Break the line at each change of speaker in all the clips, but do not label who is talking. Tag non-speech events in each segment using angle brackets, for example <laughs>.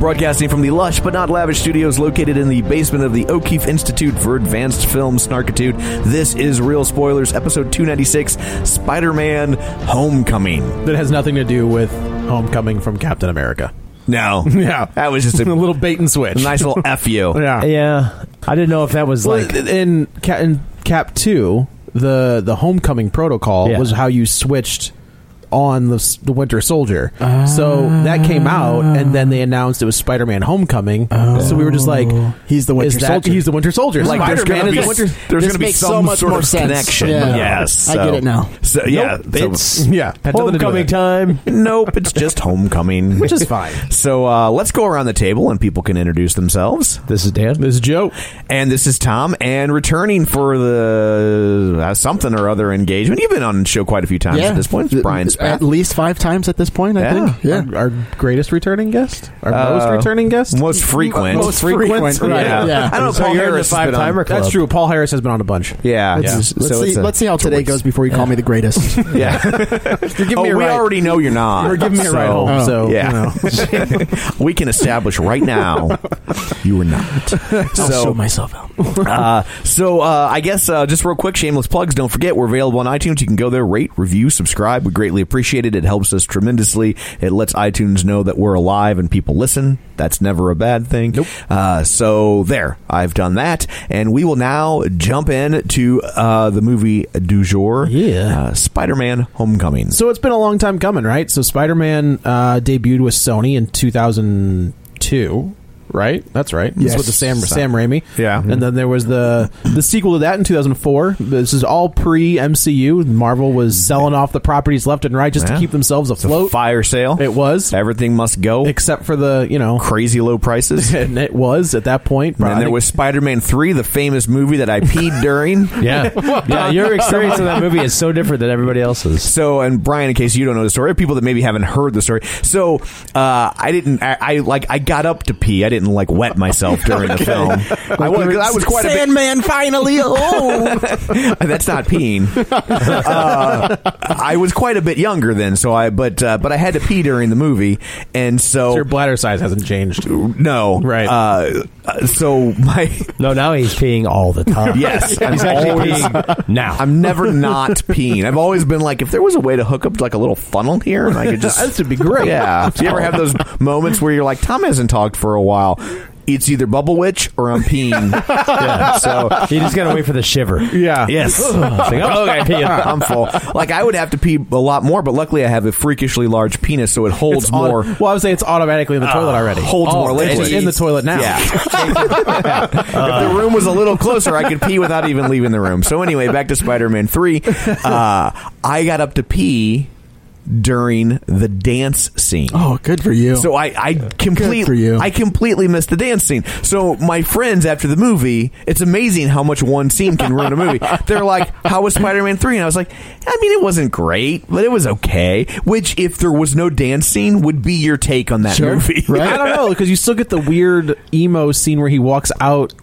Broadcasting from the lush but not lavish studios located in the basement of the O'Keefe Institute for Advanced Film Snarkitude, this is Real Spoilers, episode 296 Spider Man Homecoming.
that has nothing to do with Homecoming from Captain America.
No.
<laughs> <laughs> Yeah.
That was just a,
A little bait and switch. <laughs>
nice little F you.
yeah.
Yeah, I didn't know if that was
Well,
like
in, Cap, in Cap Two, the the Homecoming protocol
Yeah.
was how you switched on the, s- the Winter Soldier. so that came out, and then they announced it was Spider Man Homecoming. So we were just like,
He's the Winter
is that-
Soldier.
He's the Winter Soldier.
Like there's
Spider-Man
gonna
is
be
the Winter.
there's
This
gonna be
makes so
some
much
sort
more
of
sense.
connection.
Yeah.
Yes,
I get
so-
it now.
So yeah, so-
it's-
<laughs> Yeah, had nothing to do with
Homecoming
it.
time.
nope, it's just homecoming,
Which is fine.
So uh, let's go around the table and people can introduce themselves.
This is Dan.
This is Joe.
And this is Tom, and returning for the uh, something or other engagement. You've been on the show quite a few times at this point. It's Brian Spath.
At least five times at this point, I
Yeah.
think. Yeah.
Our, our greatest returning guest, our most
Uh,
returning guest,
most frequent.
most frequent.
right, yeah.
<laughs>
I don't know.
So
Paul
you're in the
Harris has been on-
five-timer
That's
Club.
true. Paul Harris has been on a bunch.
Yeah.
Let's,
yeah.
let's
So
see,
it's a-
let's see how today goes before you call me
<laughs>
the greatest.
<laughs> Yeah.
You're giving
oh,
me a
we
ride.
already know you're not.
You're giving me a
so,
ride home.
Oh.
So
Yeah.
you know.
<laughs> we can establish right now you are
<laughs>
not.
Oh,
I'll
So-
show myself out.
uh, so uh, I guess uh, just real quick, shameless plugs. Don't forget, we're available on iTunes. You can go there, rate, review, subscribe. We greatly appreciate it. It helps us tremendously. It lets iTunes know that we're alive and people listen. That's never a bad thing. Nope. Uh, so there, I've done that, and we will now jump in to uh, the movie du jour.
Yeah.
uh, Spider-Man:
<laughs>
Homecoming.
So it's been a long time coming, right? So Spider Man uh, debuted with Sony in 2002, right? That's right. This
Yes.
was with the Sam Sam Raimi.
Yeah.
and then there was the the sequel to that in 2004. This is all pre MCU. Marvel was selling off the properties left and right just
Yeah.
to keep themselves
It's a
afloat.
fire sale.
It was,
Everything must go.
except for the you know, <laughs>
Crazy low prices.
and it was at that point.
And then
I
there
think-
was Spider-Man 3, the famous movie
<laughs>
that I peed during. <laughs>
<laughs>
Yeah, yeah. Your experience in that movie is so different than everybody else's.
So, and Brian, in case you don't know the story, or people that maybe haven't heard the story. So, uh, I didn't. I, I like. I got up to pee. I didn't like wet
<laughs>
myself during the film. I was. 'cause I was quite a bit. <laughs>
Sandman finally home.
That's not peeing. Uh, I was quite a bit younger then, so I. But uh, but I had to pee during the movie, and so
your bladder size hasn't changed.
no
Right.
Uh, uh, so my <laughs>
no, now he's peeing all the time.
Yes, I'm
he's actually
always-
peeing now.
I'm
<laughs>
never not peeing. I've always been like, if there was a way to hook up like a little funnel here, and I could just
<laughs> This would be great.
Yeah. Do you ever have those moments where you're like, Tom hasn't talked for a while? It's either Bubble Witch or
<laughs>
I'm peeing.
Yeah, so you just gotta wait for the shiver.
Yeah.
<sighs>
Yes. It's like, oh, okay, peeing.
I'm full. Like I would have to pee a lot more, but luckily I have a freakishly large penis, so it holds
Auto-
more. Ah,
well, I would say it's automatically in the toilet already.
Oh,
holds more
it's
liquid.
just in the toilet now. <laughs>
Yeah. if the room was a little closer, I could pee without even leaving the room. So anyway, back to Spider-Man Three. Uh, I got up to pee during the dance scene.
Oh, good for you.
So I, I
Good for
completely
you.
I completely missed the dance scene. So my friends after the movie, it's amazing how much one scene can ruin
<laughs>
a movie. They're like, "How was Spider-Man 3?" And I was like, "I mean, it wasn't great, but it was okay." Which if there was no dance scene would be your take on that movie.
Right? <laughs> I don't know because you still get the weird emo scene where he walks out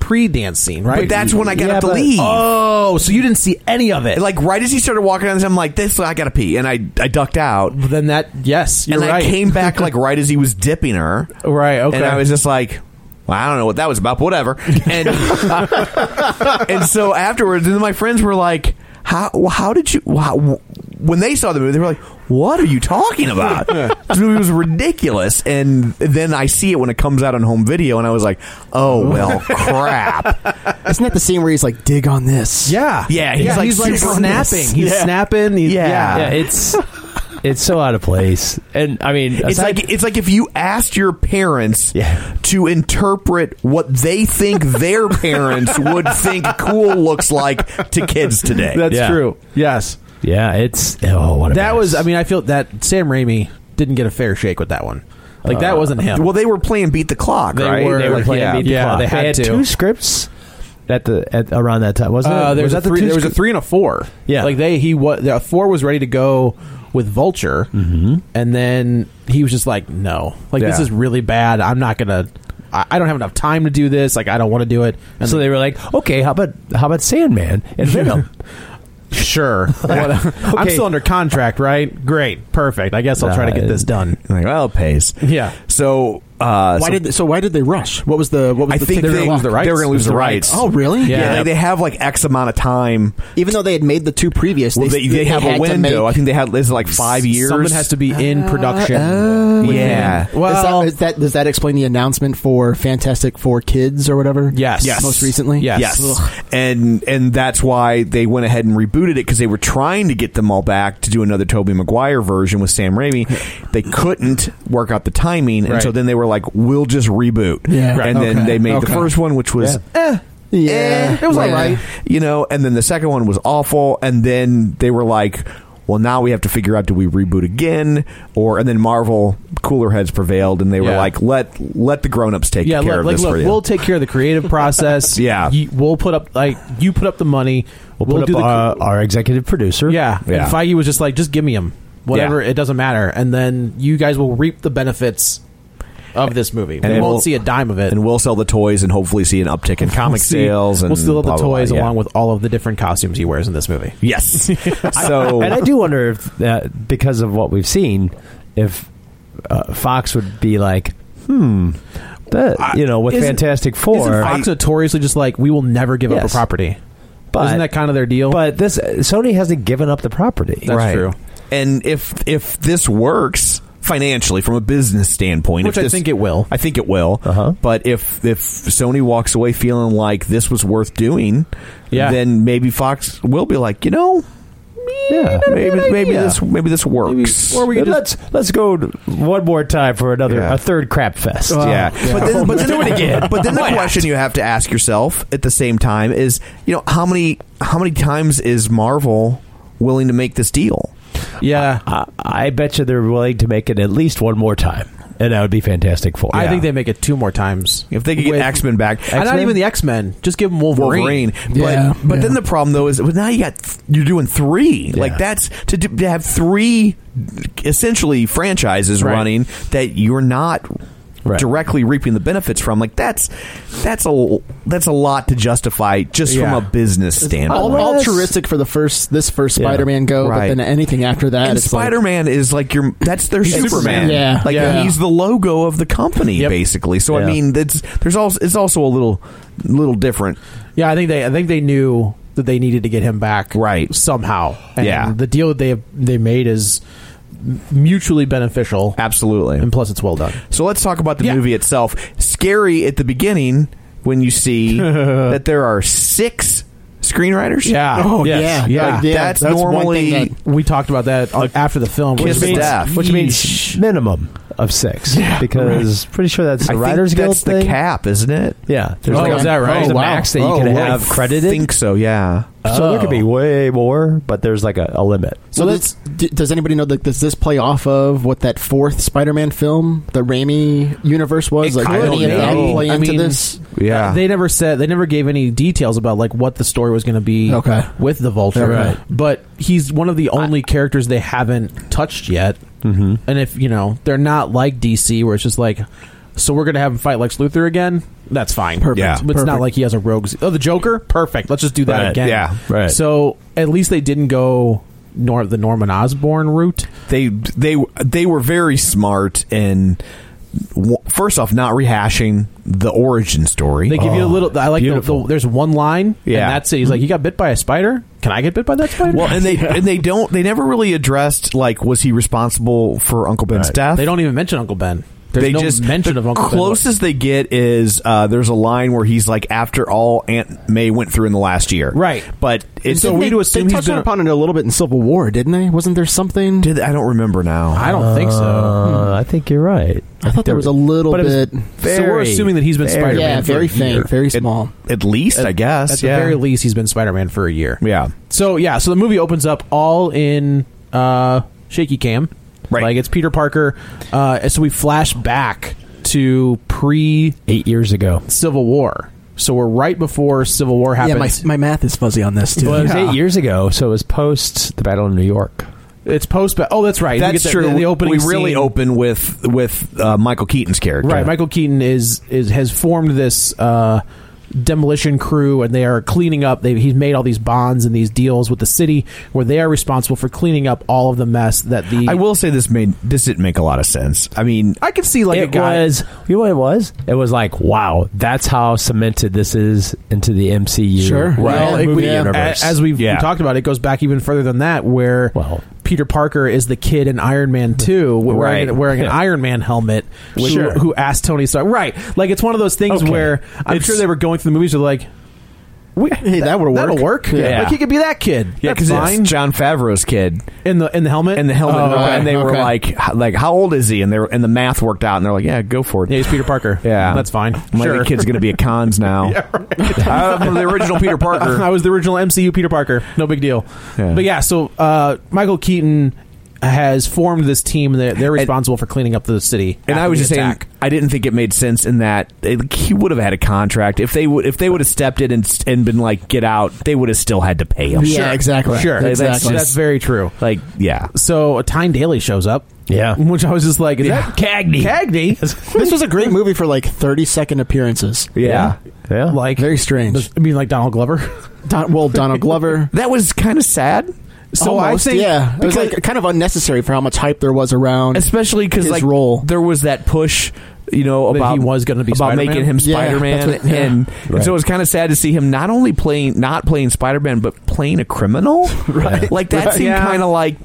pre-dance scene, right?
But that's when I got
Yeah,
up to
but-
leave.
Oh, so you didn't see any of it?
Like right as he started walking on, I'm like, "This I got to pee." And I I ducked out.
then that? Yes, you're
and
right.
I
<laughs>
came back like right as he was dipping her.
Right, okay.
And I was just like, well, I don't know what that was about, but whatever. And <laughs> and so afterwards, and then my friends were like, how well, how did you? How, when they saw the movie, they were like, what are you talking
<laughs>
about? this movie was ridiculous. And then I see it when it comes out on home video, and I was like, oh well, crap.
Isn't that the scene where he's like, dig on this?
yeah,
Yeah, he's like
he's like
super-
snapping. He's
Yeah.
snapping. He's,
Yeah.
yeah.
Yeah, it's it's so out of place. And I mean,
It's
aside-
like it's like if you asked your parents
Yeah.
to interpret what they think their parents would think cool looks like to kids today.
That's
Yeah.
true. Yes,
yeah, it's oh, what a
that
mess.
was. I mean, I feel that Sam Raimi didn't get a fair shake with that one. Like that wasn't him.
well, they were playing beat the clock,
they
right?
were they were
like,
playing
yeah,
Beat the
yeah,
Clock.
they had to.
two scripts at the at, around that time, wasn't
Uh,
it?
there was,
was
a
that the
three,
two
there was a
scrip-
three and a four.
Yeah.
like they he was a four was ready to go with Vulture, and then he was just like, no, like this
Yeah.
is really bad. I'm not gonna. I, I don't have enough time to do this. Like I don't want to do it. And
So they were like, okay, how about how about Sandman
<laughs>
and Venom?
<laughs>
sure, I'm still under contract, right? Great, perfect. I guess I'll try to get this done.
Like, well, it pays.
Yeah.
So,
Why
uh, so
did they, so? Why did they rush? What was the what was
I
the
think
tick-
they,
clock?
they were going to lose the rights.
Oh, really?
Yeah.
Yeah.
they, they have like X amount of time.
Even though they had made the two previous,
Well, they,
they,
they, have
had
a
to
window.
make-
I think they had is like five years.
Someone has to be in production.
yeah.
Well-
is that, is that, does that explain the announcement for Fantastic Four Kids or whatever?
Yes. Yes.
most recently.
Yes.
Yes,
Ugh.
and and that's why they went ahead and rebooted it because they were trying to get them all back to do another Toby Maguire version with Sam Raimi. They couldn't work out the timing, and
Right.
so then they were like, "We'll just reboot."
Yeah. Right.
and then
Okay.
they made the
Okay.
first one, which was
Eh,
Yeah,
it was
Yeah.
all right. You know, and then the second one was awful, and then they were like, well, now we have to figure out do we reboot again or and then Marvel cooler heads prevailed and they were
Yeah.
like, let let the grown ups take
yeah,
care
look,
of
like,
this
look,
for you.
we'll take care of the creative process.
Yeah.
You- we'll put up like you put up the money. We'll,
Put up
do the
our, our executive producer.
Yeah.
Yeah.
And Feige was just like, just give me him. Whatever,
Yeah.
it doesn't matter. And then you guys will reap the benefits of this movie.
And
we
we'll-
won't see a dime of it.
and we'll sell the toys and hopefully see an uptick in comic
See,
sales and
we'll still have
blah,
the
blah, blah,
toys
yeah.
along with all of the different costumes he wears in this movie. <laughs>
Yes. <laughs> so
and I do wonder if that because of what we've seen, if uh, Fox would be like, hmm, that you know, with
Isn't-
Fantastic 4
Isn't Fox notoriously just like we will never give up a
Yes.
property?
but
Isn't that kind of their deal?
but this Sony hasn't given up the property.
That's
right.
true.
And if if this works financially from a business standpoint,
Which
if
I
this-
think it will.
I think it will.
Uh-huh.
But if if Sony walks away feeling like this was worth doing,
Yeah.
then maybe Fox will be like, you know,
Yeah,
maybe maybe
idea.
this maybe this works.
Or we could let's let's go one more time for another
Yeah.
a third crap fest.
yeah. But
<laughs>
then, but then,
do it again.
But then the
Why not?
question you have to ask yourself at the same time is, you know, how many how many times is Marvel willing to make this deal?
yeah.
I, I bet you they're willing to make it at least one more time, and that would be fantastic for.
I think they make it two more times.
If they could get
With-
X Men back,
And not even the X Men. Just give them Wolverine.
Wolverine.
Yeah,
but but
yeah.
then the problem though is well, now you got you're doing three. Like that's to, do, to have three essentially franchises
Right.
running that you're not
Right.
directly reaping the benefits from. Like that's that's a that's a lot to justify just
Yeah.
from a business
Al-
standpoint.
altruistic for the first this first
Yeah.
Spider-Man go,
Right.
but then anything after that,
and
it's like-
Spider Man is like your that's their
He's
Superman.
Superman. Yeah.
like
Yeah.
he's the logo of the company
Yep.
basically. So I
Yeah.
mean, that's there's also it's also a little little different.
Yeah, I think they I think they knew that they needed to get him back
Right.
somehow. And
Yeah.
the deal that they they made is mutually beneficial,
Absolutely,
and plus it's well done.
So let's talk about the
Yeah.
movie itself. Scary at the beginning when you <laughs> see that there are six screenwriters.
Oh
yeah,
yeah.
like, yeah,
That's
one
normally-
thing that-
we talked about that on- after the film.
Kiss
which
of
means-
death.
which means
Yeesh.
minimum
<laughs>
of six because pretty sure that's
I
the
think
Writers Guild
that's the
thing.
cap, isn't it?
Yeah, there's
Oh,
like
is
a-
that right?
there's a
Oh, wow.
max that you
Oh,
can
wow.
have
I
credited.
think so. Yeah.
So there could be way more, but there's like a, a limit.
So that's, d- does anybody know that does this play off of what that fourth Spider-Man film, the Raimi universe was? like, did any of that play into this?
Yeah, uh, they never said they never gave any details about like what the story was going to be.
Okay.
with the Vulture,
Right.
but he's one of the only characters they haven't touched yet. Mm-hmm. And if you know they're not like DC, where it's just like, so we're going to have him fight Lex Luthor again. That's fine.
Perfect. Yeah.
But it's not
Perfect.
like he has a rogues. Oh, the Joker. Perfect. Let's just do that
Right.
again.
Yeah. Right.
So at least they didn't go nor the Norman Osborn route.
They they they were very smart in w- first off not rehashing the origin story.
They give you a little. I like the, the. There's one line.
Oh, Yeah.
and that's it. He's like, "You got bit by a spider. Can I get bit by that spider?"
Well, <laughs> and they and they don't they never really addressed like was he responsible for Uncle Ben's death?
<laughs> They don't even mention Uncle Ben. There's
they
no
just
mention
the
of Uncle
Closest they get is uh, there's a line where he's like, after all Aunt May went through in the last year,
Right.
But it's
Didn't they, they touched upon it a little bit in Civil War, didn't they? Wasn't there something?
Did I don't remember now.
Ben. I don't think so.
Uh, I think you're right.
I thought there was a little
but it was
bit.
hmm. so we're assuming that he's been
very-
Spider-Man.
yeah,
for
very
a year.
faint, very
At-
small.
At least I guess.
At
yeah.
the very least, he's been Spider-Man for a year.
yeah.
So yeah, so the movie opens up all in uh, shaky cam,
Right.
Like it's Peter Parker. Uh, and so we flash back to pre
Eight years ago.
Civil War. So we're right before Civil War
Yeah, my, <laughs>
happens.
my math is fuzzy on this too.
Well, it was
Yeah.
eight years ago, so it was post the Battle of New York.
it's post. Oh, that's right. We
That's
get the-
true.
The, the opening.
we really
scene.
open with with uh, Michael Keaton's character.
Right, Michael Keaton is is has formed this uh, demolition crew, and they are cleaning up. They, he's made all these bonds and these deals with the city, where they are responsible for cleaning up all of the mess that the.
I will say this made this didn't make a lot of sense. I mean,
I can see like a
it
guy.
was. You know what it was? It was like, wow, that's how cemented this is into the MCU.
Sure.
Well,
Well,
it,
it-
movie
yeah.
a-
universe.
as we've
Yeah.
talked about, it goes back even further than that, where
Well-
Peter Parker is the kid in Iron Man Two, wearing,
Right.
wearing an Iron Man helmet, who,
Sure.
who asked Tony Stark. Right, like it's one of those things
Okay.
where I'm
It's-
sure they were going through the movies, they're like,
hey, that would work.
that'll work.
Yeah.
Like he could be that kid.
yeah,
That's
because
fine.
it's John Favreau's kid.
in the in the helmet
and the helmet,
Oh, okay.
and they were
okay.
like, h- like, how old is he? And they were, and the math worked out, and they're like, yeah, go for it.
Yeah, he's Peter Parker.
<laughs> Yeah.
<laughs> that's fine.
My
sure.
kid's gonna be a cons now.
<laughs>
<laughs> I'm the original Peter
I
Parker.
was the original MCU Peter Parker. No big deal.
Yeah.
But yeah, so uh, Michael Keaton has formed this team. They're, they're responsible for cleaning up the city.
And I
after
was
the
just
attack.
saying, I didn't think it made sense in that it, he would have had a contract if they would if they would have stepped in and s- and been like, get out. They would have still had to pay him.
Yeah, exactly.
Sure,
That's-
that's,
exactly.
that's very true.
Like, yeah,
So uh, Tyne Daly shows up.
Yeah.
which I was just like, is
Yeah.
that Cagney? <laughs> Cagney.
This was a great movie for like thirty second appearances.
yeah.
yeah.
like
Very strange.
I mean, like Donald Glover.
Don, well, Donald Glover.
That was kind of sad.
So I
Almost,
think
yeah, it was
because-
like kind of unnecessary for how much hype there was around.
especially because
his
like
role.
there was that push you know
That
about
he was gonna be
about
Spider-Man?
making him
Yeah,
spider-man
that's what- yeah.
and, and
Right.
so it was kind of sad to see him not only playing not playing spider-man but playing a criminal right <laughs> like that
Right.
seemed
Yeah.
kind of like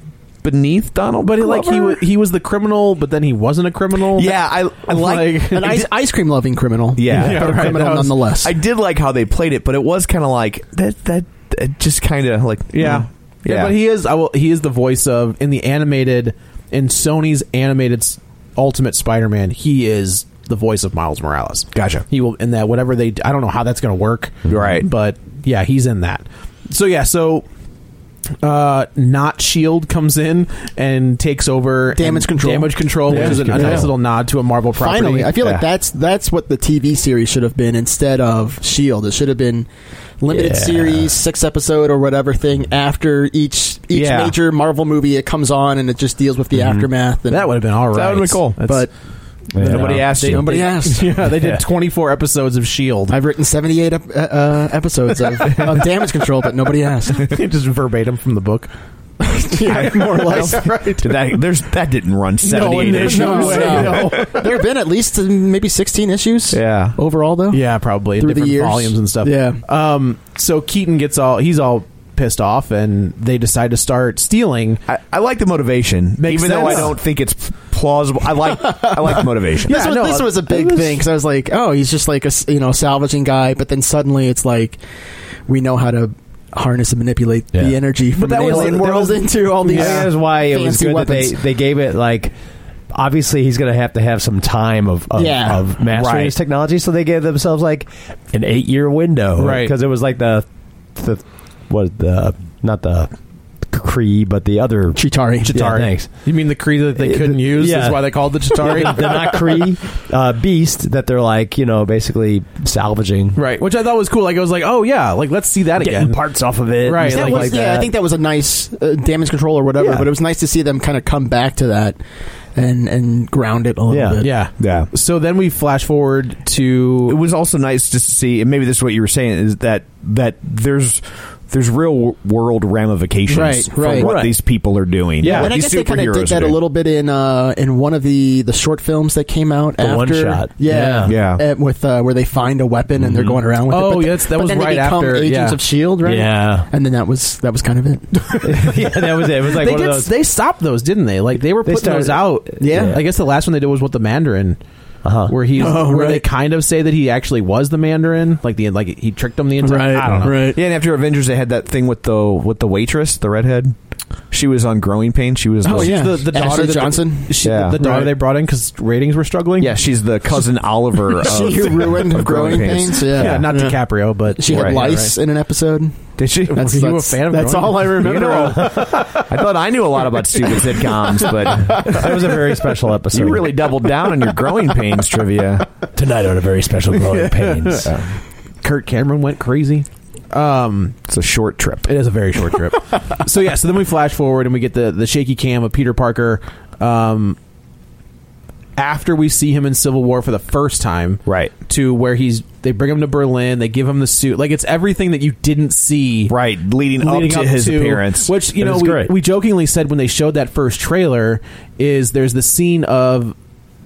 beneath donald
but like he
Glover.
wa- he was the criminal, but then he wasn't a criminal.
yeah i, I like,
an ice, ice cream loving criminal.
<laughs> yeah,
But a
right,
criminal
that was-
nonetheless.
i did like how they played it but it was kind of like that that it just kind of like
Yeah.
mm, yeah,
but he is. I will, he is the voice of in the animated in Sony's animated s- Ultimate Spider-Man. He is the voice of Miles Morales.
Gotcha.
He will in that whatever they. I don't know how that's going to work.
Right.
But yeah, he's in that. So yeah. So. Uh, not Shield comes in and takes over
Damage
and-
control.
Damage control, which is a, a
control.
nice little nod to a Marvel property.
Finally, I feel
Yeah.
like that's that's what the TV series should have been instead of Shield. E It should have been limited
Yeah.
series, six episode or whatever thing. After each each
Yeah.
major Marvel movie, it comes on and it just deals with the aftermath. And
Mm-hmm. that would have been all right.
would've been cool.
That's-
But
Yeah.
nobody asked you
nobody asked.
yeah, they did
Yeah.
24 episodes of Shield,
I've written seventy eight ep- uh, uh, episodes of, of Damage Control, but nobody asked.
just verbatim from the book.
<laughs>
<laughs>
yeah,
<laughs>
more or less.
Did that, there's that didn't run 78 issues
No, no. <laughs> there have been at least uh, maybe 16 issues.
Yeah.
Overall, though.
Yeah, probably
Through the
different
years.
volumes and stuff.
Yeah.
Um. So Keaton gets all he's all pissed off, and they decide to start stealing.
I, I like the motivation,
Makes
even though I
sense.
don't think it's plausible. I like I like the motivation.
This,
Yeah,
was,
no,
this
uh,
was a
it
big
was-
thing because I was like, oh, he's just like a s- you know salvaging guy, but then suddenly it's like we know how to harness and manipulate
Yeah.
the energy from
that
the
was-
alien
that
world
was-
into all these.
I think that's why it was
fancy
good
weapons.
that they, they gave it like. Obviously, he's going to have to have some time of of,
Yeah.
of mastering
Right.
his technology. So they gave themselves like an eight year window,
Right.
Because it was like the the what the not the Kree, but the other
Chitari.
Chitari.
Yeah,
thanks.
You mean the Kree that they
Yeah,
couldn't
the-
use?
<laughs> yeah.
That's why they called the Chitari.
they're not Kree uh, beast that they're like you know basically salvaging.
right? Which I thought was cool. Like I was like, oh yeah, like let's see that
Getting
again.
parts off of it,
Right,
and
That
stuff
was-
like
yeah, I think that was a nice uh, damage control or whatever,
Yeah.
but it was nice to see them kind of come back to that and and ground it a little
Yeah.
bit.
yeah.
Yeah.
So then we flash forward
it
to
was also nice to see and maybe this is what you were saying is that that there's there's real world ramifications
Right,
for
right.
what
Right.
these people are doing
Yeah.
what
and I
these
guess they kind of
superheroes
did
are
that a
doing.
little bit in uh, in one of the, the short films that came out
The
after
one shot.
yeah,
Yeah. Yeah.
Uh, with uh, where they find a weapon and they're going around with it.
Oh,
but the-
yes, that
but
was
then they
right
become
after,
Agents
yeah.
of Shield, E right?
Yeah.
and then that was that was kind of it.
<laughs> yeah, that was it. It was like
they
one
did
of those.
they stopped those, didn't they? Like they were
They
putting those out.
started- Yeah.
I guess the last one they did was with the Mandarin.
Uh-huh.
Where he's
Oh,
where they
right.
kind of say that he actually was the Mandarin, like the like he tricked him the entire. I don't know.
yeah and after avengers they had that thing with the with the waitress the redhead she was on growing pain she was
Oh,
the,
yeah.
the, the
Ashley
daughter that-
Johnson?
<laughs> she,
Yeah.
the daughter
Right.
they brought in because ratings were struggling.
yeah she's the cousin oliver of,
<laughs> she ruined
of
growing pains. Yeah,
yeah, not DiCaprio, but
She had
Right,
lice in an episode.
did she
That's,
you a
that's-
fan of
That's
growing
all I remember.
You know, I thought I knew a lot about stupid sitcoms, but
that was a very special episode.
you really doubled down on your growing pains trivia.
tonight on a very special growing pains.
Kurt Cameron went crazy. Um,
It's a short trip.
It is a very short
<laughs>
trip. so yeah, so then we flash forward and we get the the shaky cam of Peter Parker. Um, after we see him in Civil War for the first time,
Right.
to where he's they bring him to Berlin, they give him the suit, like it's everything that you didn't see
Right, leading,
leading
up to his appearance.
Which you
It
know
was
we,
great.
we jokingly said when they showed that first trailer is there's the scene of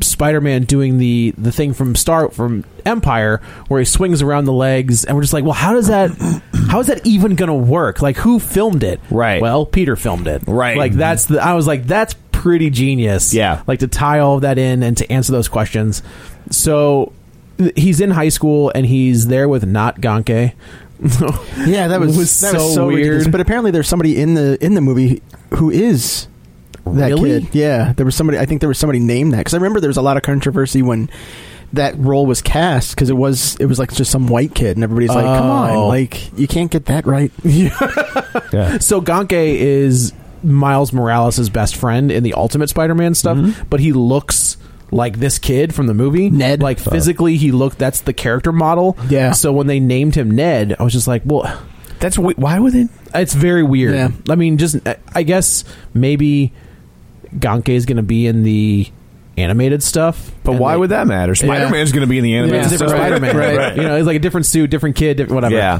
Spider-Man doing the the thing from Star from Empire where he swings around the legs and we're just like, well, how does
<clears throat>
that how is that even going to work? Like who filmed it?
Right.
Well, Peter filmed it.
Right.
Like that's the I was like that's pretty genius.
Yeah.
Like to tie all of that in and to answer those questions. So th- he's in high school and he's there with not Gonke.
Yeah, that was,
Was
that was
so
so ridiculous.
weird.
But apparently, there's somebody in the in the movie who is that
Really?
kid. Yeah, there was somebody. I think there was somebody named that because I remember there was a lot of controversy when that role was cast because it was it was like just some white kid and everybody's like, come
Oh.
on, like you can't get that right.
Yeah.
So Gonke is Miles Morales' best friend in the Ultimate Spider-Man stuff, but he looks like this kid from the movie
Mm-hmm. Ned.
Like physically, he looked. That's the character model.
Yeah.
So when they named him Ned, I was just like, well,
That's we- why would it?
it's very weird.
Yeah.
I mean, just I- I guess maybe Gonke is going to be in the animated stuff,
But
and
why
they-
would that matter? Spider Man's going to be in the
Yeah,
animated
it's a different
stuff.
Spider-Man,
Right.
right? You know, it's like a different suit, different kid, different whatever.
Yeah,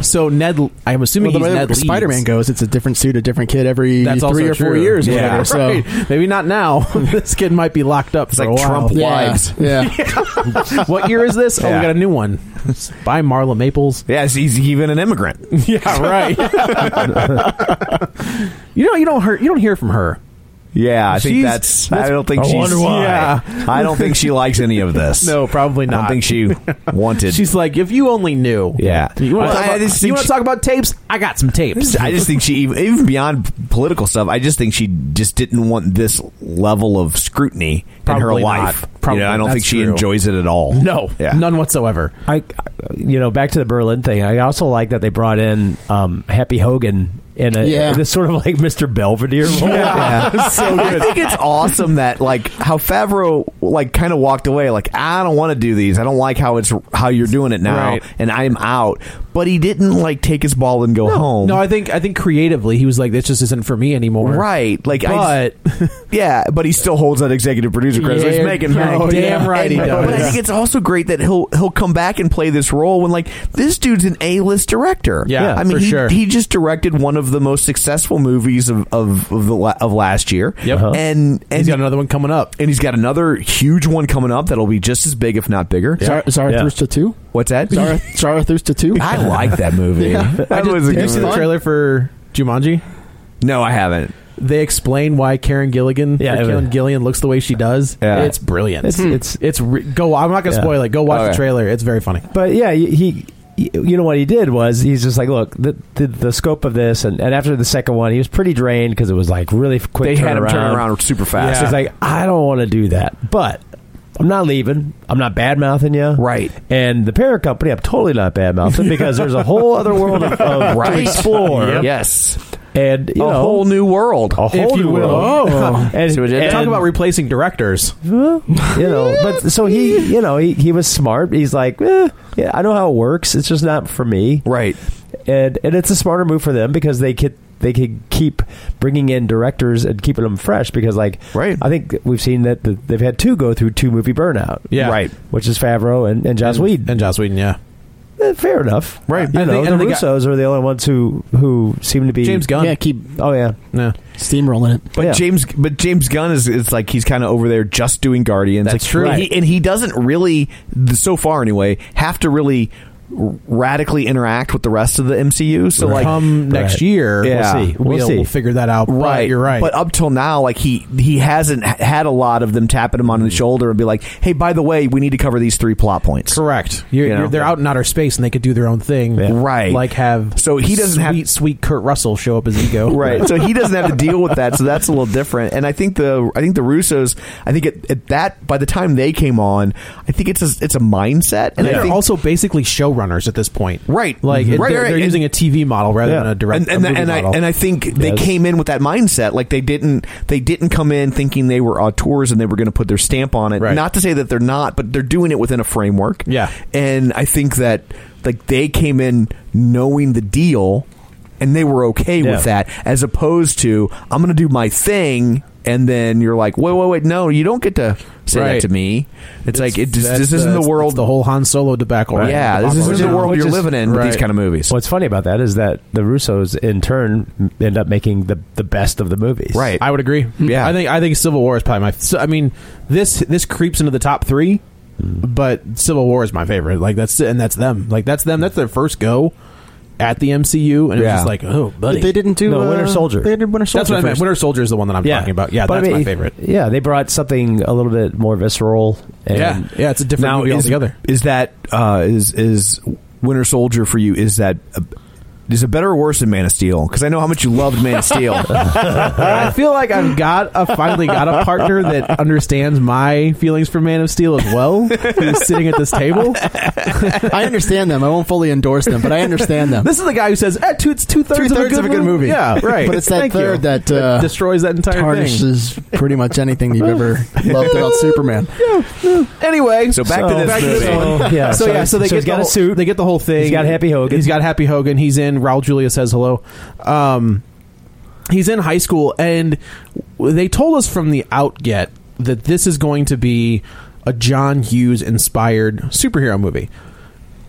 So Ned, I'm assuming
Well, the
he's Ned
way
Leeds.
Spider Man goes, it's a different suit, a different kid every
That's also
three or four
true.
years. or
Yeah.
whatever, so
Right. <laughs> maybe not now. this kid might be locked up
it's
for
like
a while.
Trump
yeah,
wives.
yeah.
<laughs> what year is this? Oh,
Yeah.
we got a new one. <laughs> By Marla
<laughs>
Maples.
Yeah, he's even an immigrant.
<laughs>
<laughs>
<laughs> Yeah, right. you know, you don't hear, you don't hear from her.
Yeah, I think
She's-
that's, I don't think she's.
wonder why.
Yeah, I don't think she likes any of this.
<laughs> No, probably
I
not. <laughs>
don't think she wanted.
She's like, if you only knew.
Yeah.
You want
Well,
to
I
talk,
just
about-
think
you wanna
she-
talk about tapes? I got some
<laughs>
tapes.
I just think she even, even beyond political stuff. I just think she just didn't want this level of scrutiny in her
Probably not.
life. You know,
Probably.
I don't
That's
think she
true.
enjoys it at all.
no,
yeah.
none whatsoever.
I, you know, back to the Berlin thing. I also like that they brought in um, Happy Hogan in a
Yeah.
this sort of like <laughs> Mr. Belvedere role.
<laughs>
Yeah. I think it's awesome that like how Favreau like kind of walked away like I don't want to do these. I don't like how it's how you're doing it now
Right.
and I'm out. But he didn't like take his ball and go home.
No, I think I think creatively he was like, this just isn't for me anymore.
Right, like I,
But
<laughs> yeah, but he still holds that executive producer credit. so he's
Yeah,
making
yeah,
money.
damn right he
And-
does.
But I think it's also great that he'll he'll come back and play this role when like this dude's an A list director.
Yeah,
I mean
for
he,
sure.
he just directed one of the most successful movies of of, of the la- of last year.
Yep. Uh-huh.
and and
he's got another one coming up.
and he's got another huge one coming up that'll be just as big, if not bigger.
Zar- Zarathustra two.
What's that?
<laughs>
Zara- Zarathustra two.
I like <laughs> <laughs> that movie.
Yeah.
I
I just-
was a
did you
good
see
The
movie.
Fun.
trailer for Jumanji.
No, I haven't.
They explain why Karen Gilligan,
Yeah,
or
it was-
Karen Gillian looks the way she does.
Yeah.
It's brilliant.
It's- it's-
it's re- go. I'm not gonna
Yeah.
spoil it. Go watch
Okay.
the trailer. It's very funny.
But yeah, he, he- you know what he did was he's just like, look, the the, the scope of this, and, and after the second one, he was pretty drained because it was like really
They
quick.
had him
turnaround.
turn around super fast.
So He's like, I don't want to do that, but I'm not leaving. I'm not bad mouthing you. Right. And the parent company, I'm totally not bad mouthing because there's a whole other world of,
<laughs>
of
Right.
to explore.
Yep.
Yes. And you
A
know,
whole new world.
A whole
If you
new
will.
world.
Oh. So it did- Talk about
replacing directors. you know, but so he, you know, he, he was smart. He's like, eh, yeah, I know how it works. It's just not for me. Right. And and it's a smarter move for them because they could they could keep bringing in directors and keeping them fresh because like right. I think we've seen that th- they've had two go through two movie burnout.
Yeah.
Right. Which is Favreau and, and Joss Whedon.
and Joss Whedon, yeah.
Eh, Fair enough, right? You
And
know,
they-
the
and they got-
Russos are the only ones who who seem to be
James Gunn.
Yeah, keep
Oh yeah,
yeah.
steamrolling it.
But James, but James Gunn is it's like he's kind of over there just doing Guardians.
That's
Like,
true.
and he, and he doesn't really, th- so far anyway, have to really r- radically interact with the rest of the MCU. So like
come next
Right.
year,
Yeah.
we'll see. We'll, we'll figure that out. But
Right,
you're right.
But uh, up till now, like he he hasn't h- had a lot of them tapping him on the shoulder and be like, "Hey, by the way, we need to cover these three plot points."
Correct. You're,
You know?
you're, they're out in outer space and they could do their own thing,
Right.
Like have
So he doesn't have-
sweet, sweet Kurt Russell show up as ego,
<laughs> right so he doesn't have to deal with that so that's a little different and i think the i think the russos i think at, at that by the time they came on i think it's a, it's a mindset and
and
i
they're
think
also basically showrunners at this point,
Right.
Like
Mhm.
it-
Right,
they're,
right,
they're
and-
using a TV model rather
Yeah.
than a direct
and and,
a
and,
movie
I
model.
and I think they came in with that mindset like they didn't they didn't come in thinking they were auteurs and they were going to put their stamp on it
Right.
not to say that they're not but they're doing it within a framework
Yeah.
and I think that like they came in knowing the deal and they were okay
Yeah.
with that as opposed to I'm going to do my thing and then you're like wait wait wait no you don't get to say
Right.
that to me it's, like it just,
That's
this isn't the
that's
world
the whole Han Solo debacle. right?
yeah this
Debacle
isn't the
right now.
world
Which
you're
is-
living in with these
right.
kind of movies
What's funny about that is that the Russos, in turn, m- end up making the the best of the movies.
right
I would agree.
Yeah.
I think I think Civil War is probably my. So, I mean, this this creeps into the top three, but Civil War is my favorite. Like that's and that's them. Like that's them. That's their first go at the MCU, and
Yeah.
it's just like, oh, buddy,
But they didn't do
No,
uh,
Winter Soldier.
They did Winter Soldier.
That's what I meant.
first.
Winter Soldier is the one that I'm talking about. Yeah,
But I
that's my
mean,
favorite.
Yeah, they brought something a little bit more visceral. And
Yeah, yeah, it's a different
now
movie
is,
<laughs>
altogether.
is that uh, is is Winter Soldier for you? Is that a, is it better or worse than Man of Steel? Because I know how much you loved Man
<laughs>
of Steel.
<laughs> I feel like I've got a finally got a partner that understands my feelings for Man of Steel as well. Who's sitting at this table?
I understand them. I won't fully endorse them, but I understand them.
This is the guy who says, eh, two, "It's two thirds of, a
Two-thirds
good
of a good movie.
Yeah,
<laughs>
right.
But it's that
Thank
third
you.
that, uh,
destroys that entire thing.
tarnishes pretty much anything you've ever loved about Superman.
Anyway,
So back to this movie.
So, yeah,
so, yeah, so they get
he's got
the
a
whole,
suit.
They get the whole thing.
He's got Happy Hogan.
He's got Happy Hogan. He's in. Raul Julia says hello. Um, he's in high school, and w- they told us from the outget that this is going to be a John Hughes inspired superhero movie.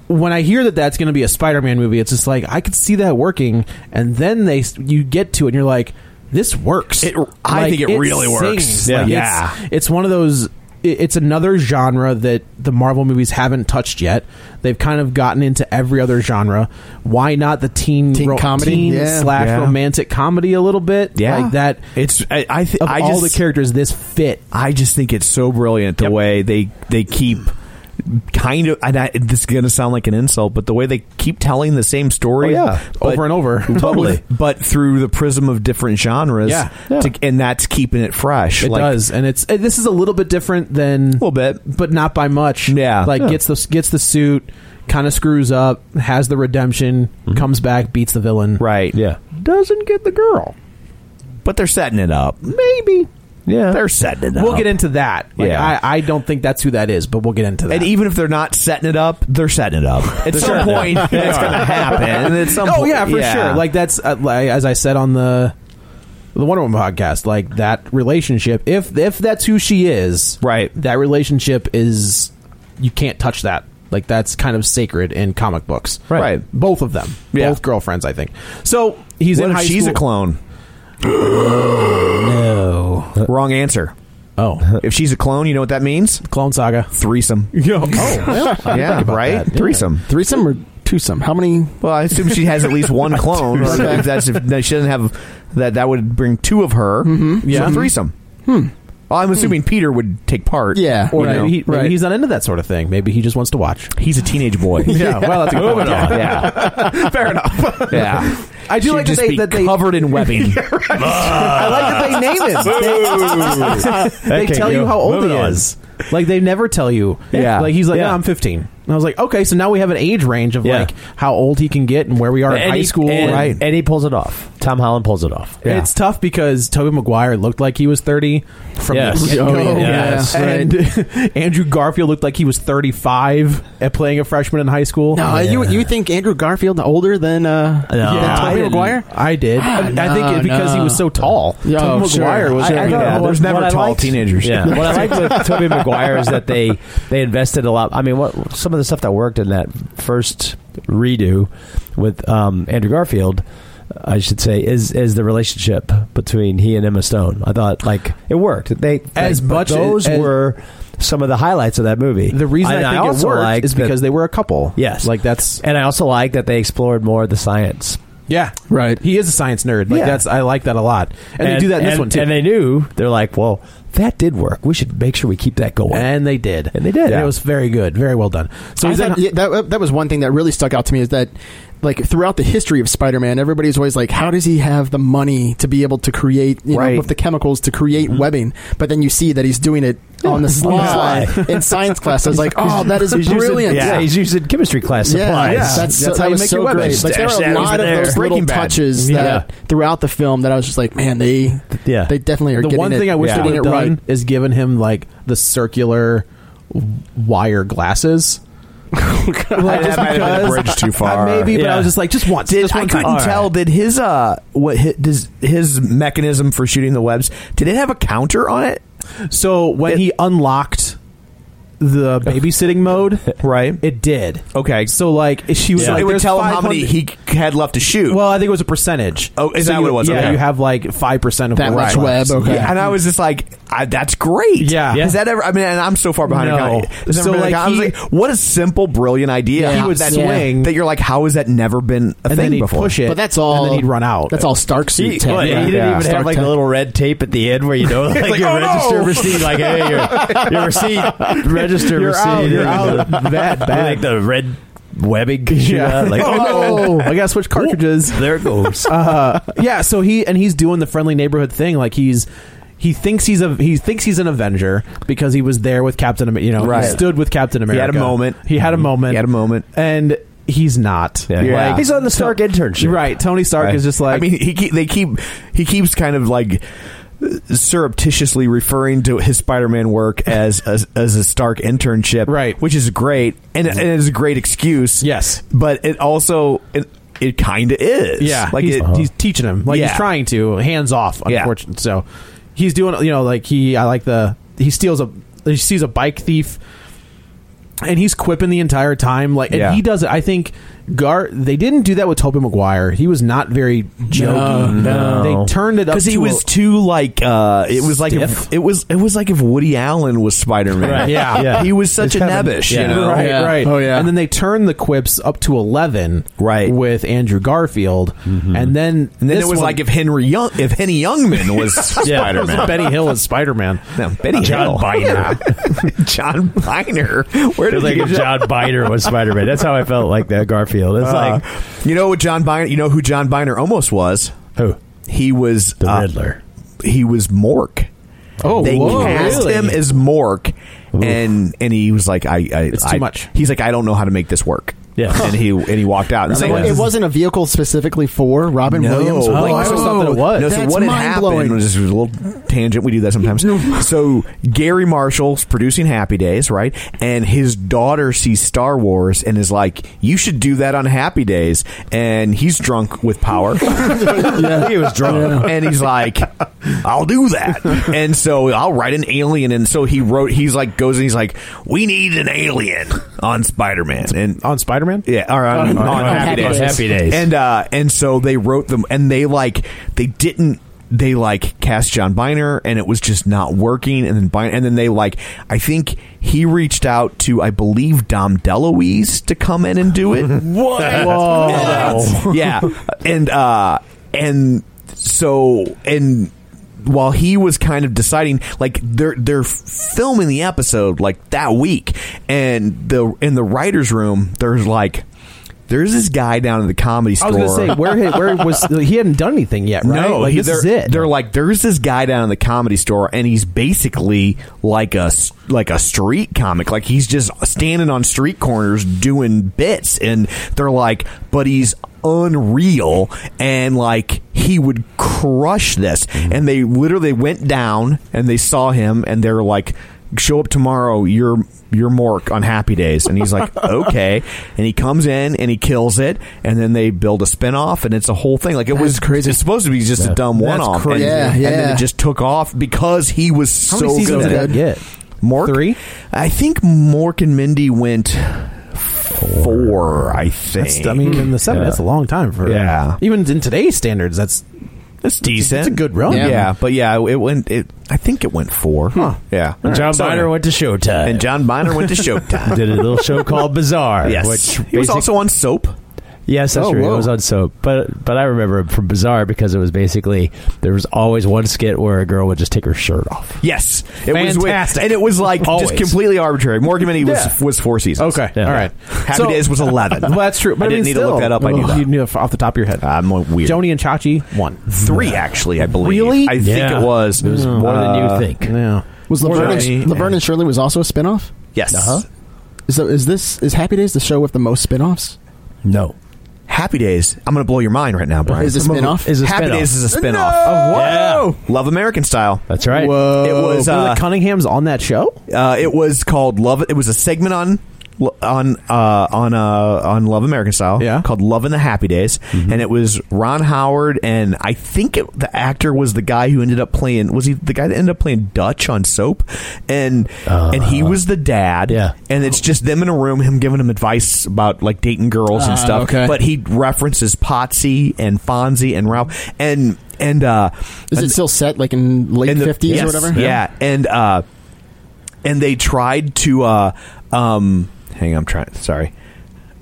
When I hear that that's going to be a Spider-Man movie, it's just like I could see that working. And then they, s- you get to it, and you're like, "This works."
It- I
Like,
think it really works.
sings.
Yeah.
Like, it's-
Yeah.
it's one of those it- it's another genre that the Marvel movies haven't touched yet. They've kind of gotten into every other genre. Why not the teen,
Teen comedy?
teen
Yeah.
slash
Yeah.
romantic comedy a little bit?
Yeah.
like that.
It's I I, th-
Of
I
all
just
the characters, this fit.
I just think it's so brilliant the way they they keep kind of and I, this is going to sound like an insult, but the way they keep telling the same story
Oh, yeah.
but-
Over and over. Totally.
but through the prism of different genres.
Yeah.
to- and that's keeping it fresh.
It
like,
does, and it's and this is a little bit different than
a little bit.
but not by much.
Yeah.
like
Yeah.
gets the gets the suit, kind of screws up, has the redemption, comes back, beats the villain.
Mm-hmm. Right.
Yeah,
doesn't get the girl.
But they're setting it up.
Maybe
yeah.
They're setting it up.
We'll get into that. Like,
Yeah.
I, I don't think that's who that is, but we'll get into that.
And even if they're not setting it up, they're setting
<laughs>
it up. At some
setting it
point, it's going to happen. And at some
oh
point-
yeah, for sure. Like that's uh, like, as I said on the the Wonder Woman podcast. Like that relationship, if if that's who she is,
Right.
That relationship is you can't touch that. Like that's kind of sacred in comic books,
Right. Right.
Both of them,
Yeah.
both girlfriends, I think. So he's
what
in
if
high
she's
school.
a
<gasps>
clone? no. Wrong answer. <laughs>
Oh,
If she's a clone, you know what that means?
Clone Saga. <laughs>
Threesome.
Oh,
yeah, right? Threesome.
Threesome or twosome? How many?
Well, I assume she has at
<laughs>
least one clone. so if that's if no, she doesn't have that, that would bring two of her. Mm-hmm.
Yeah. Hmm.
So threesome. Well, I'm assuming Peter would take part.
Uh,
Yeah.
or
You know.
maybe, he, maybe
Right.
he's not into that sort of thing. Maybe he just wants to watch.
He's a teenage boy.
<laughs> Yeah, well, that's a good point. Yeah. <laughs>
yeah. Fair enough. <laughs> Yeah.
I do
She'd
like that
just
they-
be
that they-
covered in webbing.
<laughs> I like that they name him. They, they
Okay,
tell you <laughs>
go.
how old
Moving
he
on.
is. Like they never tell you.
Yeah.
Like he's like,
Yeah.
"No, I'm 15. And I was like, okay, so now we have an age range of
Yeah.
like how old he can get and where we are in
And
high
he-
school.
and- and he pulls it off. Tom Holland pulls it off. Yeah.
It's tough because Toby Maguire looked like he was 30 from
Yes.
the get-go.
Oh, yeah. Yes.
And <laughs> Andrew Garfield looked like he was 35 at playing a freshman in high school.
No, you you think Andrew Garfield older than uh than
I
Tobey
didn't.
Maguire? Ah,
I did. I, mean, I think
No,
it, because he
no.
was so tall.
Yeah,
Tobey
oh, sure.
Maguire was.
I- I
very-
know.
yeah.
there's
What
never
I
tall
liked-
teenagers.
<laughs>
Yeah. what I like with Toby Maguire is that they they invested a lot. I mean, what some of the stuff that worked in that first redo with um, Andrew Garfield, I should say, is is the relationship between he and Emma Stone. I thought like it worked. They
As
like, but
much as-
those
as-
were some of the highlights of that movie.
The reason
And
I, think it
also
worked
liked
is because
that,
they were a couple.
yes,
Like that's
and I also like that they explored more of the science.
yeah.
Right.
He is a science nerd. Like
Yeah.
that's I like that a lot. And, they do that in this
and-
one too.
And they knew they're like, well, that did work. We should make sure we keep that going.
And they did.
And they did.
it was very good. Very well done. So
I
he's in,
thought- yeah, that, that was one thing that really stuck out to me is that like throughout the history of Spider-Man, everybody's always like, how does he have the money to be able to create, you
Right. Mm-hmm.
know, with the chemicals to create webbing? But then you see that he's doing it on the
Yeah.
sly <laughs> in
<laughs>
science class. I was like, oh, that is
he's
brilliant.
Using, yeah. he's using chemistry class
Yeah,
supplies.
that's, that's,
That's
that
how you
was
make
so
your weapons.
great. Like there
Stash
were
that
a
in
lot of
there.
those
Breaking
little
Bad.
touches that throughout the film that I was just like, man, they
Yeah.
they definitely are
the
getting
one
it-
thing I wish
they're
they would
getting
have
it
done
right.
is given him like the circular w- wire
<laughs>
glasses. Like,
Oh, That might have been a bridge too far.
maybe, but
Yeah.
I was just like, just once.
Did,
just
I
once.
couldn't
All right.
tell. Did his uh, what his, does his mechanism for shooting the webs? Did it have a counter on it?
So when
It-
he unlocked
<laughs>
the babysitting mode,
Right.
It did.
Okay.
So like she was
So
like,
it would
"There's
tell him how many
500
he had left to shoot.
Well, I think it was a percentage.
Oh, is
So
that
you-
what it was?
Yeah,
Okay.
you have like five percent of
That
what
much
was left.
web, okay.
Yeah.
and I was just like, I, "That's great."
Yeah.
Is that ever? I mean, and I'm so far behind.
No.
on it. It's never
So,
been
like,
I was
he-
like, "What a simple, brilliant idea!"
Yeah.
He would that,
swing.
that you're like, "How has that never been a
And
thing
then he'd
before?"
push it,
But that's all.
And then he'd run out.
That's all Stark suit.
He,
tech,
what, he
right?
didn't even
Stark
have like
tech.
a little red tape at the end where you know, like, your
oh, no!
register receipt, like hey,
<laughs>
your, your receipt, register
You're
receipt,
out, you're
<laughs>
out. Bad, bad.
like the red webbing, yeah, like
<laughs>
<laughs>
oh, I gotta switch cartridges. <laughs>
there it goes.
Uh, yeah, so he and he's doing the friendly neighborhood thing. Like he's he thinks he's a he thinks he's an Avenger because he was there with Captain America. You know,
Right.
he stood with Captain
He
America.
had a moment.
He had a Mm-hmm. moment.
He had a moment.
and he's not.
Yeah.
He's on the Stark internship,
Right, Tony Stark
Right.
is just like
I mean, he keep, they keep he keeps kind of like surreptitiously referring to his Spider-Man work as as, as a Stark internship,
Right.
Which is great, and, and it's a great excuse,
Yes.
But it also it, it kind of is,
Yeah,
Like
he's,
it,
he's teaching him, like
Uh-huh. Yeah.
he's trying to hands off.
Yeah.
Unfortunately, so he's doing. You know, like he, I like the he steals a he sees a bike thief, and he's quipping the entire time. Like, and
Yeah.
he does it. I think Gar. They didn't do that with Tobey Maguire. He was not very jokey.
no.
they turned it up
because he
to
was
a-
too like uh, it was like if,
Stiff.
it was it was like if Woody Allen was Spider Man.
Right.
Yeah.
<laughs>
Yeah.
he was such
It's
a
kind of-
nebbish.
yeah.
You know?
Right,
Yeah.
right.
Oh, yeah.
And then they turned the quips up to eleven,
Right. Mm-hmm.
with Andrew Garfield, and then
And then
this
it was
one-
like if Henry Young, if Henny Youngman was Spider
<laughs>
Man.
Benny Hill is Spider Man.
No, Benny Hill.
John
Biner. <laughs> John Biner. Where
It
did
was like
you
if John Biner was Spider Man. That's how I felt like that Garfield. It's
Uh,
like
you know what John Biner? You know who John Biner almost was?
who
He was
the
uh,
Riddler.
He was Mork.
Oh,
they
whoa,
cast
really?
him as Mork, and and he was like, I, I
It's too
I-
much.
He's like, I don't know how to make this work.
Yeah.
and he and he walked out. And it's
So
like,
it wasn't a vehicle specifically for Robin
No.
Williams.
Oh, I
Like,
always thought that it was.
No, so
That's
what had
mind
happened
blowing.
was this was a little tangent. We do that sometimes. so Gary Marshall's producing Happy Days, right? And his daughter sees Star Wars and is like, "You should do that on Happy Days." And he's drunk with power.
He was drunk.
<laughs> and he's like, "I'll do that." And so I'll write an alien. And so he wrote. He's like, goes and he's like, "We need an alien on Spider Man." And
on Spider Man.
yeah, or on, on Happy Days.
Happy Days.
And uh, and so they wrote them, and they like they didn't. They like cast John Biner, and it was just not working. And then Biner, and then they like I think he reached out to I believe Dom DeLuise to come in and uh, do it. what? <laughs> yeah, and uh, and so and while he was kind of deciding like they're they're filming the episode like that week and the in the writers room there's like There's this guy down in the comedy
I
store.
was gonna say where had- where
<laughs>
was he hadn't done anything yet, right?
No,
like
he-
this
they're,
is it.
They're like, there's this guy down in the comedy store, and he's basically like a s- like a street comic. Like he's just standing on street corners doing bits, and they're like, but he's unreal, and like he would crush this. And they literally went down and they saw him, and they're like. Show up tomorrow. You're you're Mork on Happy Days, and he's like, okay. And he comes in and he kills it, and then they build a spinoff, and it's a whole thing. Like it was crazy. It's supposed to be just a dumb
That's
one off.
crazy.
And,
Yeah,
and then
yeah.
it just took off because he was
How
so
many seasons
good.
did that get?
Mork? Three? I think Mork and Mindy went four, I think.
That's, I mean, in the seven,
Yeah.
that's a long time for
Yeah.
Even in today's standards, that's
that's decent.
It's a good run.
Yeah. but yeah, it went. It I think it went four.
Huh.
Yeah,
And John Biner
went to Showtime, and John Biner went to
<laughs>
Showtime.
Did a
<laughs>
little show called Bizarre.
Yes,
which
he was
basic-
also on Soap.
Yes, that's
Oh,
true.
whoa.
It was on soap, but but I remember it from Bizarre because it was basically there was always one skit where a girl would just take her shirt off.
Yes, it was
Fantastic.
and it was like
Always.
just completely arbitrary. Morgan Minnie was
Yeah.
was four seasons.
Okay,
Yeah.
all right.
Happy
So-
Days was eleven.
<laughs> Well, that's true. But
I
I mean,
didn't need to
still-
look that up. I knew
Ugh.
that.
You knew it off the top of your head.
I'm weird.
Joni and Chachi one.
Three actually, I believe.
Really?
I think
Yeah.
it was.
It was more than
Uh,
you
think.
Yeah.
Was
More
Laverne, and,
Johnny.
Laverne and Shirley was also a spinoff?
Yes. Uh-huh.
Is, the, is this is Happy Days the show with the most spinoffs?
No.
Happy Days. I'm going to blow your mind right
Uh-huh.
now, Brian.
Is it a spinoff? Is it a
Happy
spinoff?
Days is a spinoff.
Oh,
Yeah. Love American Style.
That's right.
Whoa.
It was.
Were
Uh,
the Cunninghams on that show?
uh, it was called Love. It was a segment on on uh, on uh, on Love American Style. Yeah. Called Love in the Happy Days,
Mm-hmm.
and it was Ron Howard and I think it, the actor was the guy who ended up playing. Was he the guy that ended up playing Dutch on Soap? And and
Uh.
he was the dad.
Yeah.
And it's just them in a room, him giving him advice about like dating girls and
Ah,
stuff.
okay.
But he references Potsy and Fonzie and Ralph and and uh
Is
and-
it still set like in late
in the-
fifties or
yes,
whatever?
Yeah, and uh, and they tried to uh, um, hang. on, I'm trying. Sorry.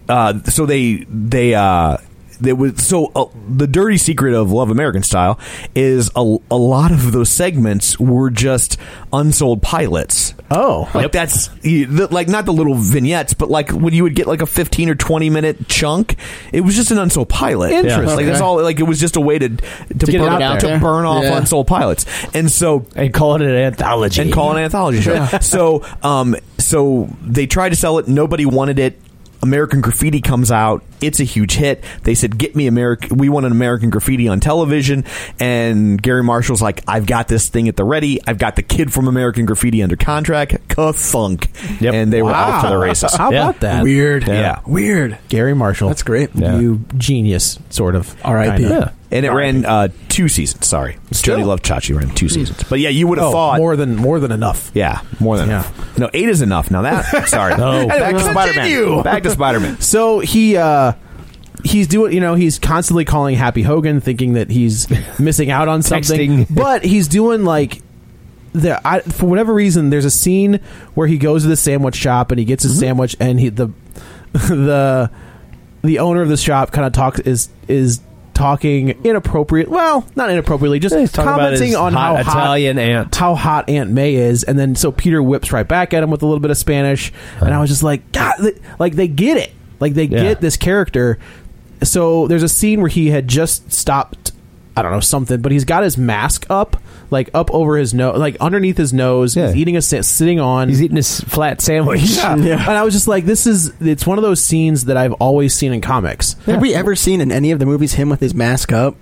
Uh, so they they uh, they was so uh, the dirty secret of Love American Style is a, a lot of those segments were just unsold pilots.
Oh.
Like that's you- the, like not the little vignettes, but like when you would get like a fifteen or twenty minute chunk, it was just an unsold pilot.
Interesting.
Like that's
Okay.
all. Like it was just a way to to,
it
burn,
out
to
there.
burn off
Yeah.
unsold pilots, and so
And call it an anthology.
and call it an anthology show. So, um, so they tried to sell it. Nobody wanted it. American Graffiti comes out. It's a huge hit. They said, "Get me American." We want an American Graffiti on television. And Gary Marshall's like, "I've got this thing at the ready. I've got the kid from American Graffiti under contract." Ka-thunk.
Yep.
And they were off to the
Wow.
races.
How
Yeah.
about that?
Weird.
Yeah.
Weird.
Gary Marshall.
That's great.
Yeah.
You genius, sort of.
R.I.P.
kinda.
Yeah.
And it ran uh, two seasons. Sorry, Jody Love Chachi ran two seasons. But yeah, you would have
Hmm. Oh,
thought
more than more than enough.
Yeah, more than
Yeah.
enough. No, eight is enough.
<laughs>
Now that sorry. no, back to Spider Man. Back to Spider Man.
So he uh he's doing you know he's constantly calling Happy Hogan thinking that
<laughs>
he's missing out on something,
Texting.
but he's doing like the I, for whatever reason there's a scene where he goes to the sandwich shop and he gets
Mm-hmm.
his sandwich and he the <laughs> the the owner of the shop kind of talks is is talking inappropriate well not inappropriately just
He's talking about
commenting
his
on
hot
how hot-
Italian aunt.
how hot Aunt May is, and then so Peter whips right back at him with a little bit of Spanish, and I was just like, God, th- like they get it, like they
Uh-huh. Yeah.
get this character. So there's a scene where he had just stopped, I don't know something, but he's got his mask up, like up over his nose, like underneath his nose.
Yeah.
He's eating a sa- sitting on.
He's eating his flat
<laughs>
sandwich. <laughs>
and I was just like, this is it's one of those scenes that I've always seen in comics.
Have we ever seen in any of the movies him with his mask up?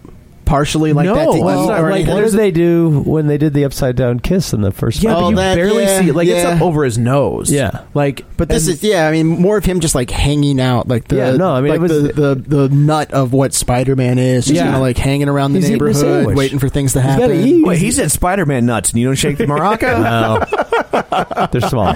Partially like
No,
that to
well,
eat
that's
or
not like-
anything?
What did
There's a-
they do when they did the upside down kiss in the first?
Yeah, but
one?
Oh,
you
that-
barely
yeah,
see it. Like it's
yeah.
up over his nose.
Yeah.
like
But this
and-
is yeah, I mean more of him just like hanging out, like the
Yeah, no, I mean,
like
it was-
the,
<laughs>
the the nut of what Spider Man is, just
Yeah.
kind of like hanging around the
He's eating a
neighborhood,
sandwich.
waiting for things to
He's gotta
happen.
eat.
Wait, he said Spider Man nuts, and you don't shake
<laughs>
the maraca.
they're small.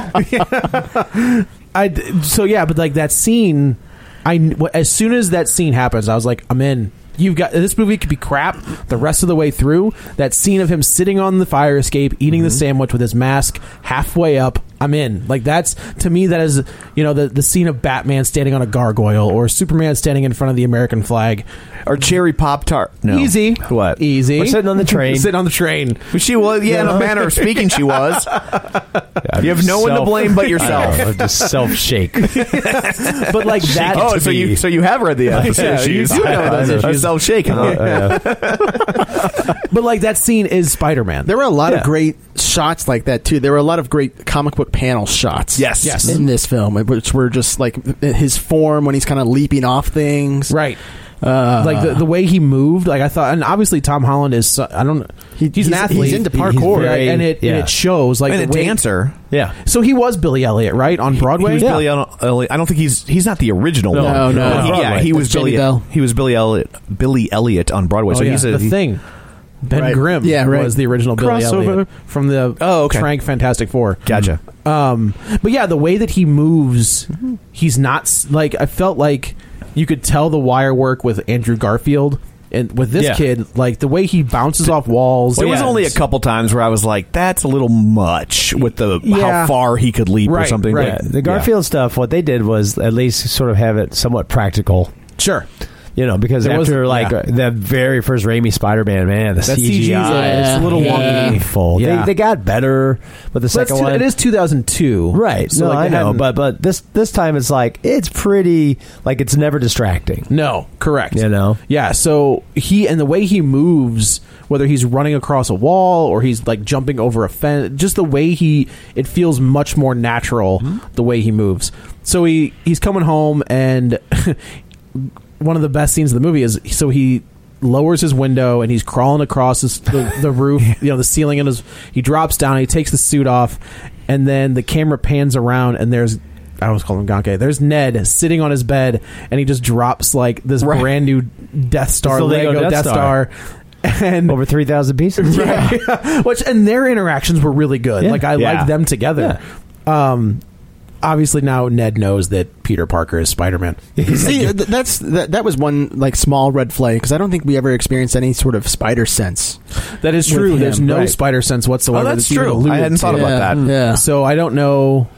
I d- so yeah, but like that scene, I kn- wh- as soon as that scene happens, I was like, I'm in. You've got this movie could be crap the rest of the way
Mm-hmm.
through. That scene of him sitting on the fire escape, eating the sandwich with his mask halfway up. I'm in. Like that's to me that is you know the the scene of Batman standing on a gargoyle or Superman standing in front of the American flag
or cherry pop tart. No.
Easy.
What?
Easy.
We're sitting on the
<laughs>
train.
sitting on the train.
She was, yeah, in a manner of speaking, she was.
I'm
You have no one to
self-
blame but
I
yourself.
know, I'm just
<laughs>
self shake.
Oh, But like that.
oh,
to
so
me-
you so you have read the
<laughs>
episode?
Yeah, you
She's-
do know those
I'm
issues.
self-shaking.
But like that scene is Spider Man.
There were a lot
Yeah.
of great shots like that too. There were a lot of great comic book panel shots.
Yes. Yes.
in this film, which were just like his form when he's kind of leaping off things.
Right.
Uh,
like the, the way he moved, like I thought, and obviously Tom Holland is. so- I don't.
He-
he's, an
he's-
athlete.
he's into parkour.
He's very- and it and
yeah.
it shows. Like
and a
the way-
dancer.
Yeah.
So he was Billy Elliot, right, on Broadway.
He was Billy El- Elliot. I don't think he's he's not the original
No,
one.
no, no.
But he- yeah, he was
That's Jenny
Billy.
Bell.
He was Billy Elliot. Billy Elliot on Broadway.
Oh,
so
yeah.
he's a
the
he-
thing. Ben
Right.
Grimm
Yeah, right.
was the original Billy
Crossover.
Elliot from the
Oh, okay.
Frank Fantastic Four.
Gotcha.
Um, but yeah, the way that he moves, he's not s- like I felt like you could tell the wire work with Andrew Garfield and with this
Yeah.
kid, like the way he bounces off walls.
There was
and-
only a couple times where I was like, "That's a little much with the
Yeah.
how far he could leap or
Right,
something."
right.
Like,
The Garfield stuff, what they did was at least sort of have it somewhat practical.
Sure,
You know, because
There was-
after like
yeah.
the very first Raimi Spider-Man, man, the,
That
CGI,
CGI is
it's a little
yeah.
painful.
Yeah.
They, they got better, but the
Well, that's
second
two-
one,
it is 2002,
right.
So
no,
like,
I
they
know,
hadn't-
but but this this time it's like it's pretty like it's never distracting.
no, correct.
You know?
yeah. So he and the way he moves, whether he's running across a wall or he's like jumping over a fence, just the way he, it feels much more natural the way he moves. So he he's coming home, and <laughs> one of the best scenes of the movie is so he lowers his window and he's crawling across his, the, the
<laughs>
roof, you know, the ceiling, and his he drops down. He takes the suit off, and then the camera pans around, and there's. I always call him Gonke. There's Ned sitting on his bed, and he just drops like this
Right.
brand new Death Star
the
Lego,
Lego
Death,
Death
Star, and <laughs>
Over three thousand pieces.
which and their interactions were really good.
Yeah.
Like I
Yeah.
like them together. Um, obviously now Ned knows that Peter Parker is Spider
<laughs>
Man.
See, th- that's that, that was one like small red flag because I don't think we ever experienced any sort of spider sense.
That is
With
true.
him,
There's no
right.
spider sense whatsoever.
Oh, that's
even
true. I
alluded
hadn't
to.
thought about Yeah. that.
Yeah.
So I don't know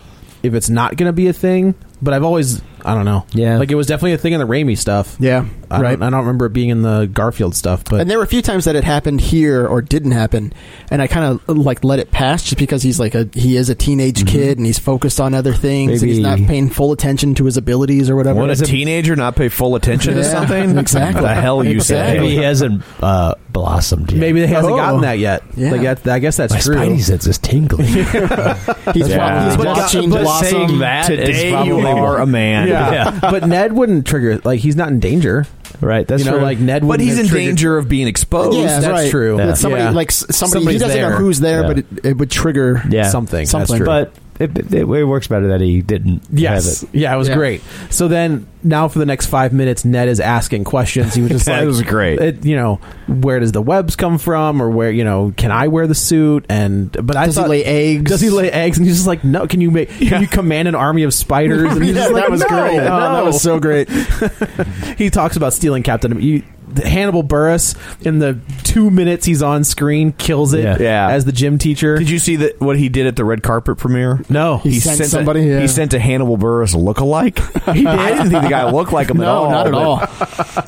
if it's not going to be a thing, but I've always I don't know.
Yeah.
like it was definitely a thing in the Raimi stuff.
<laughs>
Yeah,
I
right.
Don't, I don't remember it being in the Garfield stuff, but
and there were a few times that it happened here or didn't happen, and I kind of like let it pass just because he's like a he is a teenage kid and he's focused on other things and he's not
Mm-hmm. Maybe-
paying full attention to his abilities or whatever.
What a teenager not pay full attention to
Yeah, <laughs>
something?
exactly.
The hell you
Maybe he
say?
hasn't uh, blossomed yet.
maybe they hasn't
Oh.
gotten that yet.
Yeah.
Like that, I guess that's
my
true.
spidey sense is
<laughs>
tingling. <laughs>
he's
Yeah.
probably he's
But-
watching
but
Blossom.
saying that is
Today you
probably-
are a man. <laughs>
<laughs>
Yeah. <laughs> but Ned wouldn't trigger. it. Like he's not in danger.
right. That's
you know,
true.
like Ned.
But
wouldn't
he's
have
in
triggered-
danger of being exposed.
Yeah,
that's
right.
true.
That
Yeah.
Somebody
Yeah.
like s- somebody
Somebody's
he doesn't
there.
know who's there,
Yeah.
but it, it would trigger
yeah.
something.
Something.
That's true.
But it, it, it works better that he didn't.
Yes.
Have it.
Yeah, it was
Yeah.
great. So then now for the next five minutes, Ned is asking
<laughs>
questions. He was just
That
like,
was great.
It, you know, where does the webs come from, or where you know, can I wear the suit? And but I
Does he
thought,
lay eggs?
Does he lay eggs? And he's just like, no. Can you make? Can you command an army
<laughs>
of spiders? And he's
Yeah,
just like,
that was
"No,
great. Oh,
no."
that was so great.
<laughs> he talks about stealing Captain. Am- You, Hannibal Burris in the two minutes he's on screen kills it
Yeah.
Yeah.
as the gym teacher.
Did you see that what he did at the red carpet premiere?
no,
oh, He sent
a-
somebody, yeah.
He sent a Hannibal Burris lookalike. he did. I didn't think the guy looked like him at
No,
all.
not at
but
all.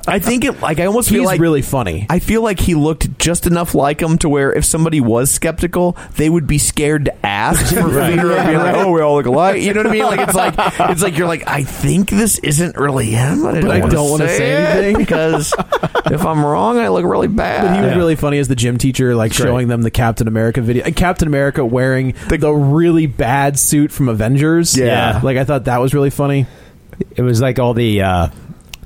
I think it. Like I almost
he's
feel like
really funny.
I feel like he looked just enough like him to where if somebody was skeptical, they would be scared to ask for fear of being like, "Oh, we all look alike." You know what I mean? Like it's like it's like you're like, I think this isn't really him, but
I don't wanna
want to
say
anything because if I'm wrong, I look really bad.
But he was really funny as the gym teacher, like
great.
showing them the Captain America video. and Captain America wearing the, really bad suit from Avengers.
Yeah.
like I thought that was really funny.
It was like all the, uh,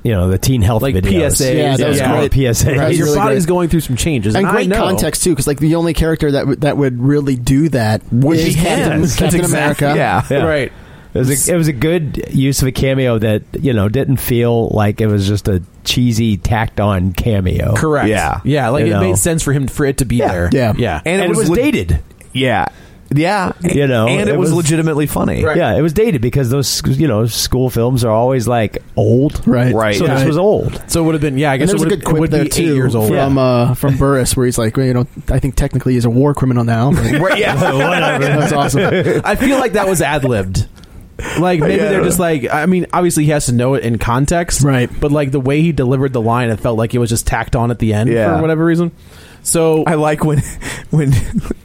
you know, the teen health
Like
videos.
PSAs.
Yeah, that was
Yeah.
great.
PSAs.
That was
Your
really
body's
great.
going through some changes,
and great
I know.
context too, because like the only character that w- that would really do that
Would
is
be him.
Captain,
That's
Captain
exact-
America.
yeah.
Yeah.
right?
It was, a, it was a good use of a cameo that you know didn't feel like it was just a cheesy tacked on cameo.
Correct.
Oh, Yeah.
yeah. Like
You
it
know.
made sense for him for it to be
Yeah.
there.
Yeah.
yeah.
And, it was,
leg-
dated.
Yeah. Yeah,
you know,
and it was legitimately funny. Right.
Yeah, it was dated because those you know school films are always like old,
Right.
Right. So this
Right.
was old.
So it would have been yeah. I
And
guess it
there's a
would've-
good quip
it would
there
be
too
eight years old.
from uh, from Burris, where he's like, well, you know, I think technically he's a war criminal now. but-
Right, yeah.
whatever. That's awesome.
I feel like that was ad libbed. Like maybe
Yeah.
they're just like I mean obviously he has to know it in context right but like the way he delivered the line it felt like it was just tacked on at the end
Yeah.
for whatever reason so
I like when when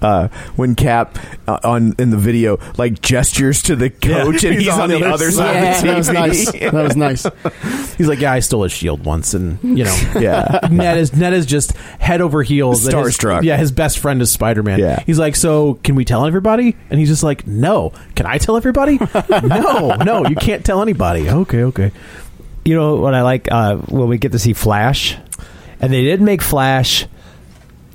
uh, when Cap uh, on in the video like gestures to the coach and he's, on, the other side.
Yeah,
Of the
that was
TV.
nice. That was nice.
he's like yeah I stole his shield once and you know
Yeah.
<laughs> Ned is Ned is just head over heels that his-
Starstruck.
yeah his best friend is Spider Man
Yeah.
he's like so can we tell everybody and he's just like no can I tell everybody <laughs> no no you can't tell anybody okay okay
You know what I like uh, when we get to see Flash, and they did make Flash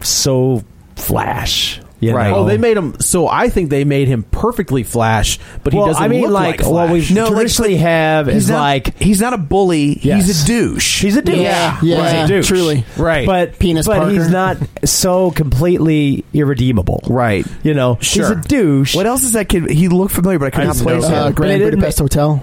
so Flash. You
right.
Know?
Oh, they made him. So I think they made him perfectly Flash, but he
well,
doesn't
I mean,
look
like,
like,
what
Flash.
we traditionally have
he's
is
not-
like
he's not a bully. He's
Yes.
a douche.
He's a douche.
Yeah, yeah,
He's a douche.
truly.
right.
But
Penis
but
Parker.
he's not so completely irredeemable.
right.
You know,
Sure.
he's a douche.
What else is that kid? He looked familiar, but I could not
He's,
place
uh,
him.
But they
Grand
didn't
Budapest Hotel.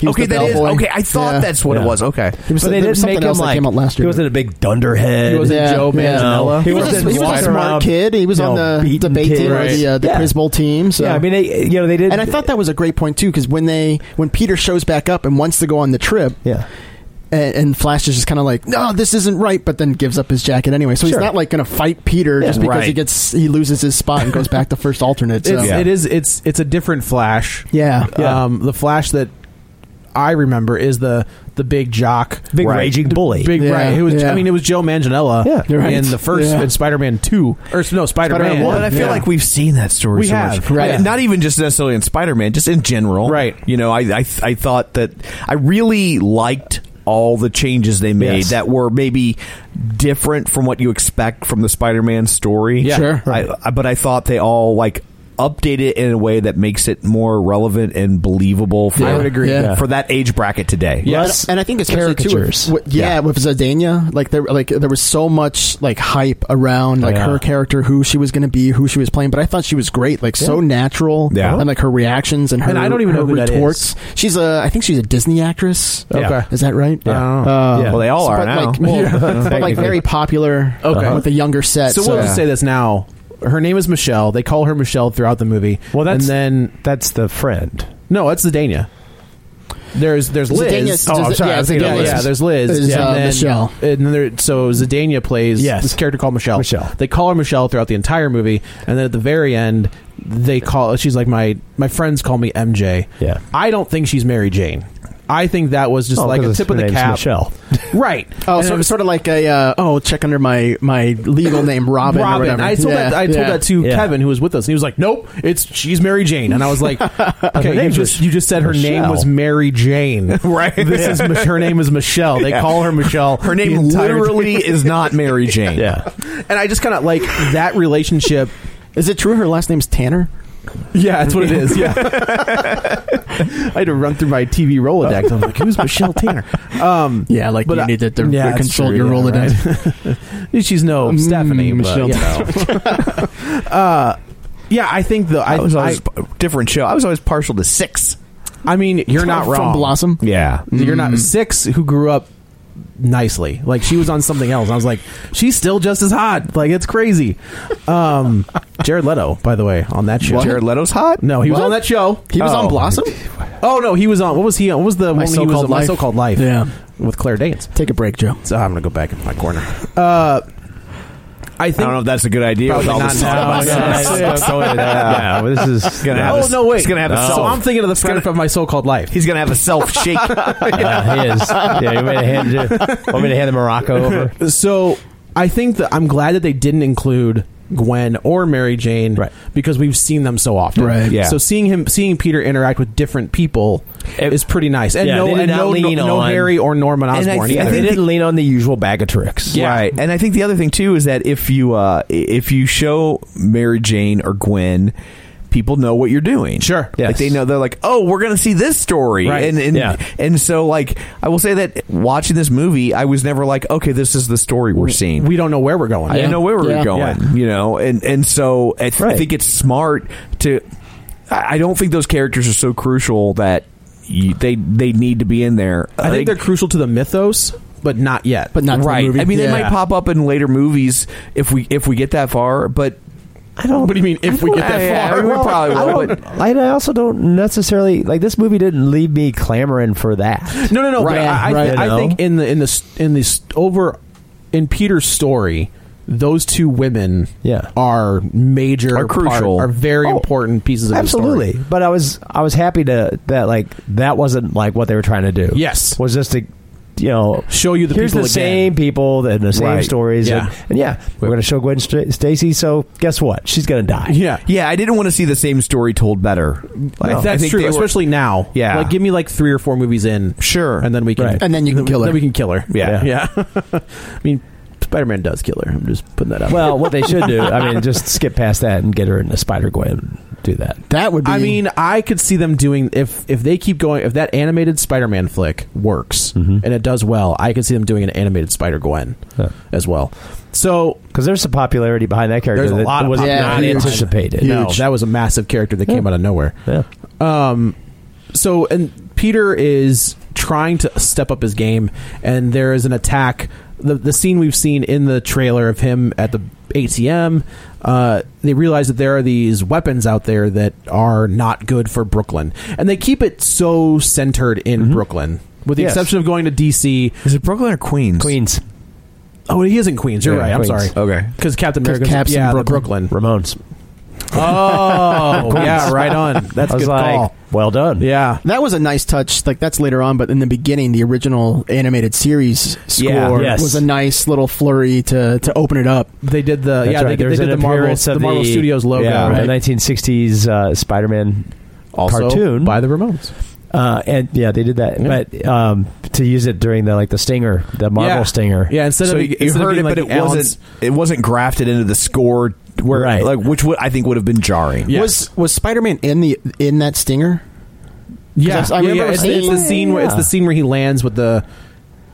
He was
Okay,
the
that is
bellboy.
okay. I thought
Yeah.
that's what
Yeah.
it was. Okay,
He was
but they
there was
didn't
something
make him
else that
like
came out last
He
year.
wasn't a big dunderhead.
He wasn't
Yeah,
Joe
yeah.
Manganiello.
He was,
wasn't
a, he was a
walking around,
smart kid. He was
you
on
know,
the
beating
debate team or
kids.
the, uh, the
Yeah.
Quiz Bowl team. So
Yeah, I mean, they you know they did,
and I thought that was a great point too, because when they when Peter shows back up and wants to go on the trip,
yeah.
and, and Flash is just kind of like, no, this isn't right, but then gives up his jacket anyway. So
Sure.
he's not like going to fight Peter just because he
Right.
gets he loses his spot and goes back to first alternate. So.
it's, it is. It's it's a different Flash.
Yeah.
Um, the Flash that I remember is the the big jock,
Big raging bully.
Big
Yeah,
right. It was.
yeah.
I mean, it was Joe Manganiello.
Yeah, you're right.
In the first
Yeah.
in Spider Man two or no Spider Man
Spider-Man one.
<laughs>
But I feel
Yeah.
like we've seen that story.
We
so
have,
much.
right.
I- not even just necessarily in Spider Man, just in general.
Right.
You know, I I, I thought that I really liked all the changes they made
Yes.
that were maybe different from what you expect from the Spider Man story.
Yeah. Sure.
I, I, but I thought they all like update it in a way that makes it more relevant and believable. For,
I would agree. Yeah.
for that age bracket today.
Yeah,
Less
and, and I think especially too,
caricatures.
with, with- yeah, with Zendaya, like there, like there was so much like hype around like
Yeah.
her character, who she was going to be, who she was playing. But I thought she was great, like so natural,
Yeah.
and like her reactions and her,
And I don't even
her
know who that
retorts. She's a, I think she's a Disney actress.
Yeah. Okay.
is that right?
Yeah. I don't know.
Uh,
Well, they all are
but
now.
Like, well, but like
Technically.
very popular.
<laughs>
Okay.
Uh-huh.
with a younger set.
So we'll just say this now. Her name is Michelle. They call her Michelle throughout the movie.
Well, that's-
and then
That's the friend.
no, that's Zedania. There's there's Liz.
Zendaya-
Oh, I'm sorry, I
Yeah,
was thinking
yeah,
of Liz.
yeah, there's Liz.
There's,
yeah.
uh,
and then,
Michelle.
And then there, so Zedania plays
Yes.
this character called Michelle.
Michelle.
They call her Michelle throughout the entire movie, and then at the very end, they call. She's like my my friends call me MJ.
Yeah.
I don't think she's Mary Jane. I think that was just
Oh,
like a
'cause
tip
her
of the
name's
cap.
Michelle.
<laughs> Right.
Oh,
And it
so,
was-
sort of like a uh, oh, check under my my legal name, Robin. or whatever.
I told
Yeah,
that I told
yeah.
that to
Yeah.
Kevin who was with us, and he was like, "Nope, it's she's Mary Jane." And
<laughs>
I was like, "Okay, you
name's
just
Mich-
you just said her name
Michelle.
was Mary Jane,
Right.
This is Mich- her name is Michelle. They call her Michelle.
Her
the
name
entire- <laughs>
literally is not Mary Jane.
Yeah.
and I just kind of like that relationship.
Is it true her last name's Tanner?
Yeah, that's what it is. Yeah, <laughs> I had to run through my TV Rolodex. I'm like, who's Michelle Tanner? Um,
Yeah, like
But I-
to
yeah, that's true, yeah, <laughs> she's no Stephanie. but,
Michelle
you know. <laughs> uh, yeah, I think the I,
I was
I,
always different show. I was always partial to six.
I mean, you're not
From
wrong.
Blossom?
Yeah.
You're not six who grew up nicely. Like she was on something else. I was like, she's still just as hot. Like it's crazy. Um, Jared Leto, by the way, on that show.
Jared Leto's hot.
no, he was
What?
on that show.
He was on
Oh.
Blossom.
Oh no, he was on. What was he on? What was the one he was
So-Called
on? My
Life.
so-called life.
Yeah.
with Claire Danes.
Take a break, Joe.
So I'm gonna go back in my corner. Uh, I
I
think.
don't know if that's a good idea.
Probably
with all
not <laughs>
this
now.
talk about
No, no,
sex.
no, no, no,
<laughs>
no, no.
<laughs> Yeah, well, this is
gonna have
Oh
a-
no! Wait.
it's gonna have a
so
self-
I'm thinking of the friend of my so-called life.
He's gonna have a self
<laughs>
shake.
Yeah, he is. Yeah, you want me to hand, you, want me to hand the Morocco over?
So I think that I'm glad that they didn't include Gwen or Mary Jane
Right.
because we've seen them so often.
Right.
Yeah.
So seeing him, seeing Peter interact with different people
It-
is pretty nice. And
Yeah,
no,
they did
and
not
no,
lean
no, no
on-
Harry or Norman
And I
Osborn.
thi- I
either.
They
think
didn't lean on the usual bag of tricks.
Right. And I think the other thing too is that if you uh, if you show Mary Jane or Gwen people know what you're doing. Sure. Like they know they're like, oh, we're gonna see this story.
Right.
And and,
Yeah.
and so like I will say that watching this movie, I was never like, okay, this is the story we're seeing.
We don't know where we're going.
I didn't know where we
Yeah.
were going,
Yeah.
you know, and and so I, th- I think it's smart to. I I don't think those characters are so crucial that you, they they need to be in there.
I think they're crucial to the mythos, but not yet. But
right. I mean, they might pop up in later movies if we if we get that far, but. I don't. What do you mean? If we get that far, we probably
I,
will.
don't- I I also don't necessarily like this movie. Didn't leave me clamoring for that.
No, no, no. but I, I,
You
I
know?
think in the in the s- in the s- over in Peter's story, those two women yeah. are major,
Are crucial.
part, are very
Oh,
important pieces of the story.
absolutely. But I was I was happy to that like that wasn't like what they were trying to do.
Yes.
was just to you know
Show you the
here's
people
the
again.
same people and the same
Right.
stories.
Yeah.
And, and yeah, we're going to show Gwen St- Stacy. So guess what? She's going
<laughs>
to die.
Yeah,
yeah. I didn't want to see the same story told better. Like, I
that's
think
true,
they were-
especially now.
Yeah.
like give me like three or four movies in, sure, and then we can,
And then you can kill her.
Then we can kill her.
Yeah.
yeah. <laughs> I mean, Spider Man does kill her. I'm just putting that out.
Well, what they should do, I mean, just skip past that and get her into Spider Gwen. Do that.
That would be.
I mean, I could see them doing if if they keep going. If that animated Spider-Man flick works and it does well, I could see them doing an animated Spider Gwen as well. So
because there's some popularity behind that character
There's a
that
lot of
was not
popularity behind that.
anticipated.
No, that was a massive character that came out of nowhere.
Yeah.
Um, so and Peter is trying to step up his game, and there is an attack. The the scene we've seen in the trailer of him at the ATM, uh, they realize that there are these weapons out there that are not good for Brooklyn, and they keep it so centered in Brooklyn, with the
Mm-hmm. Yes.
exception of going to DC.
Is it Brooklyn or Queens?
Queens.
Oh, he is in Queens. You're
Yeah,
right. I'm
Queens.
sorry.
Okay.
because Captain
'Cause
America's
Cap's in
yeah, the
Brooklyn.
Brooklyn.
Ramones.
Oh, yeah, right on. That's
I
a
was
good
like,
call.
well done.
Yeah,
that was a nice touch. Like that's later on, but in the beginning, the original animated series score
Yeah, yes.
was a nice little flurry to to open it up.
They did the
That's
yeah
right.
they,
There's
they did
an
the Marvel
appearance
the,
of
Marvel Studios logo
yeah,
right?
the 1960s uh, Spider-Man
also
cartoon.
by the Ramones.
uh, and yeah, they did that,
Yeah.
but um, to use it during the like the stinger, the Marvel
yeah.
stinger.
Yeah, instead
so
of
you,
instead of
heard
being
it,
like
but it
the Allen's-
wasn't. It wasn't grafted into the score, where
Right.
like which would, I think would have been jarring.
Yeah.
Was was Spider Man in the in that stinger?
Yeah,
'Cause I
yeah,
remember
yeah, it's,
seeing-
it's the scene where it's the scene where he lands with the.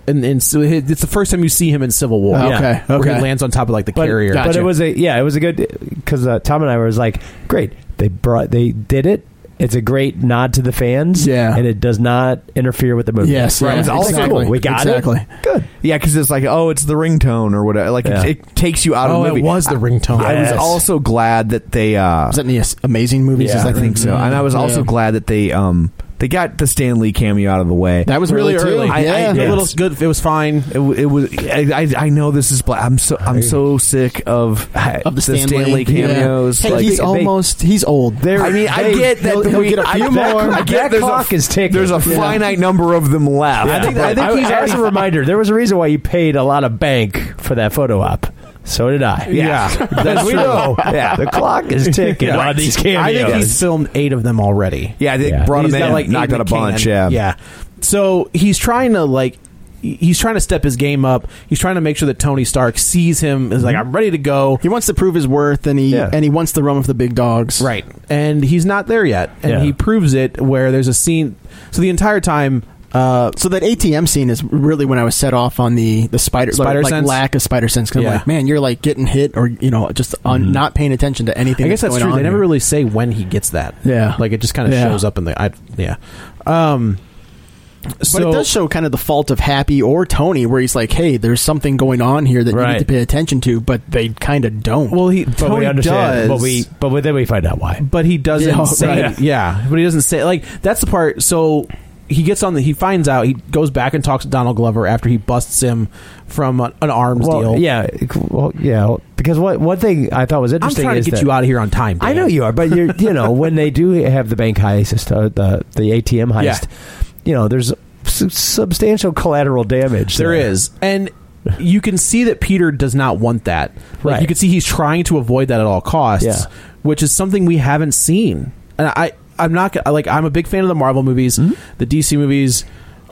And, and so it- it's the first time you see him in Civil War.
Oh, Okay, Yeah.
where
okay.
he lands on top of like the
but,
carrier.
but it was a yeah, it was a good because uh, Tom and I were like, great, they brought they did it. It's a great nod to the fans,
Yeah.
and it does not interfere with the movie.
Yes, Right. yeah,
It's also
exactly.
cool. We got
Exactly.
it. Good.
Yeah, because it's like, oh, it's the ringtone or whatever. Like
Yeah.
it, it takes you out of
Oh,
the
it
movie.
was the
I-
ringtone.
I, was
Yes.
also glad that they. Uh,
Was that in the As- Amazing movies? Is
I
that
think so, and I was also
Yeah.
glad that they um they got the Stan Lee cameo out of the way.
That was really early.
I,
yeah.
I,
a
it
little
was-
good. It was fine.
it, w- it was. I, I I know this is. Black. I'm so I'm so sick of
of the, Stanley,
Stan Lee cameos.
Hey,
like-
he's
they-
almost he's old. There,
I mean, I get that
he'll,
the
he'll
we-
get a
I-
few
that-
more.
I get
That
there's a-
clock is ticking.
There's a
Yeah.
finite number of them left.
I think, I think he's as a reminder. There was a reason why you paid a lot of bank for that photo op. So did I. <laughs>
Yeah.
As we know,
<laughs>
yeah, the clock <laughs> is ticking
Yeah.
on these
<laughs> I
cameos.
think he's filmed eight of them already.
Yeah, they
Yeah.
brought
He's
him
got
in,
like eight
like knocked
in
out a
the can.
bunch. Yeah,
yeah. So he's trying to like, he's trying to step his game up. He's trying to make sure that Tony Stark sees him. Is
Mm-hmm.
like, I'm ready to go.
he wants to prove his worth, and he
Yeah.
and he wants the run of the big dogs.
Right, and he's not there yet, and
Yeah.
he proves it where there's a scene. So the entire time, uh,
So that ATM scene is really when I was set off on the the spider,
Spider
like,
sense?
lack of spider sense. 'Cause I'm
Yeah. Mm-hmm.
like, man, you're like getting hit or you know just on not paying attention to anything.
I guess that's
going
true.
on
They never
here.
really say when he gets that.
Yeah.
like it just kind of
Yeah.
shows up in the. I, yeah, um,
But
so
it does show kind of the fault of Happy or Tony, where he's like, "Hey, there's something going on here that you
Right.
need to pay attention to," but they kind of don't.
well, he
but
Tony
we
does,
understand. But we, but then we find out why.
but he doesn't
Yeah,
say
right.
yeah but he doesn't say like that's the part so he gets on the he finds out he goes back and talks to donald glover after he busts him from an, an arms
Well,
deal
yeah, well, yeah. Because what one thing I thought was
i'm
interesting
trying
is
to get
that-
you out of here on time
I
Dan.
know you are, but you're you know when they do have the bank heist, uh, the the ATM heist, you know, there's su- substantial collateral damage.
there is and you can see that peter does not want that like
Right.
you can see he's trying to avoid that at all costs
Yeah.
which is something we haven't seen and i i'm not gonna- like i'm a big fan of the marvel movies
Mm-hmm.
the dc movies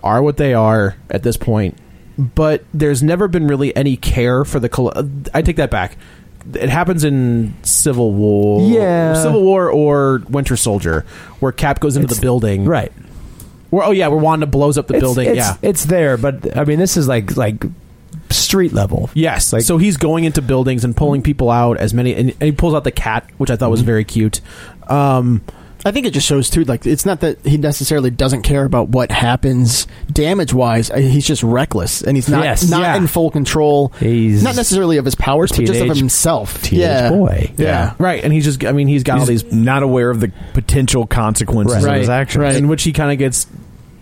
are what they are at this point but there's never been really any care for the coll- i take that back it happens in Civil War.
Yeah.
Civil War or Winter Soldier, where Cap goes into the building.
Right.
Where oh yeah, where Wanda blows up the
It's-
building.
it's-
yeah.
it's there, but I mean, this is like like street level.
Yes.
Like-
so he's going into buildings and pulling people out as many, and, and he pulls out the cat, which I thought
Mm-hmm.
was very cute. Um,
I think it just shows too. Like it's not that he necessarily doesn't care about what happens damage wise. He's just reckless, and he's not
Yes.
not
Yeah.
in full control.
He's
not necessarily of his powers, but just of
teenage-
himself.
teenage
yeah.
boy.
Yeah.
Right, and he's just—I mean, he's got all
He's
these
not aware of the potential consequences of his actions.
right, in which he kind of gets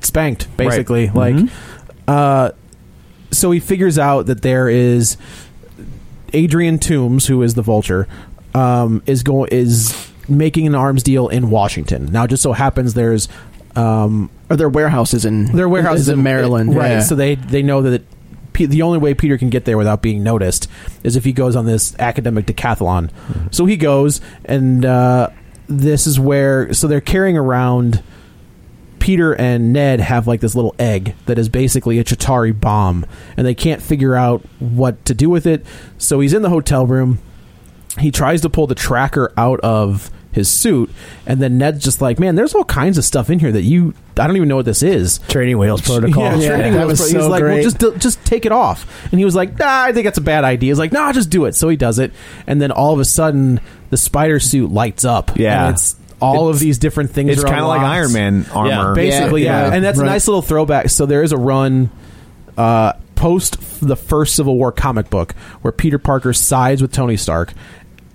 spanked, basically.
Right. Mm-hmm.
Like, uh, so he figures out that there is Adrian Toombs, who is the Vulture, um, is going is making an arms deal in Washington. Now, it just so happens there's um,
Or their warehouses in
their warehouses
is in Maryland,
right?
yeah.
So they they know that. Pe- the only way Peter can get there without being noticed is if he goes on this academic decathlon. So he goes, and uh, this is where. So they're carrying around. Peter and Ned have like this little egg that is basically a Chitari bomb, and they can't figure out what to do with it. So he's in the hotel room. He tries to pull the tracker out of his suit, and then Ned's just like, "Man, there's all kinds of stuff in here that you I don't even know what this is."
Training wheels protocol.
Yeah, training wheels. He's like, well, just do- just take it off. And he was like, nah, I think that's a bad idea. He's like, nah, just do it. So he does it, and then all of a sudden, the spider suit lights up.
Yeah.
and it's all of
It's-
these different things.
It's
kind of
like Iron Man armor.
basically, yeah.
Yeah, yeah.
And that's
Right.
a nice little throwback. So there is a run uh, post f- the first Civil War comic book where Peter Parker sides with Tony Stark.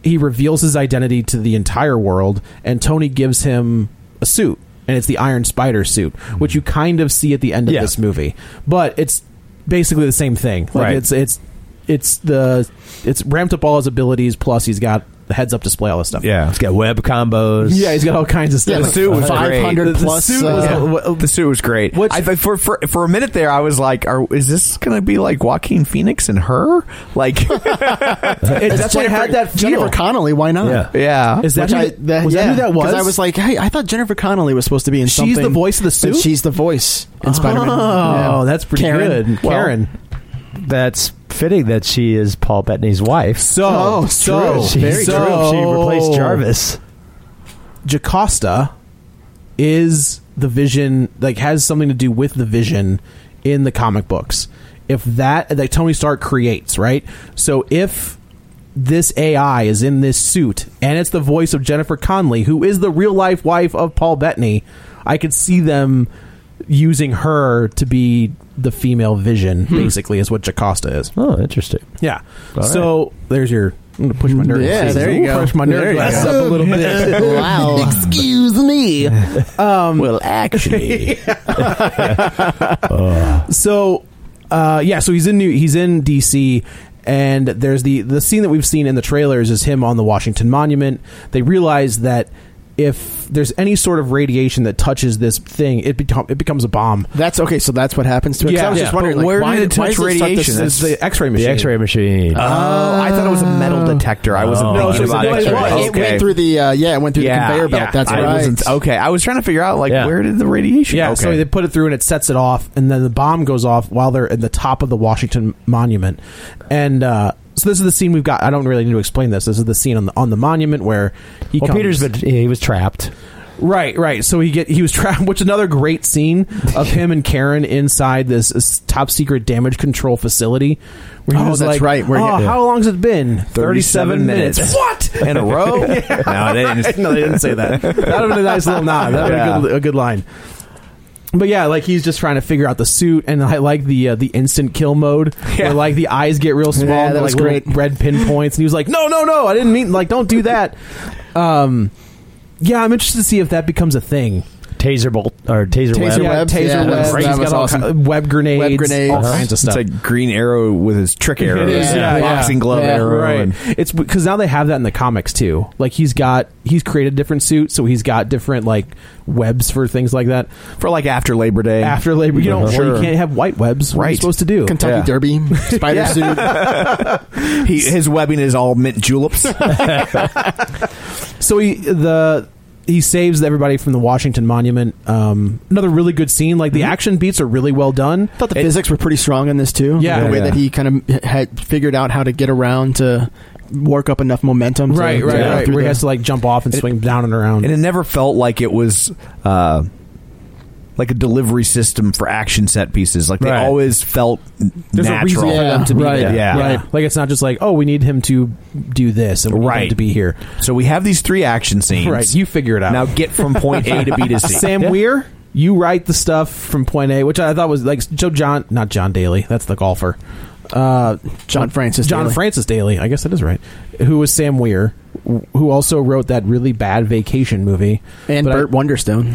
He reveals his identity to the entire world, and Tony gives him a suit, and it's the Iron Spider suit,
Mm-hmm.
which you kind of see at the end of
Yeah.
this movie. But it's basically the same thing. Like
Right.
it's it's it's the it's ramped up all his abilities. Plus, he's got the heads up display, all this stuff.
Yeah.
It's got web combos.
yeah, he's got all kinds of stuff.
Yeah, the suit was
great.
500
The- the
plus,
suit was-
uh,
w- the suit was great.
Which-
I, thought- for, for for a minute there, I was like, are, "Is this going to be like Joaquin Phoenix and her?"
<laughs>
Like, <laughs>
It definitely
Jennifer-
had that feel.
Jennifer Connelly. Why not?
Yeah.
yeah,
Is that
Which
who
I,
th- was
yeah,
that who that
'cause
was?
I was like, hey, I thought Jennifer Connelly was supposed to be in
She's
something.
the voice of the
but
suit?
She's the voice in Spider-Man.
Oh,
Yeah.
that's pretty
Karen.
good,
Well,
Karen.
That's fitting that she is Paul Bettany's wife.
So,
Oh, it's
so,
true.
She's
Very
so,
true. She replaced Jarvis.
Jocasta is the Vision, like has something to do with the Vision in the comic books. If that that Tony Stark creates, right? So if this AI is in this suit and it's the voice of Jennifer Conley, who is the real life wife of Paul Bettany, I could see them using her to be the female Vision. Basically, is what Jocasta is.
Oh, interesting.
Yeah.
All
so there's your. I'm gonna push my nerd.
Yeah,
glasses.
there you
Ooh,
go.
Push my nerd
There you
glasses
go.
up a little bit.
<laughs> wow.
Excuse me.
Well, actually,
So, uh, yeah. So he's in New. He's in DC. And there's the the scene that we've seen in the trailers is him on the Washington Monument. They realize that if there's any sort of radiation that touches this thing, it become it becomes a bomb.
That's okay. So that's what happens to it. 'Cause I was just wondering,
But
like,
where
why,
did it
why
touch
does it start
radiation?
This,
It's the X-ray machine.
the X-ray machine.
Oh, I thought it was a
Oh.
metal detector. I wasn't
No,
thinking
so
about
it's
it.
a- no, it was.
It went through the uh, yeah, it went through the conveyor belt. That's
I
right.
wasn't- okay, I was trying to figure out like
Yeah.
where did the radiation?
Yeah,
okay.
so they put it through and it sets it off, and then the bomb goes off while they're in the top of the Washington Monument. And uh, so this is the scene we've got. I don't really need to explain this. This is the scene on the on the monument where he
Well,
comes.
Peter's been he was trapped.
right, right. So he get he was trapped, <laughs> which is another great scene
<laughs>
of him and Karen inside this, this top secret damage control facility. Where he
Oh,
was
that's
like,
right, where
oh,
he-
how
yeah.
long's it been?
37 minutes.
What?
in <laughs> a row. No, they
<laughs>
didn't.
no, they didn't say
<laughs>
that. That would have been a nice little nod. That would have been a good, a good line. But yeah, like he's just trying to figure out the suit, and I like the uh, the instant kill mode, where like the eyes get real small,
Yeah,
and
that
they're,
was
like little
great.
red pinpoints, and he was like, "No, no, no, I didn't mean like don't do that." Um, yeah, I'm interested to see if that becomes a thing.
Taser bolt or taser,
Taser
web.
yeah,
webs,
taser
yeah, that
webs,
was-
he's
that
got
was
all
awesome.
ki- web grenades,
Web grenades.
all kinds of
It's
stuff.
like Green Arrow with his trick arrows,
is, yeah, yeah.
boxing glove
Yeah,
arrow,
right
and-
it's because now they have that in the comics too like he's got he's created different suits so he's got different like webs for things like that
for like after Labor Day.
after labor you don't
Uh-huh.
well,
Sure.
you can't have white webs what are you
Right.
supposed to do
Kentucky
Yeah.
Derby, spider suit.
he, his webbing is all
<laughs>
mint juleps.
so he the he saves everybody from the washington monument um another really good scene like the
Mm-hmm.
action beats are really well done
I thought the physics were pretty strong in this too.
Yeah.
the way
Yeah.
that he kind of had figured out how to get around to work up enough momentum. to-
Right,
to
right,
go
right.
through
Where he
the-
has to like jump off and swing down and around.
And it never felt like it was uh, like a delivery system for action set pieces. Like they
Right.
always felt
There's
natural.
a reason for them to be
right.
there.
Yeah.
right. Like it's not just like, oh, we need him to do this and we need him
Right.
to be here.
So we have these three action scenes.
Right, you figure it out.
Now get from point A to B to C.
<laughs> Sam Weir, you write the stuff from point A, which I thought was like Joe John, not John Daly. That's the golfer. Uh,
John Francis
John
Daly.
Francis Daly. I guess that is right. Who was Sam Weir? wh- Who also wrote that really bad vacation movie
and
But I-
Burt Wonderstone.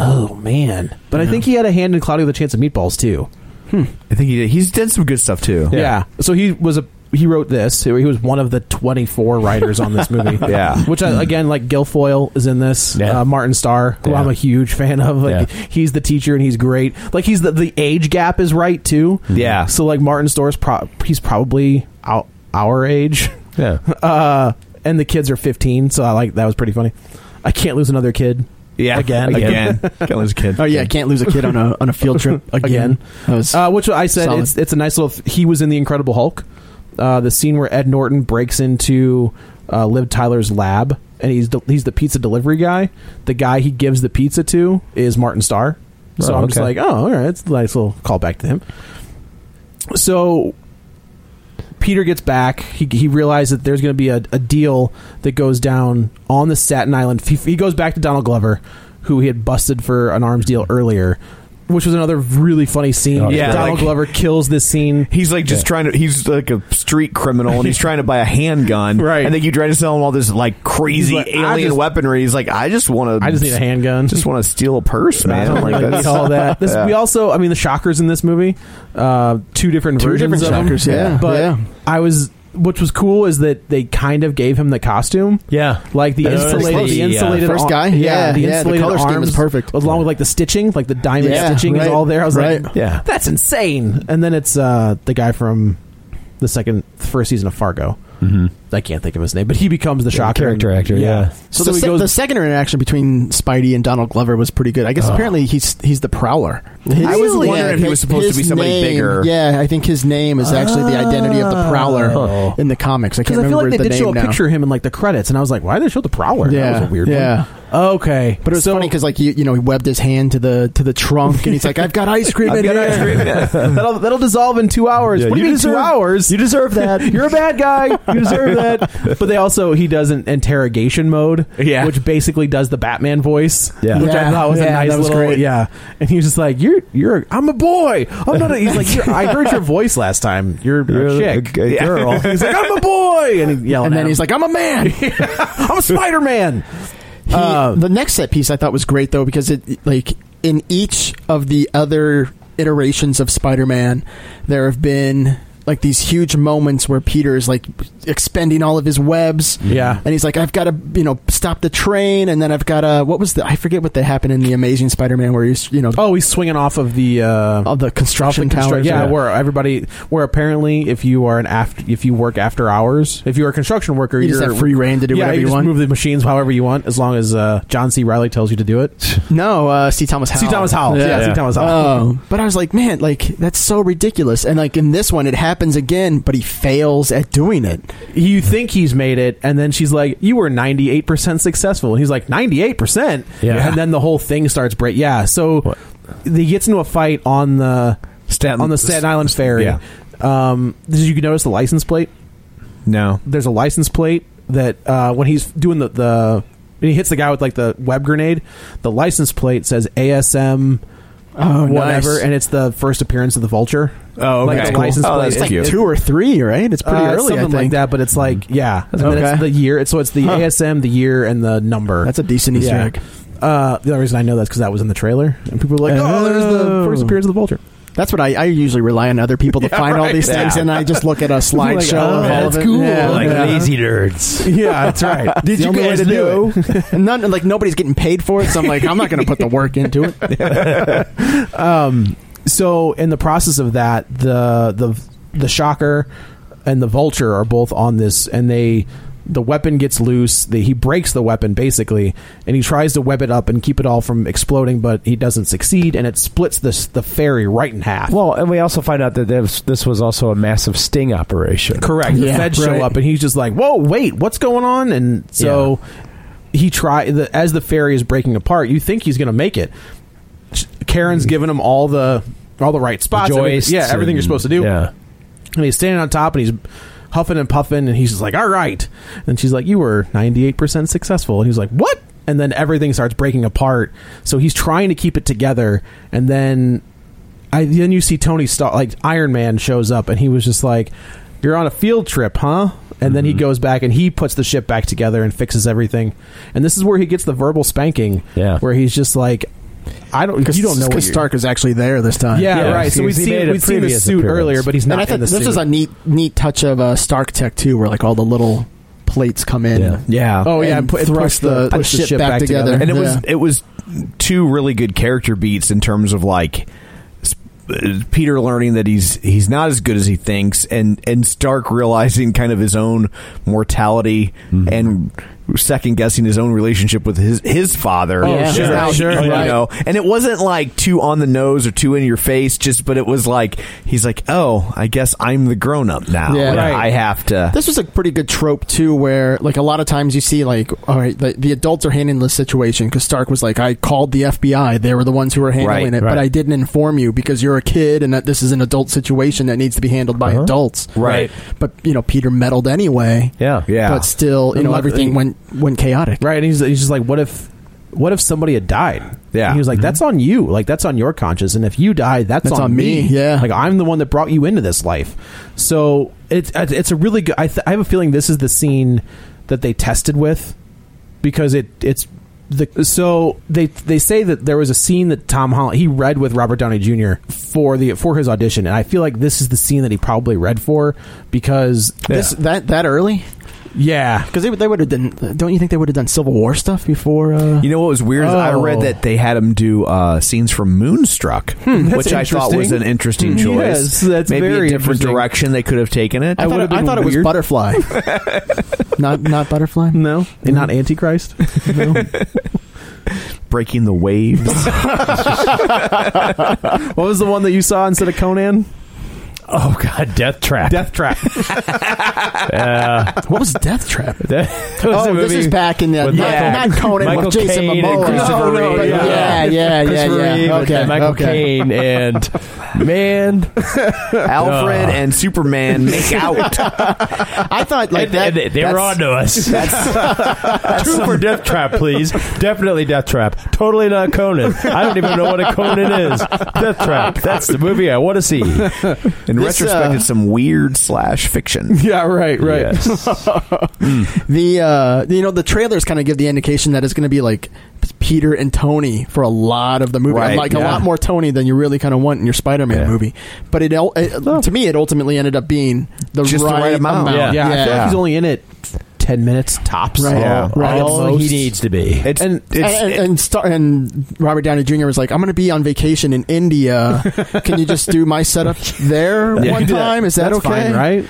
Oh man! But I
Yeah.
think he had a hand in Cloudy with a Chance of Meatballs too.
I think he did. He's done some good stuff too.
Yeah. So he was a he wrote this. He was one of the twenty four writers on this movie.
<laughs> Yeah.
Which I, again, like Guilfoyle is in this.
Yeah.
Uh, Martin Starr, who
Yeah.
I'm a huge fan of. Like
Yeah.
he's the teacher and he's great. Like he's the the age gap is right too.
Yeah.
So like Martin Starr's pro- he's probably our, our age. <laughs>
Yeah.
Uh, and the kids are fifteen. So I like that was pretty funny. I can't lose another kid.
Yeah.
<laughs> Again.
Again. Can't lose a kid.
Oh yeah, can't lose a kid on a on a field trip again.
Again.
That was-
Uh, which I said
Solid.
it's it's a nice little. th- he was in the Incredible Hulk. Uh, the scene where Ed Norton breaks into uh, Liv Tyler's lab and he's de- he's the pizza delivery guy. The guy he gives the pizza to is Martin Starr. So
Oh,
I'm just
okay.
like, oh, all right, it's a nice little callback to him. So Peter gets back. He, he realized that there's going to be a, a deal that goes down on the Staten Island. He, he goes back to Donald Glover, who he had busted for an arms deal earlier, which was another really funny scene.
Oh,
yeah.
Donald
Like-
Glover kills this scene.
He's like just trying to. He's like a street criminal, and he's trying to buy a handgun.
<laughs> Right.
And then you try to sell him all this like crazy
He's like, I
alien
just-
weaponry. He's like, I just want to.
I just need a handgun.
Just want to steal a purse, man.
I
Like,
<laughs> don't
that's-
need all that. This,
Yeah.
We also, I mean, the shockers in this movie, uh, two different
Two
versions
different
of them.
shockers, yeah,
But
yeah.
I was, which was cool is that they kind of gave him the costume.
Yeah.
like the
I noticed
insulated,
the,
the
uh,
insulated
first
ar-
guy? Yeah,
the
yeah, the
insulated
color scheme
arms
is perfect.
along with like the stitching, like the diamond
Yeah,
stitching is
right,
all there. I was like,
right.
Yeah.
that's insane. And then it's uh, the guy from the second, first season of Fargo. Mm-hmm. I can't think of his name, but he becomes the shocker
character actor, yeah.
So,
So,
the,
he
se-
goes.
the second interaction between Spidey and Donald Glover was pretty good. I
Ah.
guess apparently he's he's the Prowler.
I was wondering if he was supposed to
his
be somebody
name-
bigger.
Yeah, I think his name is actually the identity of the Prowler
Oh.
in the comics. I can't
because I feel
remember
like
the
they did
name
show a
now.
picture of him in like the credits, and I was like, "Why did they show the Prowler?" that
Yeah,
was a weird
yeah.
one. Okay,
But it was
so,
funny because like you, you know he webbed his hand to the to the trunk and he's like I've got ice
<laughs>
cream. in here."
that'll that'll dissolve in two hours.
Yeah,
what do you, mean
deserve-
two hours?
You deserve that.
You're a bad guy. You deserve that. <laughs> But they also he does an interrogation mode,
Yeah.
which basically does the Batman voice,
Yeah.
which I
Yeah,
thought was a
yeah,
nice
that was
little,
great.
yeah. And he was just like, "You're, you're, I'm a boy. I'm not." A, he's like, you're, "I heard your voice last time. You're, a
You're a,
chick."
g- a girl.
<laughs> He's like, "I'm a boy," and he yelling
and
at
then
him.
he's like I'm a
<laughs>
man.
"I'm Spider Man."
He-
Uh,
the next set piece I thought was great though because it like in each of the other iterations of Spider-Man, there have been like these huge moments where Peter is like expending all of his webs.
Yeah.
and he's like, I've got to you know stop the train, and then I've got to what was the I forget what that happened in the Amazing Spider-Man where he's you know
Oh, he's swinging off of the uh,
all the construction towers.
construct- Yeah, where everybody, where apparently, if you are an after, if you work after hours, if you're a construction worker,
You
are
just have free reign to do
yeah,
whatever
you,
you
just
want.
Move the machines however you want, as long as uh, John C. Riley tells you to do it.
<laughs> No, uh, C. Thomas Howell.
C. Thomas Howell. Yeah, C. Thomas Howell.
Oh, but I was like, man, like that's so ridiculous. And like in this one, it happens again, but he fails at doing it.
You think he's made it, and then she's like, "You were ninety eight percent successful," and he's like, 98 percent."
Yeah.
and then the whole thing starts break. Yeah, so
What?
he gets into a fight on the
Staten-
on the Staten Island ferry.
Yeah.
Um, did you notice the license plate?
No.
there's a license plate that uh, when he's doing the the when he hits the guy with like the web grenade, the license plate says ASM. whatever,
nice.
and it's the first appearance of the vulture.
Oh, okay.
like the
Cool.
license
Oh,
plate.
that's
It's
cute.
like
two or three, right? It's pretty
uh,
early, I
something
think.
like that. But it's like, yeah, and then
Okay.
it's the year. So it's the
Huh.
ASM, the year, and the number.
That's a decent Easter
Yeah.
egg.
Uh, the only reason I know that's because that was in the trailer, and people were like, "Oh, there's the
Oh.
first appearance of the vulture."
That's what I, I usually rely on other people
<laughs>
to find all
right.
these things,
Yeah.
and I just look at a slideshow.
oh,
of all
that's
of it.
cool.
Yeah,
Like
yeah.
lazy nerds.
Yeah, that's
<laughs>
right.
Did you guys
do
do it? <laughs>
<laughs>
None, like nobody's getting paid for it, so I'm like, I'm not going to put the work into it.
so in the process of that the the the shocker and the vulture are both on this and they the weapon gets loose. The, he breaks the weapon basically, and he tries to web it up and keep it all from exploding, but he doesn't succeed, and it splits this the ferry right in half.
<laughs> Well, and we also find out that this, this was also a massive sting operation.
Correct. The feds show up, and he's just like, "Whoa, wait, what's going on?" And so he try the, as the ferry is breaking apart. You think he's going to make it. Karen's giving him all the all the right spots. everything-
Mm. joists
yeah, everything you're
and-
supposed to do.
yeah.
And he's standing on top, and he's huffing and puffing, and he's just like, "All right." And she's like, "You were 98 percent successful," and he's like, "What?" And then everything starts breaking apart. So he's trying to keep it together, and then I then you see Tony Stark, like Iron Man, shows up, and he was just like, "You're on a field trip, huh?" And then he goes back and he puts the ship back together and fixes everything. And this is where he gets the verbal spanking, yeah. where he's just like, "I don't, you don't know." what
because
you're-
Stark is actually there this time.
Yeah, Yeah, right. So we've he seen- made a we've seen the previous suit appearance. earlier, but he's not
And I
in
thought
the
this is
suit.
a neat, neat touch of uh, Stark Tech too, where like all the little plates come in. Yeah.
Oh yeah, and pu- it
thrust
pushed
the,
pushed
ship, back, together.
And it
Yeah.
was it was two really good character beats in terms of like s- uh, Peter learning that he's he's not as good as he thinks, and and Stark realizing kind of his own mortality
Mm-hmm.
and second guessing his own relationship with his his father.
Oh, Yeah. sure,
You know,
sure,
you
right.
know, and it wasn't like too on the nose or too in your face, just but it was like he's like, oh, I guess I'm the grown up now.
Yeah.
and
Right.
I have to.
This was a pretty good trope too, where like a lot of times you see like, all right, the, the adults are handling the situation because Stark was like, I called the FBI; they were the ones who were handling
Right,
it,
right.
but I didn't inform you because you're a kid and that this is an adult situation that needs to be handled by adults.
Uh-huh. Right.
But you know, Peter meddled anyway.
Yeah,
yeah.
But still, you
And
know,
luckily-
everything went went chaotic.
Right, and he's, he's just like, "What if, what if somebody had died?"
Yeah.
And he was like, "That's on you. Like that's on your conscience. And if you die, that's,
Mm-hmm. That's on me, yeah.
like I'm the one that brought you into this life." So it's it's a really good. I, th- I have a feeling this is the scene that they tested with because it it's the so they they say that there was a scene that Tom Holland he read with Robert Downey Jr. for the for his audition, and I feel like this is the scene that he probably read for because
This that that early.
yeah
Because they, would- they would have done. Don't you think they would have done Civil War stuff before? Uh,
You know what was weird is I read
Oh.
that they had him do uh, scenes from Moonstruck,
that's
which I thought was
interesting.
an interesting
Hmm.
choice.
Yes, that's
Maybe
very
a different
interesting.
direction they could have taken it.
I,
would've
thought, it, I
been
thought it was
weird.
Butterfly,
<laughs>
not not Butterfly.
no and not Antichrist.
Breaking the waves.
What was the one that you saw instead of Conan?
Oh God, Death Trap.
Death <laughs> Trap.
What was Death Trap?
<laughs> That was
Oh,
a
this
movie
is back in the
with
not,
Michael-
not Conan
Michael
with Jason
Caine and
Momoa.
Christopher
But
Reeve.
yeah, yeah, yeah, yeah.
Christopher Reeve and
Okay,
Michael
okay.
Caine and
<laughs>
man,
Alfred
Ugh.
and Superman make out.
I thought like
and-
that.
and they- they were
that's-
onto <laughs> us. <laughs> Two for Death Trap, please. Definitely Death Trap. Totally not Conan. I don't even know what a Conan is. Death Trap. That's the movie I want
<laughs>
to see.
In
This,
retrospect,
uh,
it's some weird slash fiction.
yeah, right, right.
Yes.
the uh, you know the trailers kind of give the indication that it's going to be like Peter and Tony for a lot of the movie,
Right,
like a
yeah.
lot more Tony than you really kind of want in your Spider-Man movie. But it, el- it to me, it ultimately ended up being the,
Just the
right,
right amount.
amount.
Yeah, I feel like
Yeah.
he's only in it ten minutes tops.
Right.
Yeah.
Right.
All he needs
<laughs>
to be.
It's,
And-
it's
and, and, and, star- and Robert Downey Jr. was like, "I'm going to be on vacation in India. Can you just do my setup there
Yeah.
Er, one time? Is that
That's
okay?
fine, right?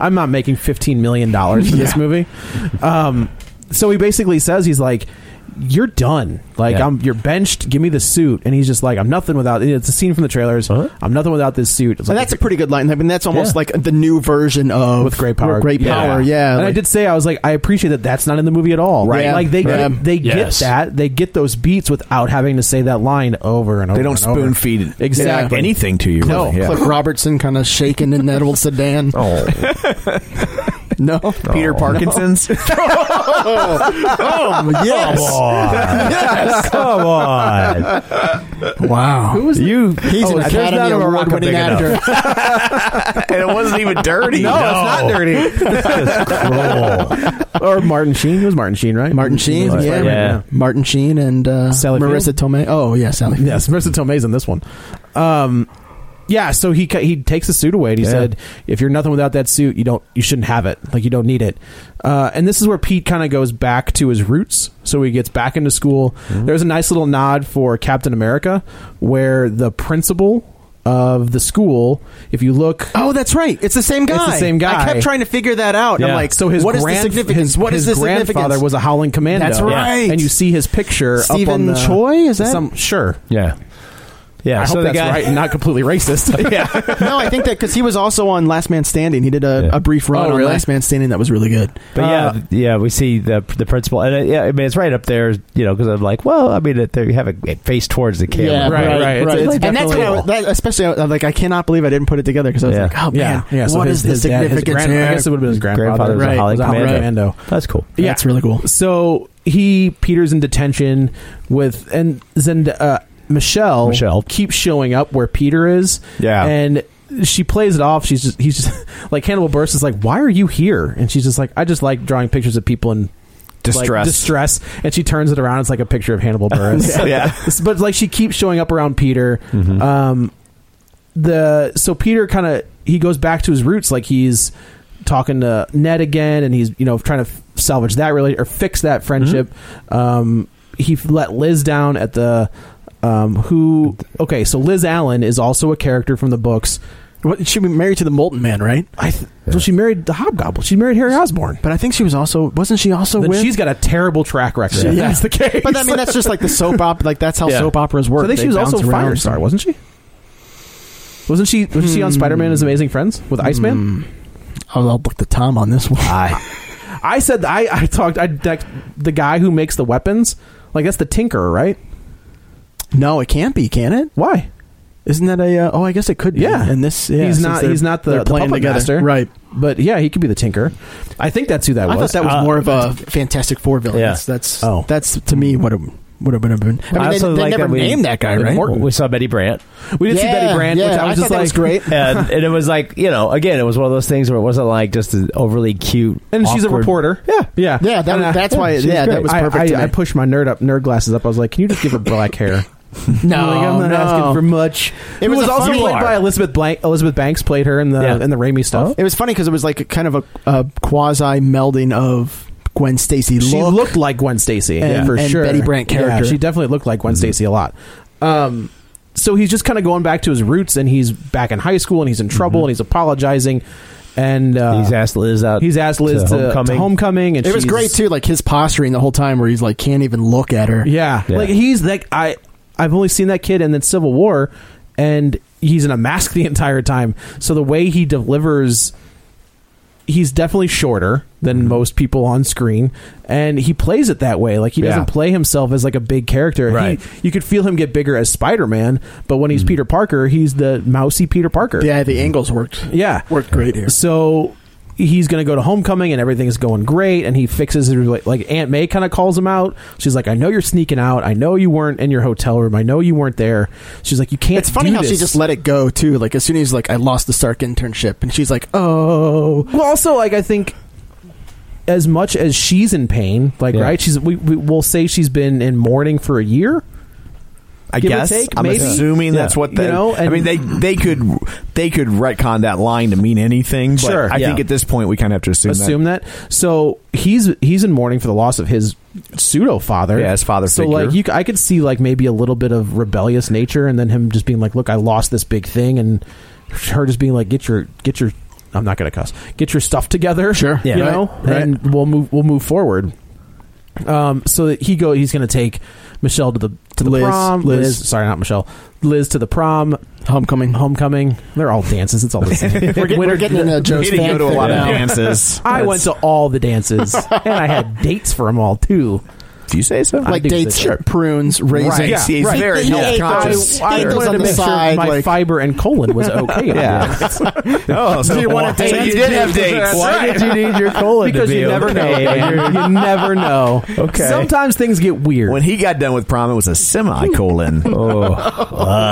I'm not making fifteen million dollars for this movie. Um, so he basically says he's like, "You're done. Like
Yeah.
I'm, you're benched. Give me the suit." And he's just like, "I'm nothing without." It's a scene from the trailers.
Uh-huh.
I'm nothing without this suit. It's
So
like,
that's a pretty good line. I mean, that's almost
Yeah.
like the new version of
with great power,
Great power, yeah.
and I
like-
did say I was like, I appreciate that that's not in the movie at all.
Right. Yeah.
like they
Yeah.
get, they
Yes.
get that they get those beats without having to say that line over and over.
they don't
and over.
spoon feed
Exactly.
anything to you.
no,
Really. Yeah.
Cliff Robertson kind of shaking in that old sedan.
Oh,
No,
<laughs> Peter Parkinson's.
<laughs> Oh, yes.
<laughs>
Come on.
Wow. Who was
You
He's
Oh,
an
there's
Academy
not a
Award
Morocco
winning
big enough.
actor.
and it wasn't even dirty.
No, it's
<laughs>
not
<laughs>
dirty.
or Martin Sheen. It was Martin Sheen, right?
Martin Sheen,
Right,
yeah.
right,
Yeah.
Martin Sheen and uh,
Sally Field?
Marissa Tomei. Oh, yeah, Sally. Field.
Yes, Marissa Tomei's in this one. Um, yeah, so he ca- he takes the suit away and he
Yeah.
said, "If you're nothing without that suit, you don't you shouldn't have it. Like you don't need it." Uh, and this is where Pete kind of goes back to his roots. So he gets back
Mm-hmm.
into school. There's a nice little nod for Captain America, where the principal of the school. If you look,
oh, that's right. It's the same guy.
It's the same guy.
I kept trying to figure that out. I'm like,
so his
what is
grand-
the significance?
His,
what is
his
the
grandfather
significance?
was a Howling Commando.
That's right.
And you see his picture. up on
Stephen
the,
Choi, is that-
some sure?
Yeah, yeah.
I
so
hope
the
that's
guy-
right and not completely racist. <laughs> yeah.
no, I think that because he was also on Last Man Standing. He did a, a brief run
Oh, really?
on Last Man Standing that was really good.
But
Uh,
yeah, th- yeah, we see the the principal, and uh, yeah, I mean it's right up there, you know, because I'm like, well, I mean, it, there, you have a, a face towards the camera,
Yeah, right, right.
It's- it's
and that's
definitely-
what I, was- that, especially I was like I cannot believe I didn't put it together because I was
Yeah.
like, oh
Yeah,
man,
yeah. So
what
his,
is the
his dad- his
significance?
grand-
here?
I guess it would have been his grandfather.
Grandfather was a Howling
was
Commando.
Commando.
That's cool.
Yeah, it's really cool.
So he peters in detention with and Zend uh, Michelle
Michelle.
keeps showing up where Peter is.
Yeah.
and she plays it off. She's just he's just <laughs> like Hannibal Buress is like, "Why are you here?" And she's just like, "I just like drawing pictures of people in." like,
Distress.
distress, and she turns it around. It's like a picture of Hannibal Buress.
Yeah.
<laughs> but like she keeps showing up around Peter. Um, the so Peter kind of he goes back to his roots, like he's talking to Ned again, and he's you know trying to f- salvage that really or fix that friendship. Um, he f- let Liz down at the um, who okay, so Liz Allen is also a character from the books.
What, she was married to the Molten Man, right?
I th- well, she married the Hobgoblin. She married Harry Osborn.
But I think she was also wasn't she also
Then
with?
she's got a terrible track record.
Yeah.
if That's the case.
<laughs> but I mean that's just like the soap opera. Like that's how
Yeah.
soap operas
So
work.
I think she was
They
also
bounce around.
Firestar, wasn't she? Wasn't she? Was she
Hmm.
on Spider Man as Amazing Friends with Iceman?
I'll, I'll look the Tom on this one.
I said I I talked I that, the guy who makes the weapons like that's the Tinkerer, right?
<laughs> no, it can't be, can it?
Why?
Isn't that a? Uh, oh, I guess it could. be.
Yeah.
and this yeah,
he's
since
not
they're-
he's not the,
they're
the
playing
puppet
together,
master.
right?
But yeah, he could be the Tinkerer. I think that's who that
I
was.
thought that was
Uh,
more of a Fantastic Four villain.
Yeah.
That's, that's
Oh.
that's to me what it would have been. I mean,
I
they,
also
they
like
never
that we-
named that guy, right?
Morton. We saw Betty Brant,
we did see Betty Brand, which I was just
thought that
like
was great.
<laughs> and, and it was like, you know, again, it was one of those things where it wasn't like just an overly cute.
And she's a <laughs>
awkward-
reporter. Yeah, yeah,
Yeah, that
And
was-
I-
that's why-
she's
yeah, that
great.
was
I-
perfect to
I, I,
me.
pushed my nerd up, nerd glasses up. I was like, "Can you just give her black hair?"
No,
Like, I'm not
Oh, no.
asking for much.
It
Who
was a
also
funny-
played by Elizabeth Blank. Elizabeth Banks played her in the
Yeah.
in the Raimi stuff.
It was funny because it was like a kind of a, a quasi melding of Gwen Stacy.
she
look.
looked like Gwen Stacy Mm-hmm.
and-
for
and
sure.
Betty Brant
Yeah,
character.
she definitely looked like Gwen Stacy a lot. Um, so he's just kind of going back to his roots, and he's back in high school, and he's in trouble, and he's apologizing, and uh,
He's asked Liz out.
Mm-hmm. he's asked Liz to to homecoming, and
It was
she's-
great too, like his posturing the whole time, where he's like can't even look at her.
Yeah.
Yeah.
Like he's like I I've only seen that kid in the Civil War and he's in a mask the <laughs> entire time. So the way he delivers he's definitely shorter than
Mm-hmm.
most people on screen and he plays it that way. Like he doesn't
Yeah.
play himself as like a big character.
Right. Mm-hmm.
He, you could feel him get bigger as Spider-Man, but when he's Peter Parker, he's the mousy Peter
<laughs>
Parker.
yeah. The angles worked.
Yeah.
worked great here.
So he's going to go to homecoming and everything's going great and he fixes his rela- like Aunt May kind of calls him out. She's like, "I know you're sneaking out. I know you weren't in your hotel room. I know you weren't there." She's like, "You can't."
It's funny
do
how she
this."
just let it go too. Like as soon as like I lost the Stark internship, and she's like, "Oh,
Well, also like I think as much as she's in pain, like
Yeah.
right, she's we, we will say she's been in mourning for a year.
I
Give or
guess
take,
I'm
maybe?
assuming
Yeah.
that's what
You
they.
know,
I
and-
mean, they they could they could retcon that line to mean anything. But
Sure,
I
yeah.
think at this point we kind of have to assume,
assume that. So he's he's in mourning for the loss of his pseudo father.
Yeah, his father
So
figure.
like you, c- I could see like maybe a little bit of rebellious nature, and then him just being like, "Look, I lost this big thing," and her just being like, "Get your get your." I'm not gonna cuss. Get your stuff together.
Sure.
You
Yeah. Right,
know,
right.
and we'll move we'll move forward. Um, so that he go he's gonna take Michelle to the to the
Liz,
prom.
Liz.
sorry, not Michelle. Liz to the prom,
homecoming,
homecoming. They're all dances. It's all the same.
<laughs> We're, get, we're getting into
that
Joe's
he didn't
fan
go to a
thing
lot of
now. <laughs>
dances.
I went to <laughs> all the dances and I had dates for them all too.
Do you say so?
Like
I do
dates,
say that.
prunes, raisins.
Right, he's
right.
very
He ate
health conscious.
those- I- I
Yeah.
those
wanted
on
to
the
make sure
side,
my
like-
fiber and colon was okay.
Yeah.
<laughs>
oh, so
Do you want a
So
date?
you did have dates.
Why did you need your colon
because
to be
you never
okay?
know. man. you never know.
Okay.
Sometimes things get weird.
When he got done with prom, it was a
<laughs>
semicolon. oh,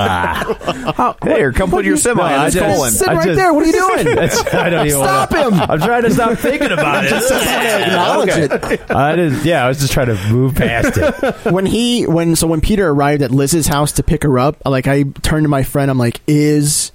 ah. here, come put your semi
No,
on
I
this
just-
colon.
Sit
I
right
just-
there. What are you doing?
That's- I don't even
Stop
wanna-
him!
I'm trying to stop thinking about <laughs> it.
acknowledge
it. I didn't, yeah, I was just trying to move past it.
when he when so when Peter arrived at Liz's house to pick her up, like I turned to my friend, I'm like, is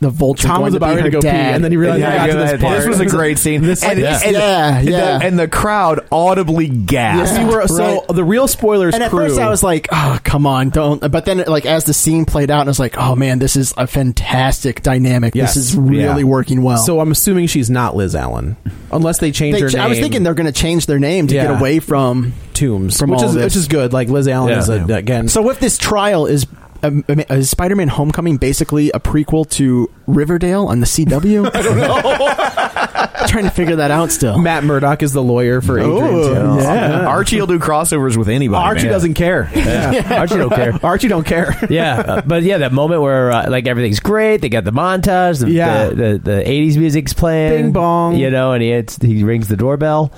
the vulture.
Tom
going
was
to
about
be
ready to
her
go pee,
dad.
and then he realized Yeah, he got to this part.
This was a great scene.
This-
and,
Yeah.
and-
Yeah,
and
yeah.
The, and the crowd audibly gasped.
We were- so the real spoilers.
and at
crew,
first I was like, "Oh, come on, don't!" But then, like as the scene played out, I was like, "Oh man, this is a fantastic dynamic.
Yes.
This is really
Yeah.
working well."
So I'm assuming she's not Liz Allen, unless they change
They
her
ch-
name.
I was thinking they're going to change their name to
Yeah.
get away from
Tombs,
from
which
all
is
this.
which is good. Like Liz Allen is a, again.
So if this trial is. Um, um, is Spider-Man: Homecoming basically a prequel to Riverdale <laughs> on the CW? I don't know. trying to figure that out still.
Matt Murdock is the lawyer for Adrian.
Ooh,
Toomes.
yeah.
Archie will do crossovers with anybody.
Oh, Archie
man.
doesn't care.
Yeah. Archie don't care.
<laughs> Archie don't care.
yeah, uh, but yeah, that moment where uh, like everything's great. They got the montage. The,
Yeah.
the, the the eighties music's playing.
Bing bong.
You know, and he hits, he rings the doorbell.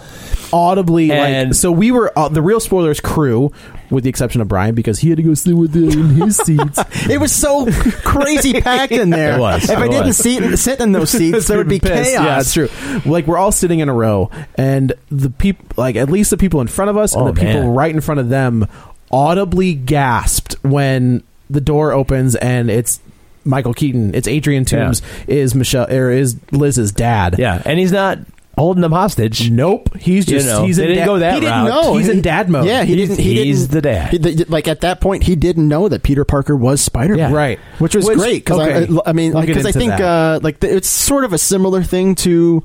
audibly like
And-
so we were uh, the real spoilers crew with the exception of brian because he had to go sit with them in <laughs> his seats
It was so
<laughs>
crazy packed in there.
It was.
If I
It
didn't
was.
see, sit in
<laughs>
those seats, there would be
Pissed.
chaos.
yeah it's true like we're all sitting in a row and the people like at least the people in front of us
Oh,
and the people
man.
right in front of them audibly gasped when the door opens and it's michael keaton it's adrian
Yeah.
toombs is michelle or is liz's dad
Yeah, and he's not holding them hostage.
Nope, he's
You
just
know,
he's
they
in
didn't
dad-
go that
he didn't
route.
know he's
He-
in dad mode.
Yeah, he
He's-
didn't. He
he's
didn't,
the dad.
he- the- like at that point, he didn't know that Peter Parker was Spider Man.
Yeah.
Right.
Which was
Which-
great because
okay.
I, I mean,
We'll get
because I
into
think
that.
uh, like the, it's sort of a similar thing to.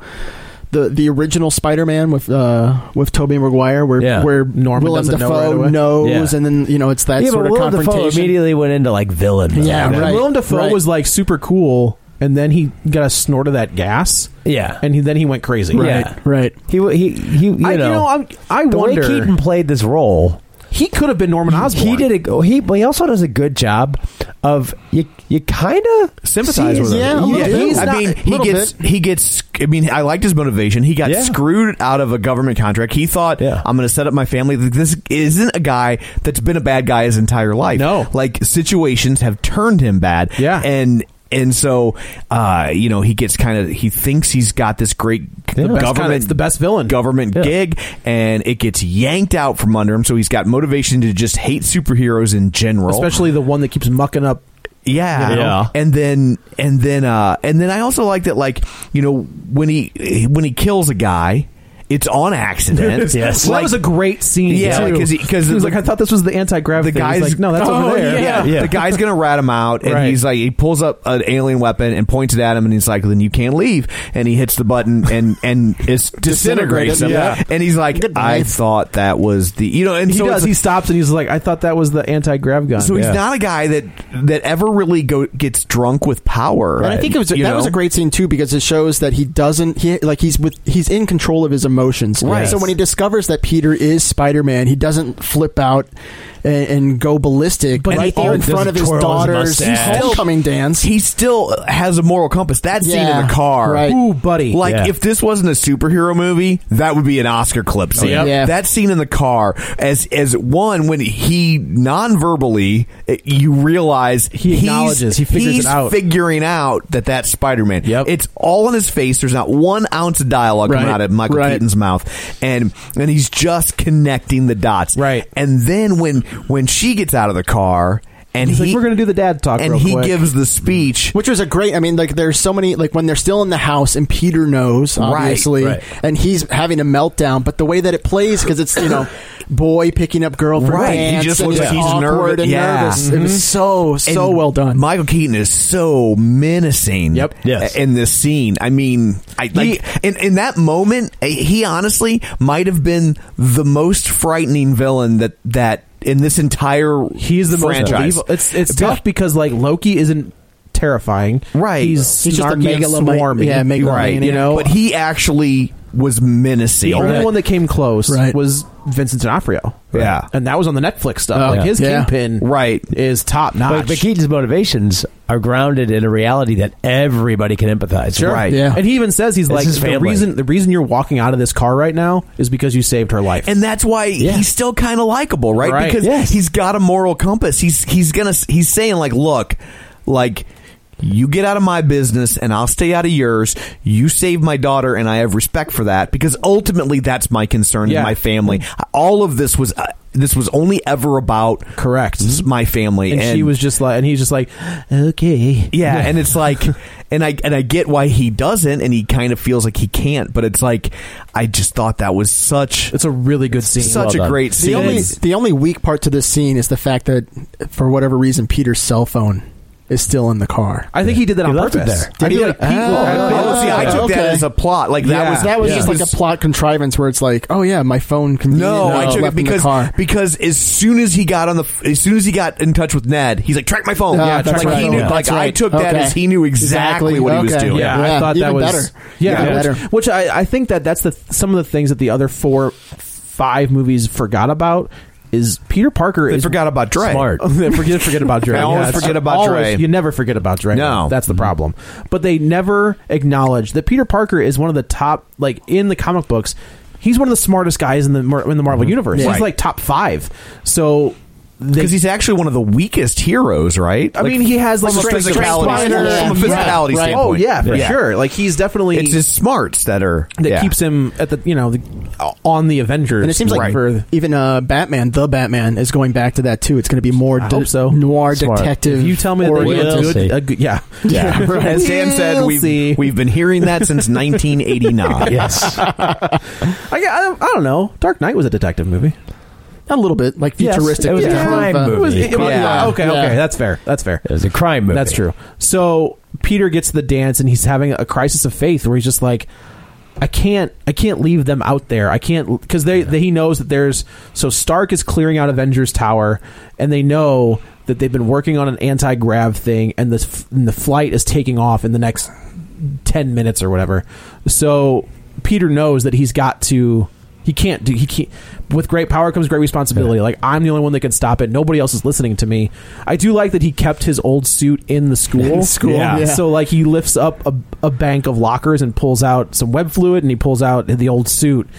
The, the original Spider Man with uh with Tobey Maguire where
Yeah.
where
Norman
Willem
doesn't know
Dafoe
right away.
knows
Yeah.
and then you know it's that
yeah,
sort of
but Willem Dafoe
confrontation
immediately went into like villain. mode.
Yeah,
You know?
right.
Willem Dafoe
right.
was like super cool, and then he got a snort of that gas,
Yeah,
and he, then he went crazy.
Right.
right right
he wa- he he. You
I, you
know,
know, I'm, I
the
wonder.
way Keaton played this role.
he could have been Norman Osborn.
He did a go- he, but he also does a good job of you. You kind of
sympathize with him.
yeah, a little bit.
I
He's
mean,
not-
he
little
gets he gets. I mean, I liked his motivation. He got
Yeah.
screwed out of a government contract. He thought,
Yeah.
"I'm going to set up my family." This isn't a guy that's been a bad guy his entire life.
No.
like situations have turned him bad.
Yeah.
and. And so, uh, you know, he gets kind of he thinks he's got this great
The best
government,
kind of- it's the best villain.
government
Yeah.
gig, and it gets yanked out from under him. So he's got motivation to just hate superheroes in general,
especially the one that keeps mucking up.
yeah.
You know?
And then and then uh and then I also like that like, you know, when he when he kills a guy, it's on accident.
Well, that was a great scene.
Yeah,
too.
like, 'cause he- 'cause
He was like,
the-
I thought this was the anti grav.
the guy's
like, no, that's
<laughs> Oh,
over there.
Yeah.
Yeah.
the guy's gonna rat him out, and
Right.
he's like, he pulls up an alien weapon and points it at him, and he's like, "Then you can't leave." And he hits the button and and it's disintegrates him.
Yeah.
And he's like,
Good
"I
knife.
thought that was the you know." And
He
so
does.
it's-
He stops and he's like, I thought that was the anti grav gun.
so he's
Yeah.
not a guy that that ever really go gets drunk with power.
And I think it was that
you
was
know?
a great scene too because it shows that he doesn't he like he's with he's in control of his emotions.
Right.
So when he discovers that Peter is Spider Man, he doesn't flip out and, and go ballistic.
But
right
he
there in
doesn't
front of his
twirl his
daughter's
mustache.
homecoming dance.
he still has a moral compass. That scene
Yeah,
in the car,
right.
Ooh, buddy.
Like
Yeah.
if this wasn't a superhero movie, that would be an Oscar clip scene.
yep. Yeah.
That scene in the car, as as one when he non-verbally, eh, you realize
He
he's-
acknowledges, he figures it
he's
out.
figuring out that that's Spider Man.
Yep.
It's all on his face. There's not one ounce of dialogue coming
Right,
out of Michael
right.
Keaton's mouth, and and he's just connecting the dots.
Right.
and then when when she gets out of the car. And
He's
he,
like, we're gonna do the dad talk
and
real
he
quick.
gives the speech,
which was a great. I mean, like there's so many like when they're still in the house and Peter knows
Right,
obviously,
right.
and he's having a meltdown. But the way that it plays because it's you
<laughs>
know boy picking up girl for
Right, he
dance,
just
and
looks
it's
like he's
awkward
nervous.
and
Yeah. Mm-hmm.
nervous. It was so so
And
well done.
Michael Keaton is so menacing.
Yep. Yes.
In this scene, I mean, I like in in that moment, eh, he honestly might have been the most frightening villain that that in this entire
He's the
franchise.
most evil. It's it's
But-
tough because like Loki isn't terrifying.
Right.
He's,
He's just a
snarky and
megalomani-
swarmy.
yeah, megalomaniac.
Right. You know,
but he actually was menacing.
the only one that came close
Right.
was Vincent D'Onofrio.
Yeah.
and that was on the Netflix stuff.
Oh,
like his
yeah.
kingpin,
Right.
is top notch.
But, but Keaton's motivations are grounded in a reality that everybody can empathize
Sure.
with.
Right.
Yeah.
And he even says he's
This
like
is
the
family."
reason the reason you're walking out of this car right now is because you saved her life.
and that's why he's still kind of likable, right?
Right.
Because
Yes.
he's got a moral compass. He's he's gonna he's saying like, look, like You get out of my business and I'll stay out of yours. You save my daughter and I have respect for that because ultimately that's my concern
Yeah.
and my family. All of this was uh, this was only ever about correct my family
And, she was just like, and he's just like, okay,
yeah, and it's like, and I and I get why he doesn't, and he kind of feels like he can't, but it's like, I just thought that was such.
It's a really good scene,
such a great scene.
The only, the only weak part to this scene is the fact that, for whatever reason, Peter's cell phone is still in the car.
I think he did that
He
on
left it
purpose.
there.
I
Did he?
feel like people.
oh, see, I took that as a plot. Like that was
that was
yeah.
just like a plot contrivance where it's like, oh yeah, my phone can
No, I took it
left in the
because
car.
because as soon as he got on the f- as soon as he got in touch with Ned, he's like track my phone.
Yeah,
like
track my
he
phone.
knew,
Yeah.
like
That's
I
right.
took that
Okay.
as he knew exactly,
Exactly.
what he was
Okay.
doing.
Yeah, I
Yeah,
thought that
even
was
better.
Yeah,
Even
which,
better.
which I, I think that that's the some of the things that the other four, five movies forgot about. Is Peter Parker
They
is
forgot about Dre.
Smart. <laughs> They forget forget about Dre.
They always
it's-
forget about Dre.
You never forget about Dre.
No.
that's the problem. But they never acknowledge that Peter Parker is one of the top, like in the comic books, he's one of the smartest guys in the Mar- in the Marvel universe. He's
Yeah. Mm-hmm. Right.
like top five. So
Because he's actually one of the weakest heroes, right?
I mean, he has like
from a
strength-
physicality,
strength-
from a physicality
Right, right.
standpoint.
Oh yeah, for sure. Like he's definitely
It's his smarts that are
that
yeah.
keeps him at the you know the, on the Avengers.
And it seems like
for
even uh, Batman, the Batman, is going back to that too. It's going to be more
I
de-
hope so.
noir
Smart.
detective.
Uh, If you tell me that they
oriented-
get a good, a good, yeah, <laughs>
Yeah. <laughs> As Dan said,
We'll
we've,
see.
we've been hearing that
<laughs>
since 1989.
Yes.
I, I, don't- I don't know. Dark Knight was a detective movie.
a little bit like
Yes,
futuristic.
it was a
detective,
crime
uh,
movie.
It was- it was-
Yeah.
yeah, Okay,
Yeah.
okay, that's fair. That's fair.
It was a crime movie.
That's true. So Peter gets the dance, and he's having a crisis of faith where he's just like, I can't, I can't leave them out there. I can't because they, they, he knows that there's so Stark is clearing out Avengers Tower, and they know that they've been working on an anti-grav thing, and the f- and the flight is taking off in the next ten minutes or whatever. So Peter knows that he's got to. He can't do. He can't. With great power comes great responsibility. Like I'm the only one that can stop it. Nobody else is listening to me. I do like that he kept his old suit in the school.
In the school, yeah.
So like he lifts up a, a bank of lockers and pulls out some web fluid and he pulls out the old suit.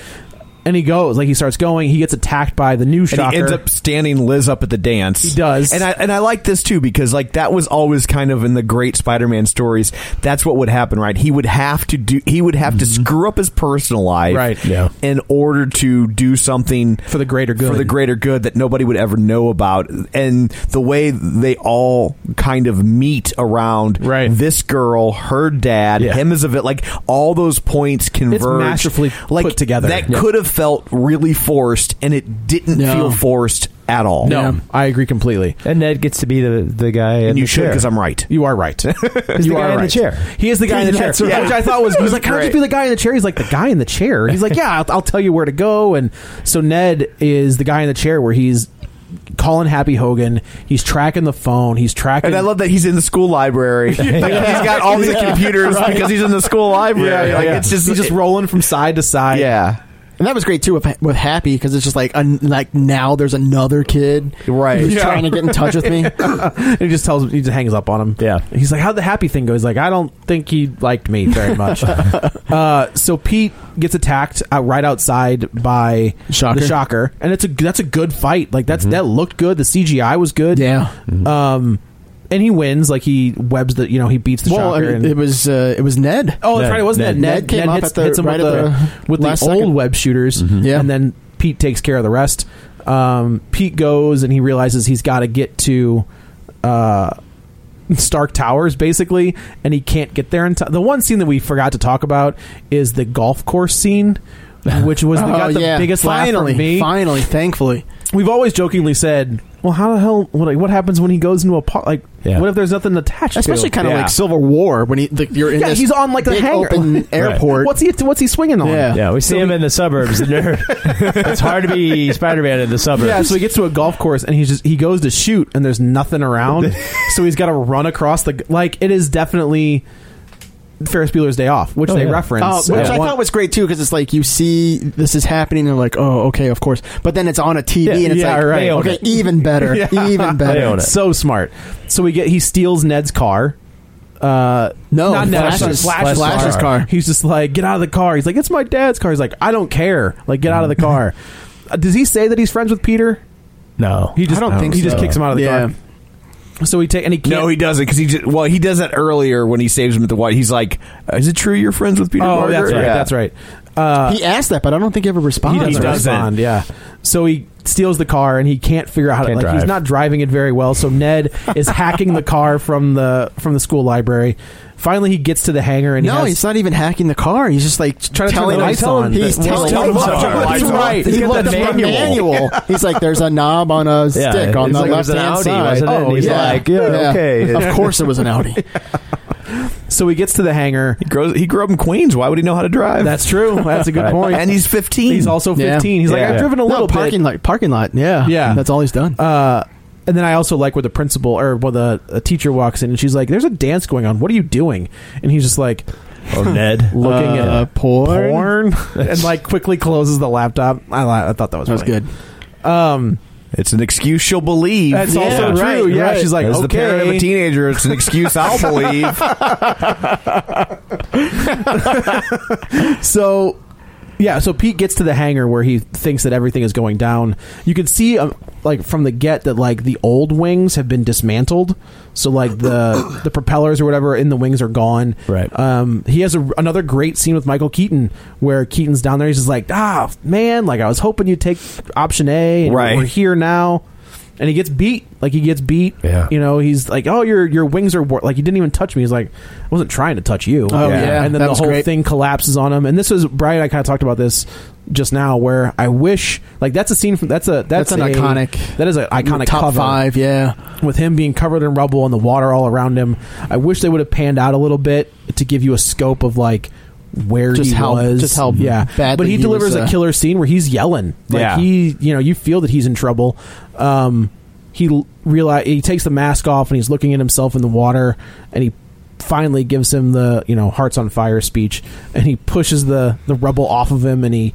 And he goes like he starts going. He gets attacked by the new
And
shocker.
he ends up standing Liz up at the dance.
He does.
and I and I like this too because like that was always kind of in the great Spider-Man stories. That's what would happen, right? He would have to do. He would have to screw up his personal life,
Mm-hmm. Right. Yeah.
in order to do something
for the greater good.
for the greater good that nobody would ever know about. And the way they all kind of meet around
Right.
this girl, her dad,
Yeah.
him as a bit like all those points converge
masterfully
like,
put together.
That
Yeah.
could have felt really forced, and it didn't
No.
feel forced at all.
no, I agree completely.
And Ned gets to be the the guy. in
and you
the
should
chair.
because I'm right.
You are
<laughs>
right.
He's
you
the guy
are
in the
right.
chair.
He is the guy in the chair,
That's
which I thought was. He was like, "How would you
Right.
be the guy in the chair?" He's like, "The guy in the chair." He's like, "Yeah, I'll, I'll tell you where to go." And so Ned is the guy in the chair where he's calling Happy Hogan. He's tracking the phone. He's tracking.
And I love that he's in the school library.
<laughs>
Like, he's got all these computers because he's in the school library. like it's just
he's just rolling from side to side.
yeah.
And that was great too with, with Happy because it's just like un, like now there's another kid
Right.
who's
Yeah.
trying to get in touch with me.
and <laughs> he just tells him he just hangs up on him.
Yeah.
he's like, "How'd the happy thing go?" He's like, "I don't think he liked me
<laughs>
very much." uh, so Pete gets attacked out right outside by
Shocker. Mm-hmm.
the shocker, and it's a that's a good fight. Like that's that looked good. The CGI was good.
Yeah.
Um, and he wins. Like he webs the you know he beats the
well, I
shocker.
mean,
and,
it was uh, it was Ned.
oh, that's
Ned-
right. It wasn't
Ned-
that Ned,
Ned came up
hits,
at the-
hits him
right
with
at
the,
the
with the old
last second. Mm-hmm.
web shooters.
Yeah.
and then Pete takes care of the rest. Um, Pete goes and he realizes he's got to get to. Uh, Stark Towers, basically, and he can't get there in time. The one scene that we forgot to talk about is the golf course
<laughs>
scene, which was the, got the biggest laugh
Oh, finally,
from me.
finally, thankfully.
We've always jokingly said, "Well, how the hell? What, like, what happens when he goes into a par- like?
Yeah.
What if there's nothing attached?
Especially
to?
kind of
Yeah.
like Civil War when he like, you're in
yeah,
this
he's on like the
big
hangar <laughs>
open airport.
What's he? What's he swinging on?
Yeah.
Yeah, we see him in the suburbs. The nerd. it's hard to be Spider-Man in the suburbs.
Yeah, so he gets to a golf course and he's just he goes to shoot and there's nothing around, so he's got to run across the like it is definitely Ferris Bueller's Day Off, which
Oh,
they
yeah.
Oh,
reference,
which
at
I
one-
thought was great too, because it's like you see this is happening, and you're like, oh, okay, of course. But then it's on a TV, and it's
yeah,
like,
right. They own
okay,
it.
even better,
Yeah.
even
They own
better.
it.
so smart. So we get he steals Ned's car. Uh,
No,
not Ned, I'm sorry,
Oh, Flash's-
Flash's,
Flash's car.
He's just like, get out of the car. He's like, it's my dad's car. He's like, I don't care. Like, get out of
<laughs>
the car. Uh, Does he say that he's friends with Peter?
no,
He just
I don't think
he just
so.
kicks him out of the
Yeah.
car. So he take and he can't.
No, he doesn't because he just, well he does that earlier when he saves him at the white. He's like, "Is it true you're friends with Peter?"
oh,
Parker?"
that's right.
Yeah.
That's right. Uh,
he asked that, but I don't think he ever
he
responded.
doesn't respond. Yeah. So he steals the car and he can't figure out how
Can't
to like he's
drive.
not driving it very well. So
<laughs>
Ned is hacking the car from the from the school library. Finally, he gets to the hangar and he
No,
has-
he's not even hacking the car. He's just like
Trying to turn
telling
the
him-
lights on.
He's
Well,
telling,
tell
him
him
to
to
turn
turn the
He's
lights
right.
on.
He
He's got
looked
the
at the
manual.
manual. He's like, there's a knob on a
Yeah,
stick on
it's
the
like it
left
was an
hand
Audi,
side.
wasn't it? And
Oh,
he's like, yeah, okay.
Of course, it was an Audi.
So he gets to the hangar.
He grows. He grew up in Queens. Why would he know how to drive?
That's true. That's a good
Right.
point.
and he's 15.
He's also
Yeah.
15. He's like,
Yeah.
I've driven a
No,
little bit.
parking lot. Parking lot. Yeah,
Yeah.
That's all he's done.
Uh, and then I also like where the principal or well the a teacher walks in and she's like, "There's a dance going on. What are you doing?" And he's just like
Oh, Ned.
looking at
Uh, porn?
porn, and like quickly closes the laptop. I, li- I thought that was
that was
funny.
good.
Um,
It's an excuse she'll believe.
that's also true.
right,
yeah,
right.
she's like,
As
okay. Uh-huh.
the parent of a teenager, it's an
<laughs>
excuse I'll believe.
So, yeah, so Pete gets to the hangar where he thinks that everything is going down. You can see, um, like from the get, that like the old wings have been dismantled. So like the <coughs> the propellers or whatever in the wings are gone.
Right.
Um, he has a, another great scene with Michael Keaton where Keaton's down there. He's just like, ah, man, like I was hoping you'd take option A. And
Right.
We're here now. And he gets beat. Like he gets beat.
Yeah.
You know, he's like, "Oh, your your wings are war-. like you didn't even touch me." He's like, "I wasn't trying to touch you."
Oh, yeah.
And then
That
the
was
whole
great.
thing collapses on him. And this is Brian. and I kind of talked about this just now, where I wish like that's a scene from that's a that's,
That's an
a-
iconic-
that is an iconic
top
cover
five. Yeah,
with him being covered in rubble and the water all around him. I wish they would have panned out a little bit to give you a scope of like where
Just
he
how-
was,
just how
yeah.
badly
But he,
he
delivers
was,
a
uh,
killer scene where he's yelling, like
Yeah.
he, you know, you feel that he's in trouble. Um, he l- realize he takes the mask off and he's looking at himself in the water, and he finally gives him the you know hearts on fire speech, and he pushes the the rubble off of him, and he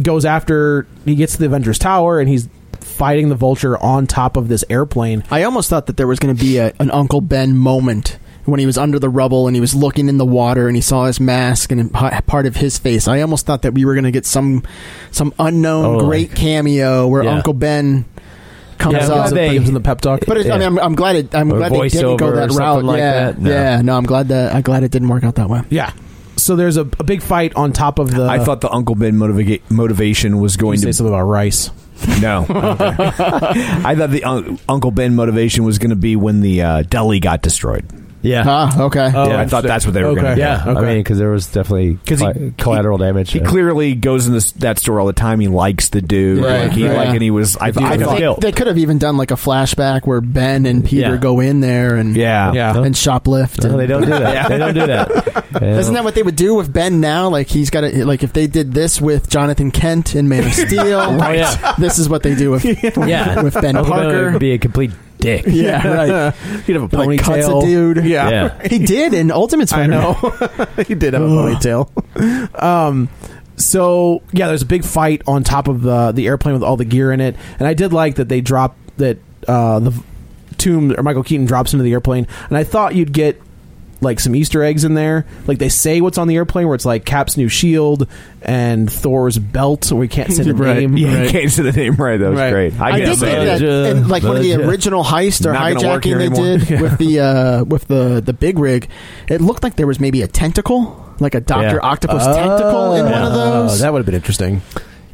goes after he gets to the Avengers Tower, and he's fighting the vulture on top of this airplane
I almost thought that there was going to be a, an Uncle Ben moment when he was under the rubble and he was looking in the water and he saw his mask and p- part of his face. I almost thought that we were going to get some some unknown
Oh,
great cameo where
yeah.
Uncle Ben comes
Yeah,
up.
but they-
gives him the pep talk.
but it, I
yeah.
mean, I'm, I'm glad it, I'm
Or
glad they didn't go
voiceover
that
or
route.
something like
yeah,
that? No.
yeah. No, I'm glad that I'm glad it didn't work out that way.
yeah. So there's a, a big fight on top of the.
I thought the Uncle Ben motiva- motivation was
you
going
say
to
something about rice.
no.
<laughs>
I thought the un- Uncle Ben motivation was going to be when the uh, deli got destroyed.
Yeah.
Ah, okay.
Oh,
I thought that's what they were
Okay.
going to.
Yeah,
okay.
I mean, because there was definitely
'Cause he-
cl- collateral damage.
He clearly goes in this, that store all the time. He likes the dude.
Right,
like, he
right.
like, and he was. I,
dude
I
was
thought,
killed.
they could have even done like a flashback where Ben and Peter
Yeah.
go in there and
yeah, <laughs>
Yeah.
and shoplift.
No,
and-
they don't do
<laughs>
that. They don't
<laughs>
do that. They
Isn't
don't-
that what they would do with Ben now? Like he's got to like if they did this with Jonathan Kent in Man of Steel.
<laughs> Right. oh, yeah.
This is what they do with
Yeah.
with Ben
Uncle Ben
Parker.
would be a complete dick.
<laughs> yeah,
<laughs>
right.
He'd have a ponytail.
Like cuts a dude.
Yeah.
Yeah.
He did in Ultimate
I
Spider-Man.
know. he did have a ponytail. <laughs> um, so yeah, there's a big fight on top of the the airplane with all the gear in it, and I did like that they drop that uh, the tomb or Michael Keaton drops into the airplane, and I thought you'd get like some Easter eggs in there. Like they say what's on the airplane, where it's like Cap's new shield and Thor's belt, where we can't
<laughs>
say the
Right.
name.
yeah.
<laughs>
He
Right.
came to the name right. That was
Right.
great.
I
guess
did
so.
think that in like one of the
Budget.
original heist or
Not gonna work
hijacking
here
they
anymore.
did with the uh, with the the big rig, it looked like there was maybe a tentacle, like a Doctor
Yeah.
Octopus
<laughs> Oh,
tentacle in one of those.
that would have been interesting.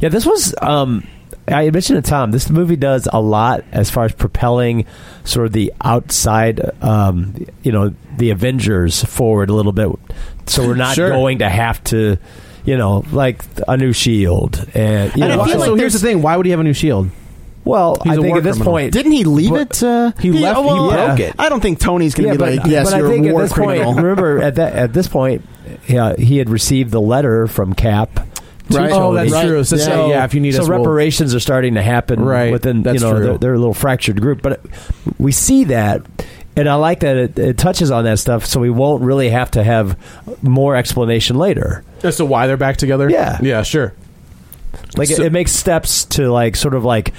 Yeah, this was. Um, I had mentioned to Tom, this movie does a lot as far as propelling sort of the outside, um, you know, the Avengers forward a little bit. So we're not
Sure.
going to have to, you know, like a new shield. And, you
And I
know,
feel
so
like
here's the
there's-
thing: Why would he have a new shield?
well,
he's
I
a
think
war
at this
criminal.
point.
Didn't he leave
But-
it? To,
He left- he broke it.
I don't think Tony's going to be like, yes,
but
you're
I
a
think
war
at this
criminal.
point, remember at that at this point, yeah, he had received the letter from Cap. to
Right.
Oh, that's
Tony.
true. So,
Yeah.
say, yeah, if you need
so
us, we'll-
reparations are starting to happen
Right.
within
That's
you know
true.
They're, they're a little fractured group but we see that and i like that it, it touches on that stuff so we won't really have to have more explanation later
As to why they're back together?
Yeah.
Yeah, sure.
like
So-
it, it makes steps to like sort of like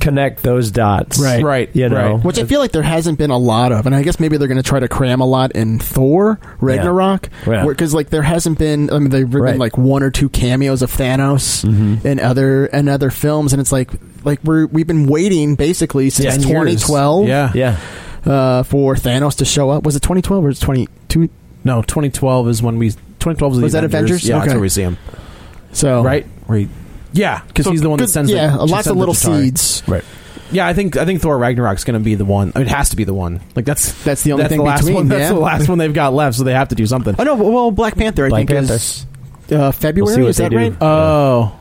connect those dots
Right. Right.
you know
Right.
Which I feel like there hasn't been a lot of, and I guess maybe they're going to try to cram a lot in Thor Ragnarok,
Yeah.
because like there hasn't been. I mean, there've been
Right. Mm-hmm.
like one or two cameos of Thanos in other and other films, and it's like like we're we've been waiting basically since
Yeah.
2012.
Yeah.
yeah
uh, for Thanos to show up. Was it 2012 or was it 22?
No, 2012 is when we. 2012
was
the
that Avengers?
Yeah, that's
Okay.
where we see him.
So
right, where he, yeah, because
So
he's the one that
good-
sends.
yeah,
the,
lots
sends
of
the
little
Chitauri.
seeds.
Right. Yeah, I think I think Thor Ragnarok's going to be the one. I mean, it has to be the one. Like that's
That's the only
that's
thing
the last
between,
one. That's
yeah.
the last one they've got left, so they have to do something.
Oh no! Well, Black Panther. I
Black
think
Panther.
is uh,
We'll
February.
see what
is
they
that
do.
right?
Oh,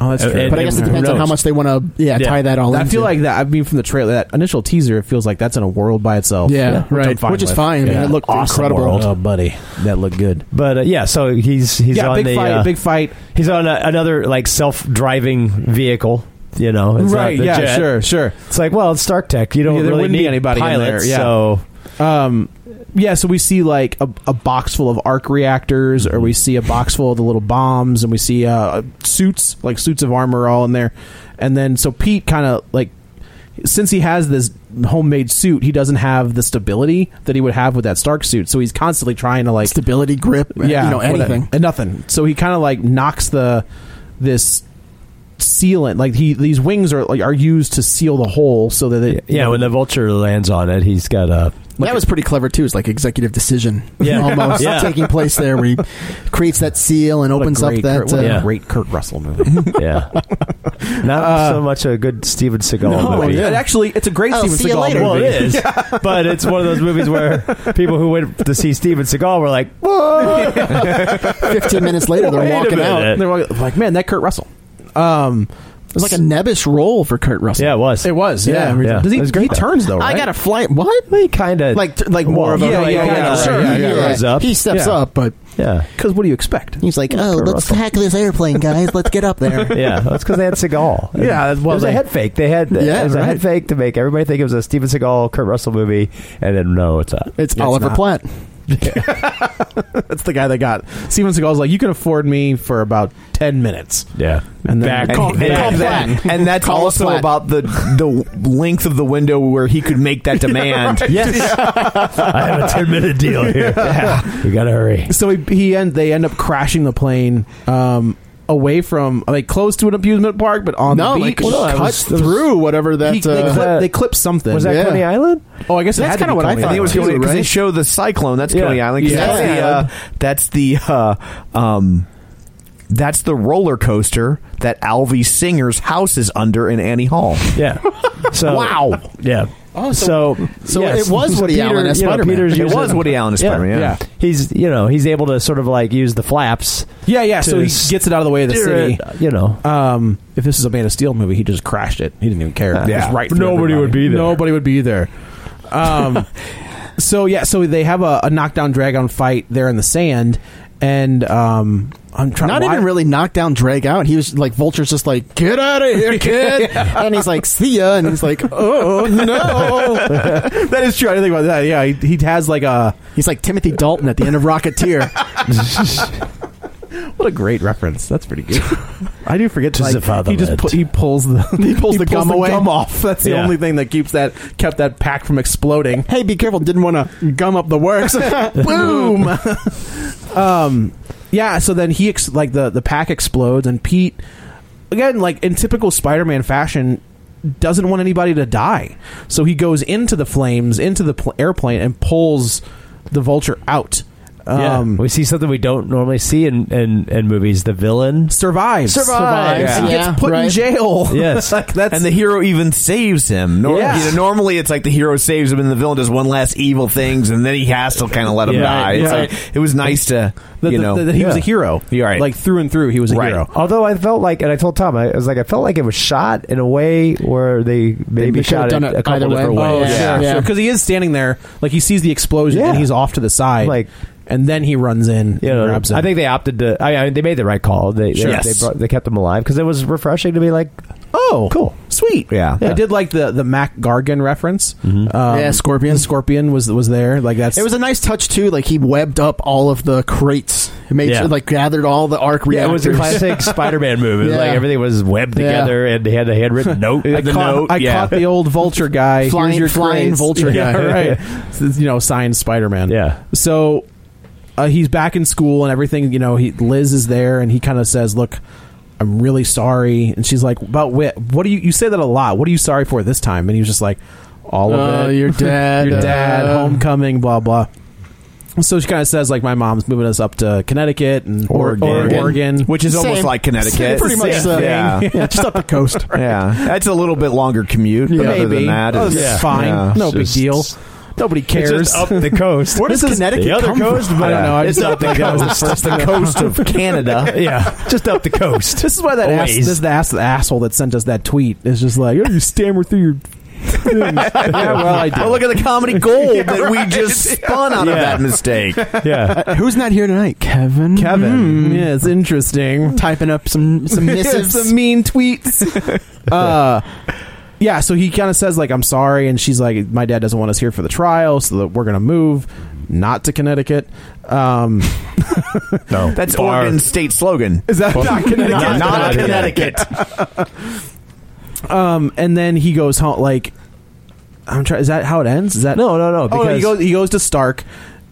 oh, that's
Uh,
true.
and-
But I guess it depends on how
knows?
much they want to yeah, tie that all.
I
into.
feel like that. I mean, from the trailer, that initial teaser, it feels like that's in a world by itself.
Yeah,
which, I'm
right.
fine
Which is
with.
fine. I mean, it looked
Awesome
incredible.
world. Oh, buddy, that looked good.
But uh, yeah, so he's he's
yeah,
on
big
the
fight.
uh,
big fight.
he's on a, another like self driving vehicle. You know, it's not
Right?
the
Yeah.
jet.
Sure. Sure.
It's like well, it's Stark Tech. You don't
Yeah, there
really
wouldn't
need
be anybody in
pilots,
there, yeah.
So
um yeah so we see like a, a box full of arc reactors or we see a box full of the little bombs and we see uh suits like suits of armor all in there and then so pete kind of like since he has this homemade suit he doesn't have the stability that he would have with that stark suit so he's constantly trying to like
stability grip.
yeah
you know
whatever.
anything.
and nothing so he kind of like knocks the this sealant like he these wings are like are used to seal the hole so that it
yeah, when the Vulture lands on it, he's got
<laughs>
a
that was pretty clever too. It's like executive decision, <laughs>
Yeah.
almost
Yeah.
taking place there, where he creates that seal and
What a
opens up
great Kurt,
that.
what
uh,
a
yeah.
great Kurt Russell movie.
yeah, not
Uh,
so much a good Steven Seagal
No,
movie.
it actually, it's a great
I'll
Steven
see you
Seagal
later.
movie.
Well,
<laughs>
it is, but it's one of those movies where people who went to see Steven Seagal were like, <laughs> "Whoa!"
<laughs> Fifteen minutes later,
Wait
they're
a
walking out.
minute.
They're like, like, man, that Kurt Russell. Um,
It was like a nebbish role for Kurt Russell.
Yeah, it was.
it was, yeah.
Yeah,
yeah.
Does he,
It was great.
he turns though, right?
I got a flight. What?
They kind of
Like, t- like more of a
yeah, yeah,
like,
yeah,
sure,
yeah,
yeah, yeah. Rise up.
He steps
Yeah.
up, but
yeah.
because what do you expect?
he's like, "Oh,
Kurt
let's
<laughs>
Russell.
hack this airplane, guys. Let's get up there."
Yeah, that's because they had Seagal.
Yeah,
it
well,
was
they-
a head fake. They had
Yeah,
it was a
right.
head fake to make everybody think it was a Steven Seagal, Kurt Russell movie, and then no, it's not.
It's Oliver
not.
Platt.
That's the guy that got Steven Seagal's like, you can afford me for about ten minutes.
yeah,
And then-
back,
Call-
then.
call
Platt.
And, and that's
Call us
also
flat.
about the
<laughs>
the length of the window where he could make that demand.
Yes, <laughs> I have a ten minute deal here. We gotta hurry.
<laughs> So he, he end they end up crashing the plane. Um, away from like close to an amusement park, but on
No,
the
like
beach.
Well, no, it
cut
was- that was-
through whatever that.
He-
uh,
they, clip,
that-
they clip something.
Was that
Yeah.
Coney Island?
Oh, I guess
That's
it had
kinda
to be
what I
Coney
thought.
I think it was
Too,
Coney because they
right?
show the cyclone. That's
Yeah.
Coney Island. 'cause
Yeah.
That's the uh, that's the uh, um, that's the roller coaster that Alvy Singer's house is under in Annie Hall.
Yeah. So
<laughs> Wow.
Yeah.
Oh,
so
so- so it was Woody Allen as
you know,
Spider-Man.
Peter's
It
using-
was Woody Allen as Spider-Man, yeah.
He's you know he's able to sort of like use the flaps.
Yeah, yeah. So
to
he
s-
gets it out of the way of the
steer
city.
it, You know.
Um, if this is a Man of Steel movie, he just crashed it. He didn't even care.
Yeah.
Just right.
But
through
nobody would be there.
Nobody would be there. Um, <laughs> so yeah, so they have a, a knockdown dragon fight there in the sand, and um, I'm trying.
not
why-
even really knock down, drag out. He was like, Vulture's just like, get out of here,
<laughs>
kid. And he's like, see ya. And he's like, oh, no. <laughs>
that is true. I didn't think about that. Yeah, he, he has like a
he's like Timothy Dalton at the end of Rocketeer.
<laughs> what a great reference. That's pretty good. I do
<laughs>
forget to
Tis
like,
the father
he just
led.
pu- he pulls the <laughs> he
pulls the gum away.
off. That's the
Yeah.
only thing that keeps that kept that pack from exploding.
hey, be careful. Didn't want to gum up the works.
<laughs> boom. <laughs> um, yeah. So then he ex- like the the pack explodes, and Pete again, like in typical Spider-Man fashion, doesn't want anybody to die. So he goes into the flames, into the pl- airplane, and pulls the Vulture out.
Yeah.
Um,
we see something we don't normally see in, in, in movies. The villain.
survives,
Survives.
and
Yeah.
gets put in
Right.
jail. <laughs>
Yes.
like that's
and the hero even saves him. Nor-
Yeah.
you know, normally, it's like the hero saves him, and the villain does one last evil things, and then he has to kind of let him
Yeah.
die. It's
Yeah.
like, it was nice to,
that-
you
that-
know,
that he was a
Yeah.
hero.
You're right.
Like through and through, he was a
Right.
hero.
Although I felt like, and I told Tom, I was like, I felt like it was shot in a way where they maybe
could've
shot
done
it
it
a couple
either way.
different
Oh,
ways.
Yeah.
sure,
Yeah.
Because he is standing there, like he sees the explosion
Yeah.
and he's off to the side,
Like-
and then he runs in,
You
and
know,
grabs him.
I think they opted to. I mean, they made the right call. They
Sure.
they,
Yes.
they, brought, they kept them alive because it was refreshing to be like,
oh,
Cool.
sweet,
Yeah. Mm-hmm.
I did like the the Mac Gargan reference. Um,
Yeah, Scorpion.
the Scorpion was was there. Like that's
It was a nice touch too. Like he webbed up all of the crates, It made
Yeah.
sure, like gathered all the arc
yeah, it
reactors.
was a <laughs> classic Spider-Man movie. It was Like
Yeah.
everything was webbed
Yeah.
together, and they had a <laughs> handwritten note.
I,
the
caught,
note,
I
yeah.
caught the old vulture guy.
Flying-
Here's your
flying
grades.
vulture
yeah,
guy.
<laughs> right? So, you know, signed Spider Man.
Yeah.
So uh, he's back in school and everything. You know, he Liz is there and he kind of says, "Look, I'm really sorry." And she's like, "About what? What do you? You say that a lot. What are you sorry for this time?" And he was just like, all of
Oh,
it.
your dad,
<laughs> your dad,
uh,
homecoming, blah blah. So she kind of says like my mom's moving us up to Connecticut and
Oregon.
Oregon, Oregon.
Which is almost like Connecticut.
Pretty much the
Yeah.
thing.
Yeah, just up the coast. Yeah. That's a little bit longer commute. But other than that,
Oh,
it's,
this is fine.
yeah,
no
it's
big
just-
deal. Nobody cares.
up <laughs> the coast.
Where does
This is
Connecticut
the other
come from?
coast, but-
I don't know. I
It's
just
up the
thought that was
coast.
first
It's the
thing that-
coast of
<laughs>
Canada. Yeah.
just up the coast.
This is why that
A
ass,
ways.
this is the, ass, the asshole that sent us that tweet is just like, oh, you stammer through your. <laughs> Oh, yeah, well, <laughs> I did.
Well, Oh, look at the comedy gold
<laughs> Yeah,
that we just spun out of
Yeah.
that mistake.
<laughs> Yeah.
Who's not here tonight? Kevin. Hmm.
Kevin. Yeah, it's interesting.
Typing up some
<laughs>
some missives.
some mean tweets.
<laughs>
uh, yeah, so he kind of says like, "I'm sorry," and she's like, "My dad doesn't want us here for the trial, so that we're gonna move." Not to Connecticut. Um,
no,
That's Oregon's state slogan.
Is that not Connecticut?
<laughs> Not,
Not <laughs>
Connecticut.
Um, and then he goes home. Like, I'm trying. Is that how it ends? Is that
No, no, no,
Oh, he
because-
goes. He goes to Stark.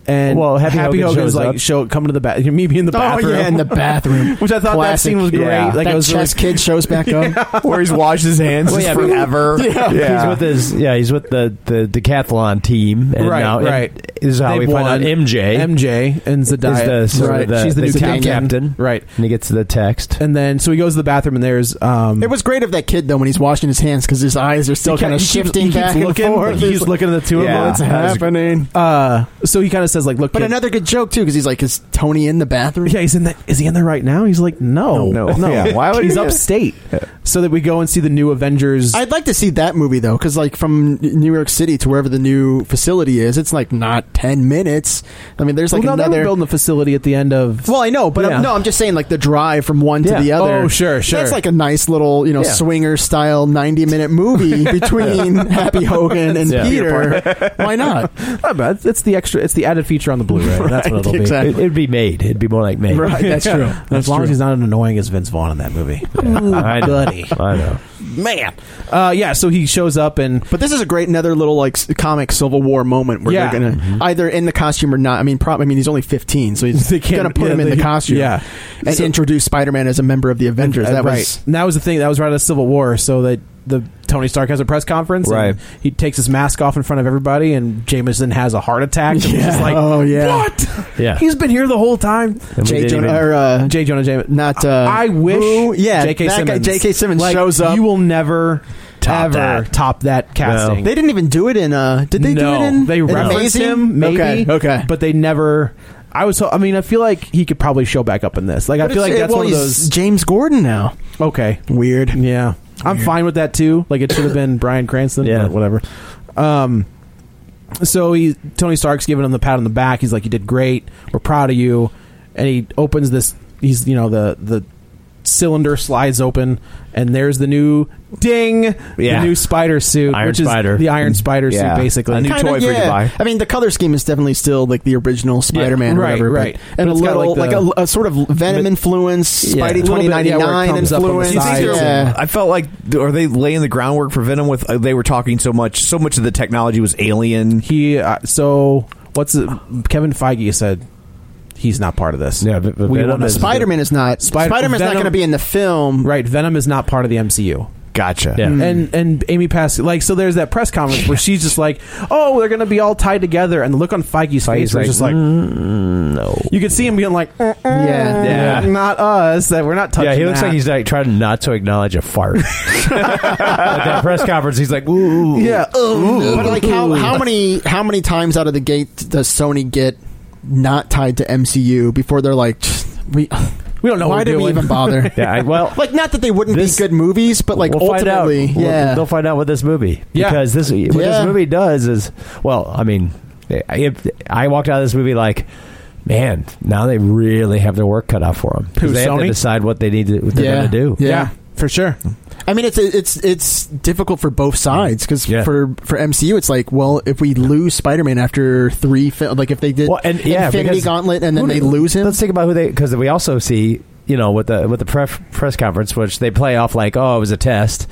And
Well, Happy Hogan
Hogan's
shows
like
up.
show come to the bath. <laughs> Me being in the bathroom.
Oh yeah, in the bathroom.
<laughs> Which I thought that
Classic.
scene was great.
Yeah.
Like
that
I was really-
chess kid shows back up.
<laughs>
Where he's washed his hands
Well, <laughs> yeah, but-
forever.
Yeah.
He's with his yeah. He's with the the decathlon team. And
Right,
now, and
right.
This is how
They've
we find
won.
out MJ.
MJ and Zendaya.
Is the, sort of
right.
the-
She's the new
the
captain.
team captain.
Right.
and he gets the text.
And then so he goes to the bathroom and there's um
It was great of that kid though when he's washing his hands because his eyes are still
he
kind of
keeps-
shifting
he keeps
back
looking,
and forth.
He's, looking at the two
Yeah.
of
What's
them.
That was-
happening?
Uh, so he kind of says like, "Look,
But
kid-
another good joke too because he's like, is Tony in the bathroom?
Yeah, he's in the. Is he in there right now? He's like, no,
No. <laughs> Yeah, why would he
he's
do that?
upstate? So that we go and see the new Avengers.
I'd like to see that movie though, because like from New York City to wherever the new facility is, it's like not ten minutes. I mean, there's like
well, no, they
another.
were building a facility at the end of.
well, I know, but
Yeah.
I'm, no, I'm just saying like the drive from one
Yeah.
to the other.
Oh, sure, sure.
That's like a nice little you know
Yeah.
swinger style ninety minute
<laughs>
movie between Happy Hogan and
Yeah.
Peter. Why not?
<laughs> not bad. It's the extra. It's the added feature on the Blu-ray. That's what it'll be.
exactly.
<laughs>
It, would be made. It'd be more like made.
Right,
Oh,
that's true.
as long as he's not as annoying as Vince Vaughn in that movie.
Mm,
I know.
buddy.
I know.
Man. Uh, yeah. So he shows up and
But this is a great another little like s- comic Civil War moment where
Yeah.
they're gonna
Mm-hmm.
either in the costume or not. I mean, prob- I mean he's only fifteen, so he's
<laughs> They can't-
gonna put
yeah,
him in
they-
the costume,
yeah.
and
So-
introduce Spider Man as a member of the Avengers. That
Uh,
was
right. And that was the thing. That was right out of Civil War. So that the Tony Stark has a press conference. and
Right.
he takes his mask off in front of everybody, and Jameson has a heart attack. And yeah.
Yeah.
Just like,
Oh, yeah.
What?
<laughs> Yeah.
He's been here the whole time.
And we
J.
didn't
Jonah,
even-
or, uh,
J. Jonah Jameson.
not. Uh,
I wish.
Who? Yeah,
J.K.
that guy,
Simmons.
J.K. Simmons
Like,
shows up.
You will never
Top
ever
that.
top that casting.
they didn't even do it in. Uh, did they
no,
do it in?
They
in
referenced
Amazing?
him, maybe.
Okay, okay.
But they never. I was. I mean, I feel like he could probably show back up in this. Like,
But
I feel
it's-
like
it-
that's
well,
one of
he's
those.
James Gordon now.
Okay,
Weird.
Yeah. I'm fine with that too. Like it should have been Brian Cranston.
Yeah.
Yeah. whatever. Um so he Tony Stark's giving him the pat on the back. He's like, You did great. We're proud of you. And he opens this he's you know, the the cylinder slides open and there's the new ding
Yeah.
the new spider suit
Iron
which
Spider.
is the iron spider
Yeah.
suit basically
A new
Kinda,
toy for you to
yeah.
buy.
I mean, the color scheme is definitely still like the original Spider-Man, or
Right,
whatever, but-
right. But
and a
it's got,
little
like,
like,
the-
a, a sort of Venom influence,
Yeah.
Spidey
Little bit,
twenty
yeah, where it
ninety nine
comes up on the
influence.
sides
think they're-
yeah.
I felt like are they laying the groundwork for Venom with uh, they were talking so much so much of the technology was alien.
he uh, so what's it, Kevin Feige said he's not part of this.
Yeah, but- but
we
Venom
want to
is-
Spider Man is not.
Spider-
Spider Man's not
Venom-
going to be in the film.
right. Venom is not part of the MCU.
Gotcha.
Mm.
Yeah.
and and Amy Pass like so. There's that press conference where she's just like, "Oh, they're gonna be all tied together," and the look on Feige's face was
like, "Mm."
just like,
no.
you could see him being like, "Uh-uh,
Yeah.
Yeah.
not us. That we're not touching."
Yeah, he looks
that."
like he's like trying not to acknowledge
<laughs>
a fart. At that press conference, he's like, "Ooh,
Yeah. But like, how how many how many times out of the gate does Sony get not tied to MCU before they're like, we
Oh,
We don't know
why
what we're
did we
doing.
even bother?
<laughs> yeah." I, well,
Like, not that they wouldn't
This-
be good movies, but like
we'll find out.
ultimately,
We'll-
yeah.
they'll find out with this movie
Yeah.
because this what this
Yeah.
movie does is well. I mean, if I walked out of this movie like. Man, now they really have their work cut out for them.
Who,
they have to
Sony?
decide what they need to what they're
Yeah.
going to do.
yeah.
Yeah.
for sure.
I mean, it's it's it's difficult for both sides because
Yeah.
for for MCU, it's like, well, if we lose Spider Man after three, fil- like if they did
Well, and yeah,
Infinity
because-
Gauntlet and then
Who
they
do-
lose him,
Let's think about who they because we also see you know with the with the pref, press conference, which they play off like oh it was a test,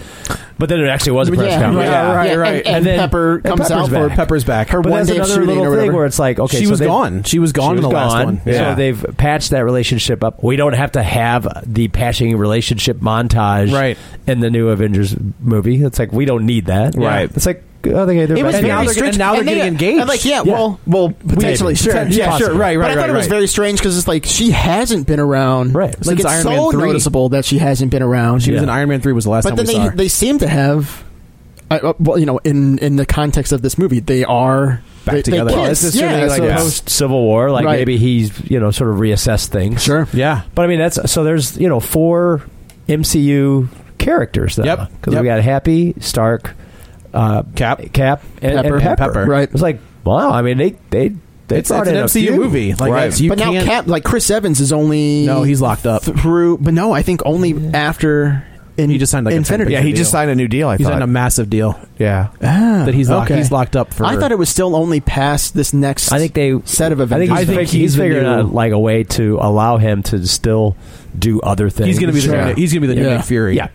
but then it actually was a press
yeah,
conference.
Yeah, right,
and-
right.
And,
And then-
Pepper
and
comes
Pepper's
out for
back.
Pepper's back.
Her
But
one
that's
day of
another
shooting
little
or
thing
whatever.
where it's like okay,
She
so
was
they-
gone. She was gone
she
in
was
the last
gone.
one.
So they've patched that relationship up. We don't have to have the patching relationship montage
Right.
in the new Avengers movie. It's like we don't need that.
Right.
It's like oh, they
It was
And now
very
they're-
strange.
and now they're getting engaged.
And like, yeah,
Yeah.
well, well,
Potentially.
potentially, sure,
Potentially
yeah, sure,
possible.
right, right. But I thought
right,
it was
right.
very strange because it's like she hasn't been around, right? Like
Since
it's
Iron
so
Man 3.
noticeable that she hasn't been around.
She was in Iron Man three was the last
but then
time we
they
saw her.
they seem to have, I- uh, well, you know, in in the context of this movie, they are
Back
they,
together.
They
Well,
kiss.
it's
yeah,
necessarily like uh,
so
a
it's-
post Civil War, like
Right.
maybe he's you know sort of reassessed things. Sure.
Yeah.
But I mean that's so there's you know four MCU characters. Though,
Yep.
Because
Yep.
we got Happy, Stark, uh,
Cap,
Cap, and and
Pepper.
Pepper.
And Pepper. Right.
It's like wow. I mean they they they
It's-
brought
it's an
in a
MCU
few.
movie. Like,
right.
it's- you
but now
can't-
Cap, like Chris Evans, is only
No, he's locked up.
through. But no, I think only after in, he just signed
like, a
Infinity.
10% Yeah, he just deal. signed
a new deal. I
he's
thought.
on a massive deal.
Yeah,
Ah,
that he's locked,
okay.
he's locked up for.
I thought it was still only past this next.
I think they
set of
I
events.
think he's, he's, figuring
the new-
out like a way to allow him to still do other things.
he's gonna be the
Sure.
new, he's gonna be the new
Yeah.
Nick Fury.
Yeah.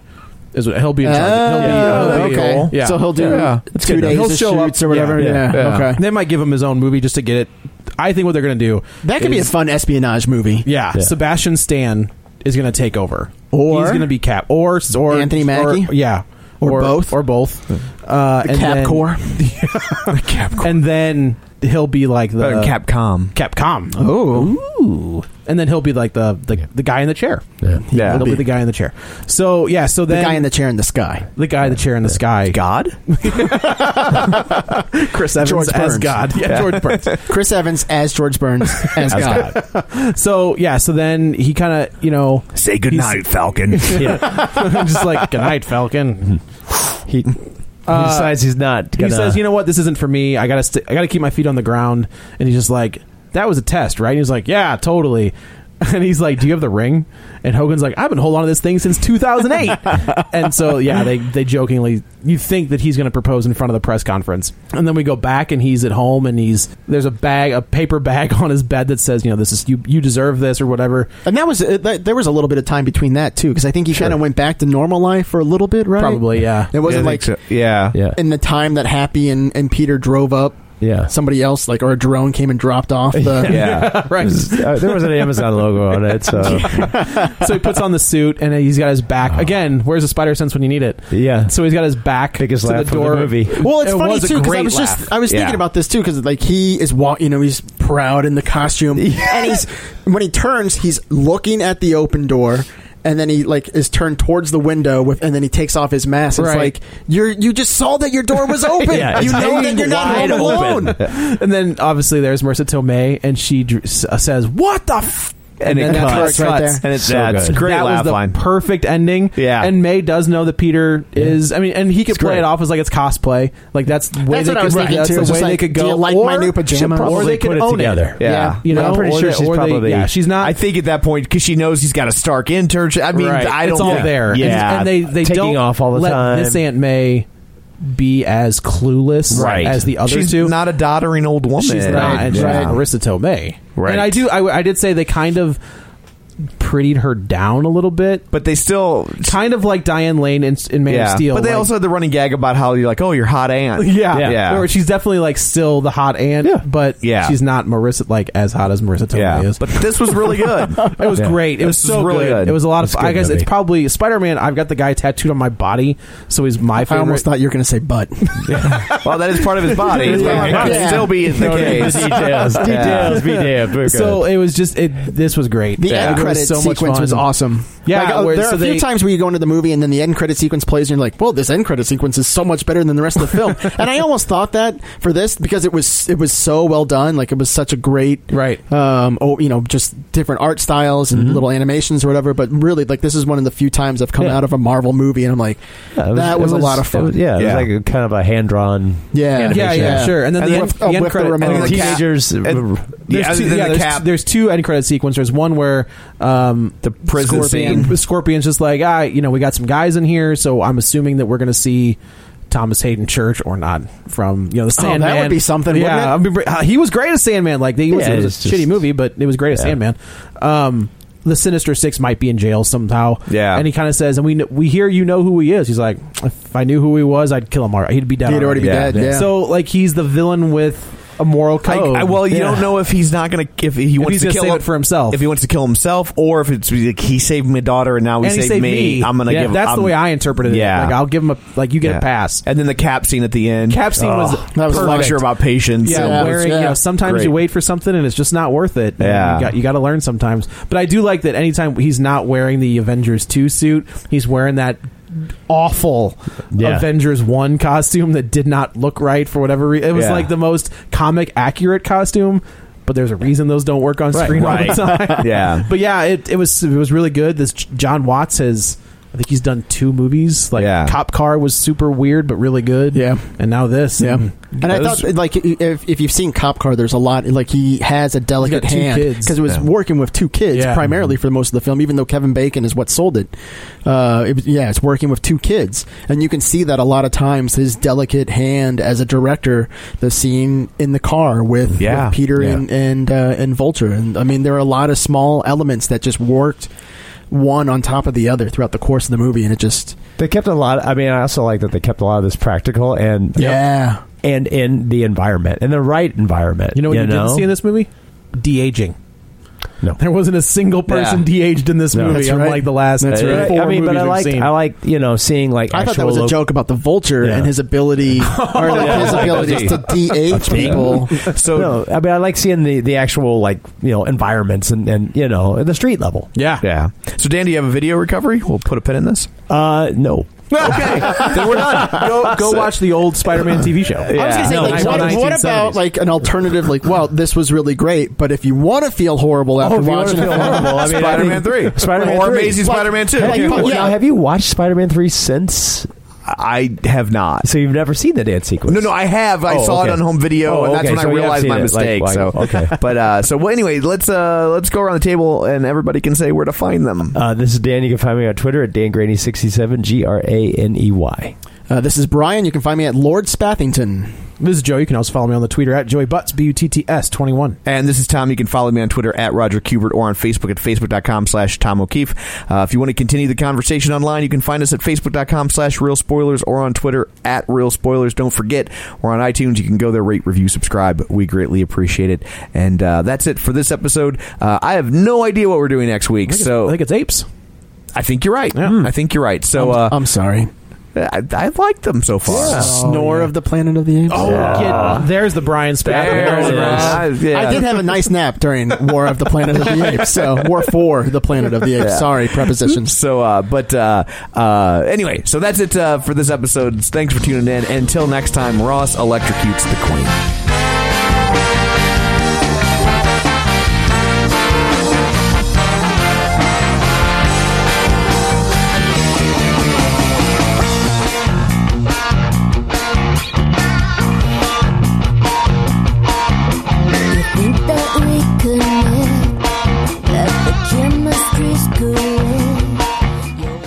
Is what, he'll be in charge. He'll be,
Oh,
he'll be-
okay.
Yeah.
So he'll do
yeah.
That's two good enough. days of
He'll show
shoots
up
or whatever. Yeah. Okay.
They might give him his own movie just to get it. I think what they're gonna do
That could be a
is-
fun espionage movie.
Yeah,
Yeah.
Sebastian Stan is going to take over,
Or-
he's going to be Cap, or or
Anthony
or-
Mackie?
yeah,
Or both?
or both. Uh,
The
and
Cap
then-
Corps.
<laughs> the Cap Corps, and then he'll be like the
Better than Capcom.
Capcom. Oh, and then he'll be like the the, the guy in the chair.
Yeah,
Yeah.
he'll be. the guy in the chair. So yeah, so then
the guy in the chair in the sky.
the guy in the chair in the sky,
God,
<laughs> Chris Evans
George
as
Burns.
God, yeah, George Burns.
<laughs> Chris Evans as George
<laughs>
Burns as God.
So yeah, so then he kind of you know
say
He's-
goodnight,
<laughs>
Falcon.
just like good
<laughs>
night, Falcon.
He, he
Uh,
decides he's not.
he
Gonna,
says, "You know what? This isn't for me. I gotta, st- I gotta keep my feet on the ground." And he's just like, "That was a test, right?" And he's like, "Yeah, totally." <laughs> And he's like, "Do you have the ring?" And Hogan's like, "I've been holding on to this thing since 2008." and so, yeah, they they jokingly, you think that he's going to propose in front of the press conference, and then we go back and he's at home and he's there's a bag, a paper bag <laughs> on his bed that says, "You know, this is you you deserve this" or whatever.
And that was uh, that, there was a little bit of time between that too because I think he kind of went back to normal life for a little bit, right?
Probably, yeah.
It wasn't
Yeah, I
like
think so. yeah,
yeah,
in the time that Happy and, and Peter drove up.
yeah.
Somebody else, like or a drone, came and dropped off
<laughs>
the. <laughs>
yeah.
Right.
Uh, there was an Amazon logo on it, so
so he puts on the suit and he's got his back again. Where's the spider sense when you need it?
yeah.
So he's got his back
Biggest
to
laugh
the
of the
door.
movie.
Well, it's
It
funny
was a
too because I
great
was
laugh.
just I was thinking
Yeah.
about this too because like he is walk, you know, he's proud in the costume, and he's when he turns, he's looking at the open door. And then he like is turned towards the window with, and then he takes off his mask. It's
Right.
like you're you just saw that your door
<laughs>
was open.
Yeah,
you
it's
know that you're not
wide
home
<laughs>
alone.
<laughs> and then obviously there's Marissa Tomei, and she dr- s- uh, says, "What the." F-?
And,
then
it
that
cuts,
cuts right there.
and it's
So
that's
good.
great
that
laugh
was the
line.
perfect ending.
Yeah.
and May does know that Peter is. I mean, and he could
It's
play
great.
it off as like it's cosplay. Like that's the way
That's
they
what
could,
I was thinking,
that's
too.
the
It's
way
just
they
like,
could
do
go.
you like
or,
my new pajamas?
Or
Probably
they could
put it
own
together.
It.
Yeah.
you know,
I'm pretty
or
sure
they-
she's
or they-
probably-
yeah, she's not.
I think at that point because she knows he's got a Stark internship. I mean,
Right.
I don't.
it's all
yeah.
there. And-
Yeah,
and, they they
Taking
don't
off all the
let
time.
This Aunt May be as clueless
right
as the other
She's
two.
Not a doddering old woman.
She's not. And she's
Yeah.
Marissa Tomei.
Right.
And I do. I, I did say they kind of prettied her down a little bit,
But they still
kind of like Diane Lane in, in Man
yeah.
of Steel.
But they
like-
also <laughs> had the running gag about how you're like, oh, you're hot aunt.
<laughs> Yeah.
yeah, yeah.
Where she's definitely like still the hot aunt,
Yeah.
but
Yeah.
she's not Marissa like as hot as Marissa Tomei
Yeah.
is.
But this was really
<laughs>
good.
It was
Yeah.
great. It was
This
so
is really
good.
good.
It was a lot
It's
of.
a
fun.
good
I guess
movie.
it's probably Spider Man. I've got the guy tattooed on my body, so he's my
I
favorite.
almost thought you were going to say
<laughs>
butt.
well, that is part of his body. It's
Yeah.
like, it could
Yeah.
Still be
<laughs>
in the
details,
case.
details,
Yeah.
be
<laughs>
damned. We're
so
good.
it was just it. This was great.
The
Yeah.
end
It
credit
was so much
sequence
fun.
was awesome.
Yeah,
Like, uh,
where-
there are
so
a few
they-
times where you go into the movie and then the end credit sequence plays, and you're like, "Well, this end credit sequence is so much better than the rest of the
<laughs>
film." and I almost thought that for this because it was it was so well done. Like it was such a great
Right.
Um, oh, you know, just different art styles
Mm-hmm.
and little animations or whatever. But really, like this is one of the few times I've come
Yeah.
out of a Marvel movie and I'm like,
Yeah, it
"That
it
was, a lot of
it
fun."
was- yeah, it
Yeah.
was like a, kind of a hand drawn.
yeah,
Yeah, yeah,
Yeah.
sure. And then
And
the
then
end,
with- uh,
the end
with the
credit,
remote.
and
The
the cap.
Teenagers.
And-
r-
Yeah,
There's
other
two,
than
yeah,
the
there's,
cap.
there's two end credit sequences. There's one where um, the
prison
Scorpion, <laughs>
scene.
Scorpion's just like, ah, you know, we got some guys in here, so I'm assuming that we're going to see Thomas Hayden Church or not from you know the
Oh, that would
Sandman.
be something, wouldn't
Yeah, I mean, uh, he was great as Sandman. Like he was,
Yeah,
it was a
it's just-
shitty movie, but it was great as
Yeah.
Sandman. Um, the Sinister Six might be in jail somehow.
Yeah.
and he kind of says, and we kn- we hear you know who he is. He's like, if I knew who he was, I'd kill him. Already. He'd be dead.
He'd already be dead, yeah.
So like he's the villain with a moral code.
I, I, well, you
Oh. Yeah.
don't know if he's not going to if he
If
wants
he's
to
gonna
kill
save
him-
it for himself.
If he wants to kill himself, or if it's like he saved my daughter and now he,
And he
saved,
saved
me,
me.
I'm going to
Yeah,
give.
that's the
I'm-
way I interpreted it.
Yeah,
Like, I'll give him a like you get
Yeah.
a pass.
And then the cap scene at the end.
Cap scene was
Oh, perfect. lecture about patience.
Yeah,
and-
wearing, you know, sometimes
Great.
you wait for something and it's just not worth it.
Yeah.
you got you got to learn sometimes. But I do like that anytime he's not wearing the Avengers two suit, he's wearing that awful
Yeah.
Avengers one costume that did not look right for whatever reason. It was
Yeah.
like the most comic accurate costume. But there's a reason those don't work on
Right.
screen all
Right.
the
<laughs>
time.
Yeah.
<laughs> but yeah, it, it was it was really good. This J- John Watts has, I think he's done two movies. Like Cop Car was super weird but really good. Yeah, and now this. Yeah, and,
And I thought, like, if, if you've seen Cop Car, there's a lot. Like, he has a delicate
two
hand
kids.
because it was
Yeah.
working with two kids
Yeah.
primarily for most of the film. Even though Kevin Bacon is what sold it, uh, it was- yeah, it's working with two kids, and you can see that a lot of times his delicate hand as a director. The scene in the car with,
Yeah.
with Peter
Yeah.
and and uh, and Vulture, and I mean, there are a lot of small elements that just worked one on top of the other throughout the course of the movie, and it just
They kept a lot. I mean, I also like that they kept a lot of this practical and
yeah,
and in the environment, in the right environment. Uh,
You know what you, didn't see in this movie? De aging.
No,
there wasn't a single person
Yeah.
de-aged in this
No.
movie,
That's right.
unlike the last
That's
four
right. I mean, but
movies
I
we've
like
seen.
I like you know seeing like
I thought that
actual
was a
lo-
joke about the vulture and his
<laughs>
ability, or like his ability to de-age people.
So no, I mean, I like seeing the, the actual like you know environments and and you know the street level.
Yeah,
yeah. So Dan, do you have a video recovery? We'll put a pin in this.
Uh, no.
okay, then we're done. Go, go watch the old Spider-Man TV show.
I was gonna say, like, what, what about like an alternative? Like, well, this was really great, but if you want to feel horrible after
if you wanna
watching
feel
it,
horrible, I mean,
Spider-Man three,
Spider-Man
or
3.
Amazing
Like-
Spider-Man two.
Have you, now, have you watched Spider Man three since?
I have not.
So you've never seen the dance sequence?
No, no, I have. I
Oh,
saw
okay.
it on home video,
Oh,
and that's
okay,
when
so
I
you have
realized
seen
my
it,
mistake.
like,
so
like, okay.
<laughs> but uh, so well. Anyway, let's uh, let's go around the table, and everybody can say where to find them.
Uh, this is Dan. You can find me on Twitter at dangraney67. G R A N E Y.
Uh, this is Brian. You can find me at Lord Spathington.
This is Joe. You can also follow me on the Twitter at Joey Butts B U T T S twenty one.
And this is Tom. You can follow me on Twitter at Roger Kubert or on Facebook at Facebook.com slash Tom O'Keefe. Uh, if you want to continue the conversation online, you can find us at Facebook.com slash Real Spoilers or on Twitter at Real Spoilers. Don't forget, we're on iTunes. You can go there, rate, review, subscribe. We greatly appreciate it. And uh, that's it for this episode. Uh, I have no idea what we're doing next week. so
I think it's apes.
I think you're right. I think you're right. So uh,
I'm sorry.
I, I like them so far.
Snore of the Planet of the Apes.
Oh, kid, there's the Brian Spath.
There it is. Yeah.
I did have a nice nap during War of the Planet of the Apes. So War for the Planet of the Apes.
Yeah.
Sorry, prepositions.
So, uh, but uh, uh, anyway, so that's it uh, for this episode. Thanks for tuning in. Until next time, Ross electrocutes the queen.
think that we connect, that the chemistry's correct.